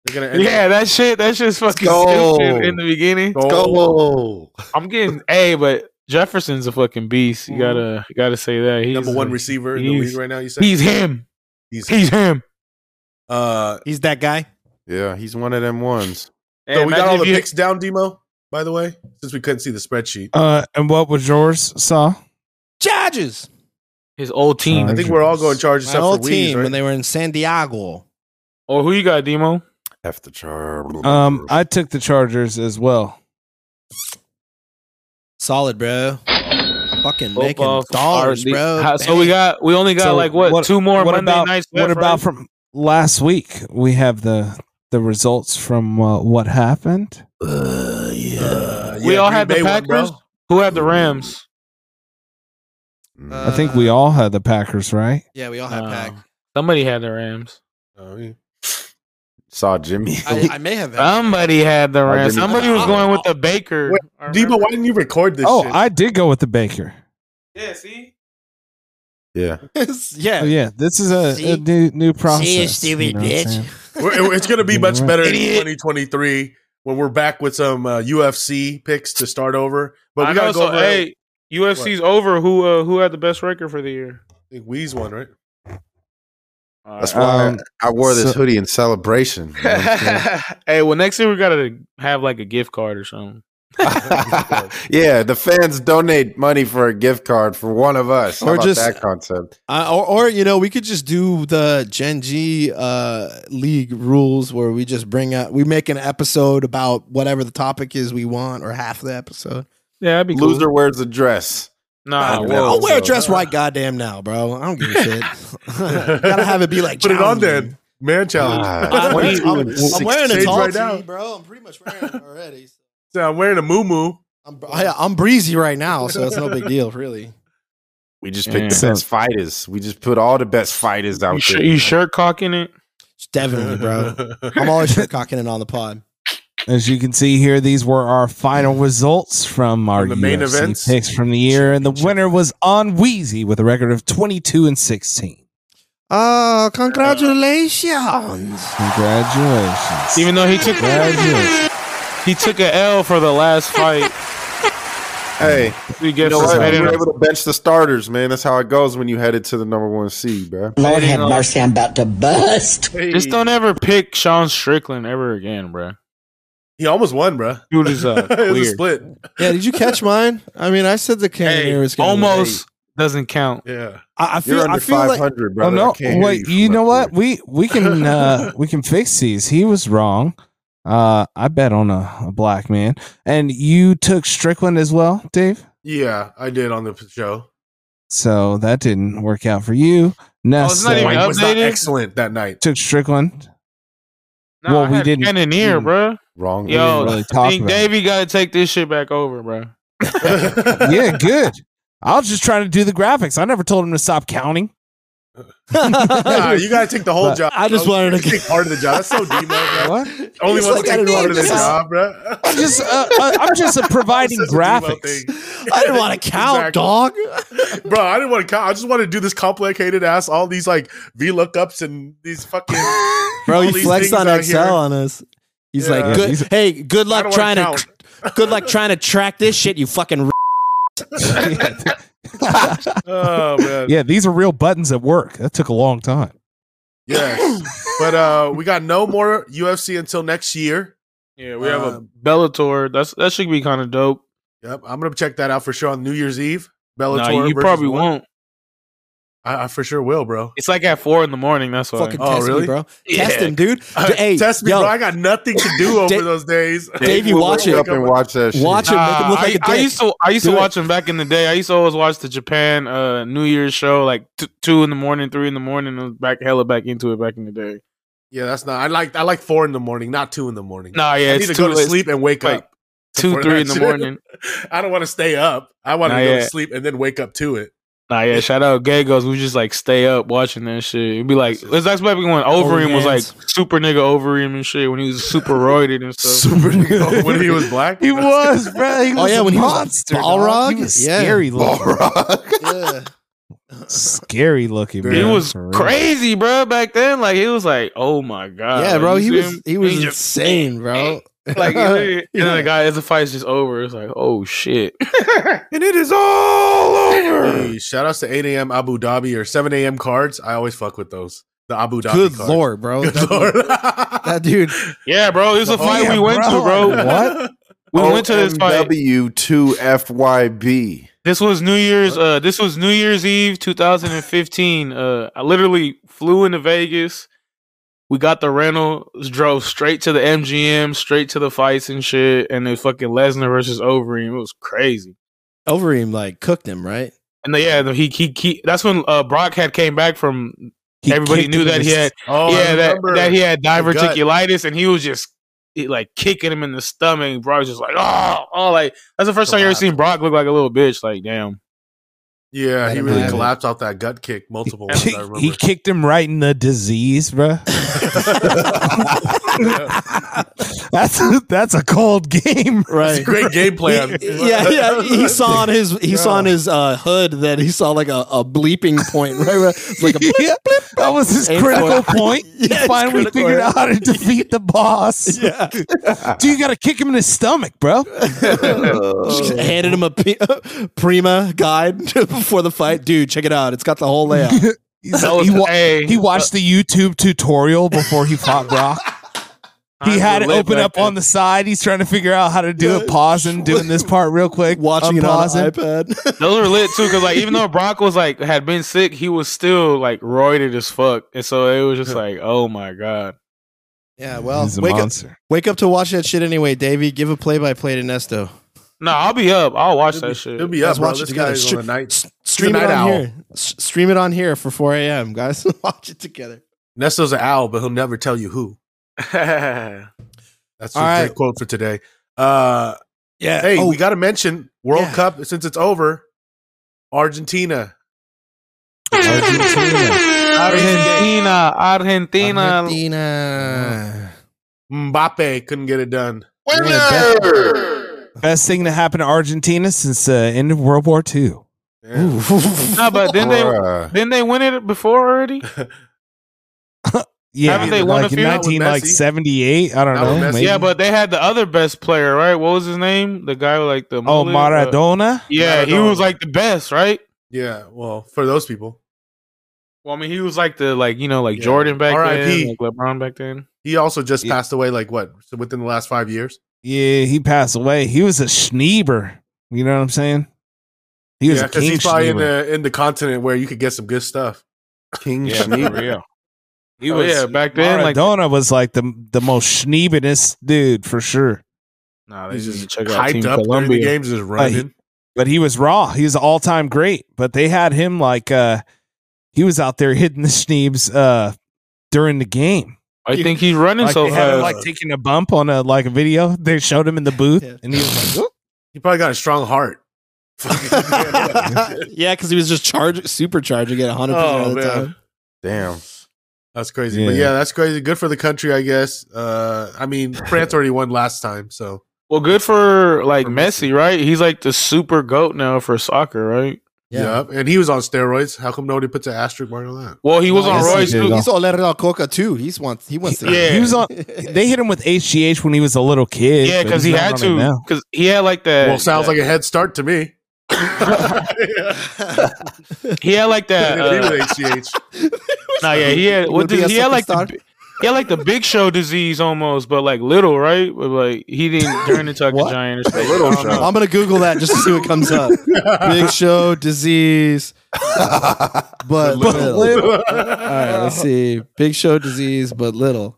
Speaker 4: they're gonna end
Speaker 5: Yeah, that shit. That shit's fucking
Speaker 2: go.
Speaker 5: stupid in the beginning.
Speaker 4: up
Speaker 2: Go.
Speaker 5: I'm getting a, but Jefferson's a fucking beast. You gotta you gotta say that. He's
Speaker 4: Mm-hmm. number one
Speaker 5: a-
Speaker 4: receiver in the
Speaker 5: he's-
Speaker 4: league right now. You said
Speaker 5: He's him.
Speaker 4: He's-
Speaker 5: He's him.
Speaker 4: uh
Speaker 3: He's that guy.
Speaker 2: Yeah, he's one of them ones.
Speaker 4: so we got all the
Speaker 5: you,
Speaker 4: picks down, Demo. By the way, since we couldn't see the spreadsheet,
Speaker 6: Uh, and what was yours, Saw?
Speaker 3: Judges.
Speaker 5: His old team.
Speaker 4: I think we're all going charges
Speaker 3: My
Speaker 4: except
Speaker 3: whole
Speaker 4: for Weez,
Speaker 3: team
Speaker 4: right?
Speaker 3: when they were in San Diego.
Speaker 5: Or who you got, Demo?
Speaker 2: F the Chargers.
Speaker 6: Um, I took the Chargers as well.
Speaker 3: Solid, bro. Fucking
Speaker 5: Football
Speaker 3: making dollars,
Speaker 5: already-
Speaker 3: bro.
Speaker 5: How- so we
Speaker 3: Bang.
Speaker 5: got we only got
Speaker 6: So
Speaker 5: like what, two more Monday
Speaker 6: about,
Speaker 5: nights.
Speaker 6: What
Speaker 5: left,
Speaker 6: about
Speaker 5: right?
Speaker 6: from last week? We have the the results from uh, what happened.
Speaker 4: Uh,
Speaker 5: we
Speaker 4: yeah,
Speaker 5: all
Speaker 4: Green
Speaker 5: had the
Speaker 4: Bay won, bro.
Speaker 5: Packers? Who had the Rams?
Speaker 2: Mm.
Speaker 6: I think we all had the Packers, right?
Speaker 3: Yeah, we all had
Speaker 5: Um,
Speaker 3: pack.
Speaker 5: Somebody had the Rams.
Speaker 4: Oh, yeah.
Speaker 2: saw Jimmy.
Speaker 3: I, I may have.
Speaker 5: Somebody had the Rams.
Speaker 2: didn't-
Speaker 5: Somebody was going with the Baker.
Speaker 4: Wait,
Speaker 5: I remember.
Speaker 3: Oh,
Speaker 4: Debo, why didn't you record this?
Speaker 6: Oh,
Speaker 4: shit?
Speaker 6: I did go with the Baker.
Speaker 5: Yeah, see.
Speaker 2: Yeah.
Speaker 3: yeah.
Speaker 6: Oh, yeah, this is a, a
Speaker 7: See?
Speaker 6: new new process.
Speaker 7: stupid
Speaker 6: what I'm
Speaker 7: bitch.
Speaker 6: saying?
Speaker 4: We're, it's going to be
Speaker 6: You're
Speaker 4: much
Speaker 6: right.
Speaker 4: better in 2023 when we're back with some uh, UFC picks to start over. But
Speaker 5: I
Speaker 4: we
Speaker 5: know,
Speaker 4: got to go
Speaker 5: so,
Speaker 4: over.
Speaker 5: hey, UFC's over. Who uh, who had the best record for the year?
Speaker 4: I think Weeze won, right?
Speaker 5: All
Speaker 2: That's
Speaker 5: right.
Speaker 2: why
Speaker 6: Um,
Speaker 2: I wore this
Speaker 6: so-
Speaker 2: hoodie in celebration. you know what I'm saying?
Speaker 5: hey, well, next year we gotta have like a gift card or something.
Speaker 2: yeah, the fans donate money for a gift card for one of us. How
Speaker 3: Or
Speaker 2: about
Speaker 3: just-
Speaker 2: that concept.
Speaker 3: I, or, or you know, we could just do the Gen G uh, league rules where we just bring out, we make an episode about whatever the topic is we want, or half the episode.
Speaker 5: Yeah, that'd be cool.
Speaker 2: Loser wears a dress.
Speaker 5: Nah,
Speaker 2: Nah,
Speaker 5: whoa.
Speaker 3: I'll wear a
Speaker 2: so-
Speaker 3: dress right goddamn now, bro. I don't give a shit. Gotta have it be like.
Speaker 4: Put it on
Speaker 3: challenging.
Speaker 4: then. Man challenge.
Speaker 2: Ah,
Speaker 3: I'm wearing-
Speaker 2: 22 and
Speaker 3: I'm, I'm wearing a
Speaker 2: 16.
Speaker 4: Shades
Speaker 3: tall
Speaker 4: right
Speaker 3: tee,
Speaker 4: now.
Speaker 3: bro. I'm pretty much wearing it already.
Speaker 4: So I'm wearing a moo
Speaker 3: I'm, I, I'm breezy right now, so it's no big deal, really.
Speaker 2: We just picked the
Speaker 6: Yeah.
Speaker 2: best fighters. We just put all the best fighters out
Speaker 5: You, sh-
Speaker 2: there.
Speaker 5: you shirt cocking it?
Speaker 3: Definitely, bro. I'm always shirt cocking it on the pod.
Speaker 6: As you can see here, these were our final results from our
Speaker 4: From the main
Speaker 6: UFC
Speaker 4: events?
Speaker 6: picks from the year, and the winner was on Wheezy with a record of twenty two and sixteen.
Speaker 3: Oh, congratulations.
Speaker 6: Congratulations! Oh,
Speaker 5: Even though he took
Speaker 6: Congratulations.
Speaker 5: he took a L for the last fight,
Speaker 2: Hey,
Speaker 5: he
Speaker 2: you
Speaker 5: gets
Speaker 2: know what? We
Speaker 5: suspended.
Speaker 2: were able to bench the starters, man. That's how it goes when you headed to the number one seed, bro.
Speaker 10: Lord have mercy, I'm about to bust.
Speaker 5: Just don't ever pick Sean Strickland ever again, bro.
Speaker 4: He almost won, bro.
Speaker 5: You just uh,
Speaker 4: it was a
Speaker 5: weird.
Speaker 4: split.
Speaker 3: Yeah, did you catch mine? I mean, I said the Cannoneer
Speaker 5: Hey,
Speaker 3: was gonna
Speaker 5: almost doesn't count.
Speaker 4: Yeah.
Speaker 3: win. I, I
Speaker 2: You're
Speaker 3: feel. I
Speaker 2: under
Speaker 3: feel
Speaker 2: five
Speaker 3: like.
Speaker 2: hundred,
Speaker 6: Oh
Speaker 2: brother.
Speaker 6: no!
Speaker 2: I can't hear
Speaker 6: Wait,
Speaker 2: from
Speaker 6: you
Speaker 2: up
Speaker 6: know what?
Speaker 2: here.
Speaker 6: We we can uh, we can fix these. He was wrong. Uh, I bet on a, a black man, and you took Strickland as well, Dave.
Speaker 4: Yeah, I did on the p- show.
Speaker 6: So that didn't work out for you. Nessa
Speaker 5: it's not even
Speaker 4: Mike was not
Speaker 5: updated?
Speaker 4: excellent that night.
Speaker 6: took Strickland.
Speaker 5: No,
Speaker 6: Well,
Speaker 5: I
Speaker 6: we
Speaker 5: had
Speaker 6: didn't-
Speaker 5: Cannoneer,
Speaker 6: Mm.
Speaker 5: bro.
Speaker 2: Wrong.
Speaker 5: Yo,
Speaker 6: really
Speaker 5: I
Speaker 6: talk
Speaker 5: think
Speaker 6: about it.
Speaker 5: Davey got to take this shit back over, bro.
Speaker 6: Yeah, good. I was just trying to do the graphics. I never told him to stop counting.
Speaker 4: Nah, you gotta take the whole
Speaker 6: But
Speaker 4: job.
Speaker 3: I just
Speaker 4: bro.
Speaker 3: wanted to-
Speaker 4: You take part of the job. That's so demo, bro.
Speaker 6: What?
Speaker 4: Only
Speaker 3: It's
Speaker 4: one
Speaker 3: like I
Speaker 4: take
Speaker 3: didn't
Speaker 4: part of the
Speaker 3: want to-
Speaker 4: job, bro.
Speaker 6: I'm just uh, uh, I'm just uh, providing
Speaker 4: Such a Demo
Speaker 6: graphics.
Speaker 4: thing.
Speaker 3: I didn't want to count,
Speaker 4: Exactly.
Speaker 3: dog.
Speaker 4: bro. I didn't want to. I just want to do this complicated ass, all these like V lookups and these fucking.
Speaker 3: Bro,
Speaker 4: all
Speaker 3: you
Speaker 4: these
Speaker 3: flexed
Speaker 4: things
Speaker 3: on
Speaker 4: out
Speaker 3: Excel
Speaker 4: here.
Speaker 3: on us. He's
Speaker 4: Yeah.
Speaker 3: like,
Speaker 4: Yeah,
Speaker 3: good.
Speaker 6: he's-
Speaker 3: hey, good
Speaker 4: I
Speaker 3: luck
Speaker 4: don't
Speaker 3: trying
Speaker 4: wanna
Speaker 3: to. Good luck trying to track this shit. You fucking. r-
Speaker 4: Oh man,
Speaker 6: yeah, these are real buttons at work. That took a long time.
Speaker 4: yes. But uh, we got no more UFC until next year.
Speaker 5: Yeah, we have a Bellator. That's that should be kind of dope.
Speaker 4: Yep, I'm gonna check that out for sure on New Year's Eve.
Speaker 5: Nah,
Speaker 4: Bellator.
Speaker 5: you
Speaker 4: versus
Speaker 5: probably
Speaker 4: one.
Speaker 5: won't.
Speaker 4: I, I for sure will, bro.
Speaker 5: It's like at four in the morning. That's why.
Speaker 3: Fucking
Speaker 4: Oh,
Speaker 3: test me,
Speaker 4: really?
Speaker 3: bro.
Speaker 5: Yeah.
Speaker 3: Test him, dude. D- hey,
Speaker 4: Test me,
Speaker 3: yo,
Speaker 4: bro. I got nothing to do over
Speaker 3: Dave-
Speaker 4: those days.
Speaker 3: Dave, you
Speaker 2: We'll
Speaker 3: watch
Speaker 2: wake
Speaker 3: it.
Speaker 2: up and watch that. Shit.
Speaker 3: Watch it. Make him
Speaker 5: Nah,
Speaker 3: look like
Speaker 5: I,
Speaker 3: a dick.
Speaker 5: I used to I used
Speaker 3: Do
Speaker 5: to
Speaker 3: it.
Speaker 5: watch them back in the day. I used to always watch the Japan uh, New Year's show like t- two in the morning, three in the morning. I was back hella back into it back in the day.
Speaker 4: Yeah, that's not. I like I like four in the morning, not two in the morning.
Speaker 5: Nah, yeah,
Speaker 4: I need
Speaker 5: it's
Speaker 4: to
Speaker 5: too
Speaker 4: go to
Speaker 5: late.
Speaker 4: sleep and wake
Speaker 5: like
Speaker 4: up.
Speaker 5: two
Speaker 4: before
Speaker 5: three
Speaker 4: that
Speaker 5: in the
Speaker 4: shit.
Speaker 5: morning.
Speaker 4: I don't want to stay up. I want
Speaker 5: Nah,
Speaker 4: to go to
Speaker 5: yeah.
Speaker 4: sleep and then wake up to it.
Speaker 5: Nah, yeah, shout out Gagos. We just like stay up watching that shit. It'd be like it's that's back when Overeem was like
Speaker 3: hands.
Speaker 5: super nigga Overeem and shit when he was super roided and stuff.
Speaker 3: super
Speaker 4: when he was black,
Speaker 6: He was, bro. He
Speaker 3: Oh,
Speaker 6: was
Speaker 3: yeah,
Speaker 6: a
Speaker 3: when he was
Speaker 6: monster.
Speaker 3: like
Speaker 6: dog.
Speaker 3: Balrog?
Speaker 6: He was
Speaker 3: Yeah.
Speaker 6: scary looking.
Speaker 3: Yeah.
Speaker 6: Scary looking, bro.
Speaker 5: He was
Speaker 6: For real.
Speaker 5: crazy, bro. Back then, like he was like, "Oh my god!"
Speaker 3: yeah,
Speaker 5: Like,
Speaker 3: bro.
Speaker 5: you
Speaker 3: He
Speaker 5: see
Speaker 3: was
Speaker 5: him?
Speaker 3: he was
Speaker 5: He just-
Speaker 3: insane, bro.
Speaker 5: like, and then
Speaker 3: Yeah.
Speaker 5: the guy, as the fight's just over, it's like, "Oh shit!"
Speaker 2: and it is all over.
Speaker 4: Hey, shout outs to 8 a.m. Abu Dhabi or 7 a.m. cards. I always fuck with those. The Abu Dhabi
Speaker 3: Good
Speaker 4: cards.
Speaker 3: lord, bro.
Speaker 4: Good
Speaker 3: That-
Speaker 4: lord.
Speaker 3: That dude.
Speaker 5: Yeah, bro. It was a
Speaker 4: Oh,
Speaker 5: fight
Speaker 4: yeah,
Speaker 5: we went to, bro.
Speaker 6: What?
Speaker 5: We went to this fight.
Speaker 2: W two FYB.
Speaker 5: This was New Year's. Uh, this was New Year's Eve, 2015. Uh, I literally flew into Vegas. We got the rental, drove straight to the MGM, straight to the fights and shit, and then fucking Lesnar versus Overeem. It was crazy.
Speaker 3: Overeem like cooked him, right?
Speaker 5: And then, yeah, he, he he. That's when uh, Brock had came back from.
Speaker 6: He
Speaker 5: everybody
Speaker 6: kicked
Speaker 5: knew
Speaker 6: him in
Speaker 5: that he
Speaker 6: his-
Speaker 5: had.
Speaker 4: Oh, I
Speaker 5: yeah, that,
Speaker 4: remember.
Speaker 5: that he had
Speaker 4: The gut.
Speaker 5: diverticulitis, and he was just he, like kicking him in the stomach. And Brock was just like, oh, oh, like that's the first time you ever
Speaker 4: Collapsed.
Speaker 5: seen Brock look like a little bitch. Like, damn.
Speaker 4: yeah,
Speaker 3: Let
Speaker 4: he
Speaker 3: him
Speaker 4: really
Speaker 3: have it.
Speaker 4: collapsed off that gut kick multiple
Speaker 6: He,
Speaker 4: ones. I remember.
Speaker 6: he kicked him right in the disease, bro. That's that's a cold game,
Speaker 3: right?
Speaker 4: Great game plan.
Speaker 3: yeah, yeah. He saw on his he saw on his uh, hood that he saw like a, a bleeping point, right? right? It's like a bleep,
Speaker 6: Yeah, that was his
Speaker 3: Aim
Speaker 6: critical
Speaker 3: for it.
Speaker 6: point. He
Speaker 3: Yeah, it's
Speaker 6: finally
Speaker 3: critical,
Speaker 6: figured
Speaker 3: yeah.
Speaker 6: out how to defeat the boss.
Speaker 3: yeah.
Speaker 6: Dude, you got to kick him in his stomach, bro.
Speaker 3: Just handed him a P- Prima guide before the fight. Dude, check it out. It's got the whole layout.
Speaker 6: He's-
Speaker 5: That was
Speaker 6: he, wa-
Speaker 5: a-
Speaker 6: he watched the YouTube tutorial before he fought Brock. He
Speaker 5: Times
Speaker 6: had
Speaker 5: were
Speaker 6: it
Speaker 5: lit
Speaker 6: open
Speaker 5: back
Speaker 6: up on the side. He's trying to figure out how to do it, pausing, doing this part real quick,
Speaker 3: Watching it on
Speaker 6: unpausing.
Speaker 3: the iPad.
Speaker 5: Those were lit too, because like even though Brock was like had been sick, he was still like roided as fuck, and so it was just like, oh my god,
Speaker 3: yeah, well,
Speaker 6: He's a
Speaker 3: wake up,
Speaker 6: monster.
Speaker 3: wake up to watch that shit anyway, Davey. Give a play by play to Nesto.
Speaker 5: no, I'll be up, I'll watch that shit.
Speaker 4: He'll be
Speaker 3: Guys,
Speaker 4: up, bro.
Speaker 3: watch it
Speaker 4: This
Speaker 3: together.
Speaker 4: guy's
Speaker 3: Str-
Speaker 4: on the night.
Speaker 3: S- stream
Speaker 4: It's a
Speaker 3: it
Speaker 4: night
Speaker 3: on
Speaker 4: owl.
Speaker 3: here. S- stream it on here for 4 a.m. Guys, watch it together.
Speaker 4: Nesto's an owl, but he'll never tell you who. That's a
Speaker 6: All right.
Speaker 4: great quote for today. Uh,
Speaker 3: Yeah.
Speaker 4: hey,
Speaker 3: oh,
Speaker 4: we got to mention World
Speaker 3: Yeah.
Speaker 4: Cup since it's over. Argentina.
Speaker 5: Argentina, Argentina,
Speaker 3: Argentina.
Speaker 4: Mbappe couldn't get it done.
Speaker 6: Best thing to happen to Argentina since the end of World War II.
Speaker 4: Yeah.
Speaker 5: Nah, but then they
Speaker 2: Bruh.
Speaker 5: then they win it before already.
Speaker 6: Yeah,
Speaker 5: Haven't they
Speaker 6: like
Speaker 5: won a
Speaker 6: in
Speaker 5: few? Not
Speaker 4: with
Speaker 6: 19 like
Speaker 4: Messi.
Speaker 6: 78. I don't
Speaker 4: Not with
Speaker 6: know.
Speaker 4: Messi.
Speaker 6: maybe.
Speaker 5: Yeah, but they had the other best player, right? What was his name? The guy with like the
Speaker 6: oh,
Speaker 5: mullet, uh,
Speaker 6: Maradona.
Speaker 5: yeah, he
Speaker 4: Maradona.
Speaker 5: was like the best, right?
Speaker 4: yeah, well, for those people.
Speaker 5: Well, I mean, he was like the like you know like
Speaker 4: Yeah.
Speaker 5: Jordan back
Speaker 4: R.I.P..
Speaker 5: then, like LeBron back then.
Speaker 4: He also just
Speaker 6: Yeah.
Speaker 4: passed away, like what, so within the last five years?
Speaker 6: Yeah, he passed away. He was a schneeber. You know what I'm saying? He was
Speaker 4: yeah,
Speaker 6: a king
Speaker 4: he's probably in
Speaker 6: schneeber.
Speaker 4: the, in the continent where you could get some good stuff.
Speaker 2: King
Speaker 5: Yeah,
Speaker 2: Schneeber.
Speaker 5: for real.
Speaker 6: He
Speaker 5: Oh,
Speaker 6: was
Speaker 5: yeah, back then, like-
Speaker 6: Maradona was like the the most schneebinest dude for sure.
Speaker 5: Nah, they
Speaker 4: He's
Speaker 5: just
Speaker 4: just
Speaker 5: check out
Speaker 4: hyped
Speaker 5: Team
Speaker 4: up during the
Speaker 5: Colombia.
Speaker 4: games and just running.
Speaker 6: But he was raw. He was all time great. But they had him like uh he was out there hitting the schneebs uh during the game.
Speaker 5: I think he's running
Speaker 6: Like
Speaker 5: so
Speaker 6: they had him
Speaker 5: fast.
Speaker 6: like taking a bump on a like a video. They showed him in the booth
Speaker 3: Yeah.
Speaker 6: and he was like, "Oop."
Speaker 4: He probably got a strong heart.
Speaker 3: yeah, because he was just charging, supercharging it 100%
Speaker 4: Oh,
Speaker 3: of the
Speaker 4: man.
Speaker 3: time.
Speaker 2: Damn.
Speaker 4: That's crazy.
Speaker 6: Yeah.
Speaker 4: But yeah, that's crazy. Good for the country, I guess. Uh, I mean, France already won last time, so
Speaker 5: well, good for like
Speaker 4: For Messi.
Speaker 5: Messi, right? He's like the super goat now for soccer, right?
Speaker 4: yeah. And he was on steroids. How come nobody puts an asterisk mark on that?
Speaker 5: Well, he was on
Speaker 6: Yes, he
Speaker 5: Roy's
Speaker 6: did.
Speaker 5: too.
Speaker 6: He's
Speaker 3: He's all Coca too. He's wants he wants
Speaker 5: to- Yeah.
Speaker 6: He was on they hit him with HGH when he was a little kid.
Speaker 5: Yeah,
Speaker 6: but
Speaker 5: because he
Speaker 6: he's not
Speaker 5: had
Speaker 6: on it
Speaker 5: to.
Speaker 6: now.
Speaker 5: Because he had like that.
Speaker 4: well, sounds
Speaker 5: that-
Speaker 4: like a head start to me.
Speaker 5: he had like that.
Speaker 4: Agree
Speaker 5: Uh,
Speaker 4: with HGH.
Speaker 5: nah, yeah, he had. What
Speaker 3: be
Speaker 5: did,
Speaker 3: a
Speaker 5: he had like the,
Speaker 3: superstar?
Speaker 5: bi- he had like the Big Show disease almost, but like little, right? But like he didn't turn into like a
Speaker 6: What?
Speaker 5: giant or something. Little
Speaker 3: I'm gonna Google that just to see what comes up. Big Show disease, but little. All right, let's see. Big Show disease, but little.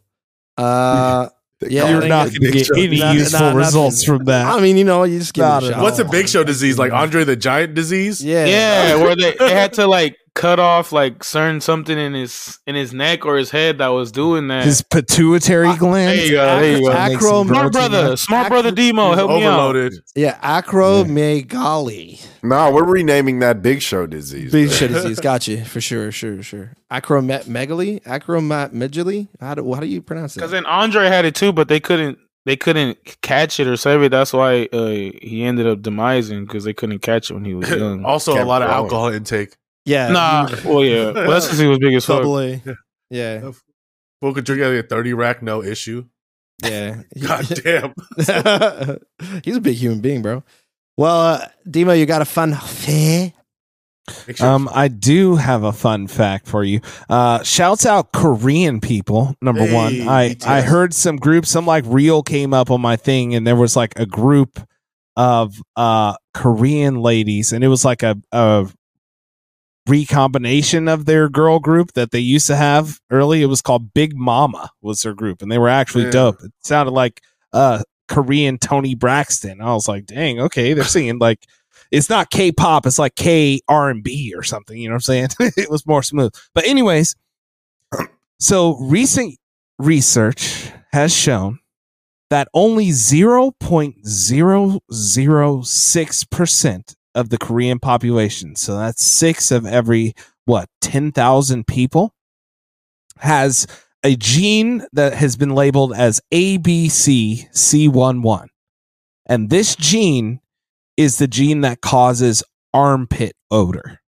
Speaker 3: Uh, yeah,
Speaker 6: You're
Speaker 3: I
Speaker 6: not
Speaker 3: think
Speaker 6: gonna get any
Speaker 3: Nah, nah,
Speaker 6: useful
Speaker 3: nothing.
Speaker 6: results from that.
Speaker 3: I mean, you know, you just give
Speaker 6: Not
Speaker 3: it a
Speaker 6: at
Speaker 3: shot.
Speaker 6: all.
Speaker 4: What's a big show disease? Like Andre the Giant disease?
Speaker 3: Yeah,
Speaker 5: Yeah, where they, they had to like cut off like certain something in his in his neck or his head that was doing that.
Speaker 6: his pituitary gland.
Speaker 5: there you go. There you go.
Speaker 3: Acro-
Speaker 6: Makes
Speaker 5: Smart
Speaker 6: some protein
Speaker 5: brother,
Speaker 6: up.
Speaker 5: smart brother Demo, help me out.
Speaker 4: Overloaded.
Speaker 3: yeah. Acromegaly,
Speaker 2: No, we're renaming that Big Show disease.
Speaker 3: Big
Speaker 2: bro.
Speaker 3: Show disease. Got you for sure, sure, sure. Acromegaly, acromegaly. How do how do you pronounce
Speaker 5: Because
Speaker 3: it?
Speaker 5: then Andre had it too, but they couldn't they couldn't catch it or save it. That's why uh, he ended up demising because they couldn't catch it when he was young.
Speaker 4: Also, a
Speaker 2: Kept
Speaker 4: lot of
Speaker 2: going.
Speaker 4: alcohol intake.
Speaker 3: yeah,
Speaker 5: nah, well yeah, well, that's because he was big as fuck.
Speaker 3: double A. Yeah,
Speaker 4: Folk could drink out of a 30 rack, no issue.
Speaker 3: yeah.
Speaker 4: God damn.
Speaker 3: He's a big human being, bro. Well, uh, Demo, you got a fun fair?
Speaker 4: Make sure-
Speaker 6: Um, I do have a fun fact for you. Uh, shouts out Korean people. Number
Speaker 4: Hey,
Speaker 6: one, I
Speaker 4: BTS.
Speaker 6: I heard some groups. Some like real came up on my thing, and there was like a group of uh Korean ladies, and it was like a a recombination of their girl group that they used to have early. It was called Big Mama was their group, and they were actually
Speaker 4: Yeah.
Speaker 6: dope. It sounded like uh Korean Tony Braxton. I was like, dang, okay, they're singing like it's not K-pop, it's like K R and B or something. You know what I'm saying? it was more smooth. But anyways, so recent research has shown that only 0.006% of the Korean population, so that's six of every, what, 10,000 people, has a gene that has been labeled as ABCC11. And this gene is the gene that causes armpit odor.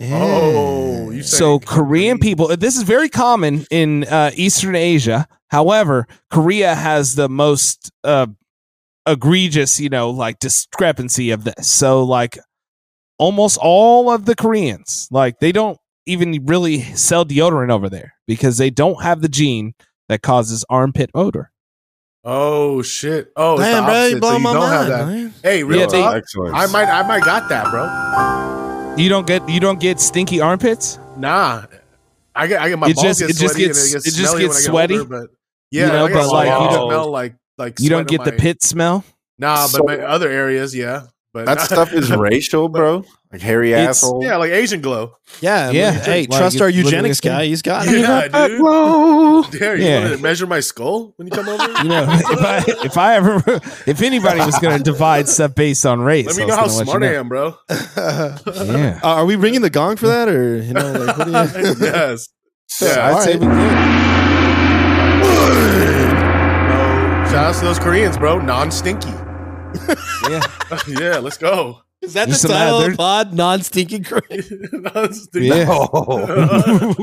Speaker 4: Oh, you
Speaker 6: So Korean people, this is very common in uh, Eastern Asia. However, Korea has the most uh, egregious, you know, like discrepancy of this. So like almost all of the Koreans, like they don't even really sell deodorant over there because they don't have the gene that causes armpit odor.
Speaker 4: Oh shit! Oh, it's
Speaker 3: Damn,
Speaker 4: the
Speaker 3: bro, you
Speaker 4: opposite, so
Speaker 3: blowing
Speaker 4: you
Speaker 3: my
Speaker 4: don't have
Speaker 3: mind,
Speaker 4: that.
Speaker 3: man.
Speaker 4: Hey, real
Speaker 6: Yeah, they-
Speaker 4: talk.
Speaker 2: Excellent.
Speaker 4: I might, I might got that, bro.
Speaker 6: You don't get you don't get stinky armpits?
Speaker 4: Nah, I get, I get my
Speaker 6: It
Speaker 4: balls
Speaker 6: just-
Speaker 4: get
Speaker 6: it just
Speaker 4: sweaty
Speaker 6: gets-
Speaker 4: and it gets
Speaker 6: it just
Speaker 4: smelly
Speaker 6: gets
Speaker 4: when I get
Speaker 6: sweaty.
Speaker 4: older, but yeah,
Speaker 6: You know,
Speaker 4: I get
Speaker 6: but,
Speaker 4: small
Speaker 6: like, you
Speaker 4: balls.
Speaker 5: don't-
Speaker 4: smell like like
Speaker 6: You
Speaker 4: sweat
Speaker 6: don't
Speaker 4: on
Speaker 6: get the
Speaker 4: my-
Speaker 6: pit smell?
Speaker 4: Nah, but
Speaker 2: So-
Speaker 4: my other areas, yeah, but
Speaker 2: That
Speaker 4: not-
Speaker 2: stuff is racial, bro. Like hairy
Speaker 6: It's-
Speaker 2: asshole.
Speaker 4: Yeah, like Asian glow.
Speaker 3: Yeah,
Speaker 6: Yeah.
Speaker 3: look- Hey,
Speaker 6: Like,
Speaker 3: trust our
Speaker 6: look at
Speaker 3: eugenics
Speaker 6: this guy.
Speaker 3: guy. He's got it.
Speaker 4: Yeah, dude.
Speaker 5: Oh,
Speaker 4: Dare you
Speaker 6: Yeah.
Speaker 4: wanna measure my skull when you come over?
Speaker 6: You know, if I if I ever if anybody was going to divide stuff based on race,
Speaker 4: Let me
Speaker 6: I
Speaker 4: know
Speaker 6: was
Speaker 4: how
Speaker 6: gonna let
Speaker 4: smart I
Speaker 6: you
Speaker 4: am, bro.
Speaker 6: know. Yeah.
Speaker 3: Uh, are we ringing the gong for that, or you know, like, what do you?
Speaker 4: yes.
Speaker 2: Yeah,
Speaker 4: Yeah.
Speaker 2: I'd
Speaker 3: all
Speaker 2: say
Speaker 3: right.
Speaker 2: we good.
Speaker 4: Bro, shout out to those Koreans, bro. Non-stinky.
Speaker 6: Yeah.
Speaker 4: yeah, let's go.
Speaker 3: Is that
Speaker 6: the Just title of the imagine-
Speaker 3: pod? Non-stinking Korean.
Speaker 4: Non-stinky.
Speaker 6: Yeah.
Speaker 4: Oh.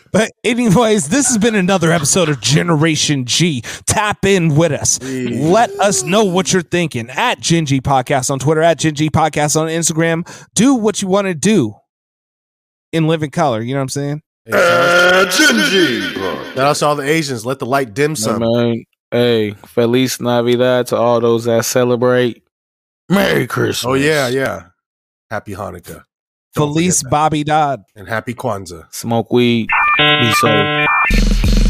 Speaker 6: but anyways, this has been another episode of Generation G. Tap in with us. Let us know what you're thinking at Gen G Podcast on Twitter, at Gen G Podcast on Instagram. Do what you want to do in living color. You know what I'm saying?
Speaker 4: Shout out to all the Asians. Let the light dim some.
Speaker 5: man. Hey, Feliz Navidad to all those that celebrate. Merry Christmas.
Speaker 4: Oh yeah, yeah. Happy Hanukkah
Speaker 6: Felice Bobby Dodd.
Speaker 4: and happy Kwanzaa.
Speaker 5: Smoke weed. Be safe.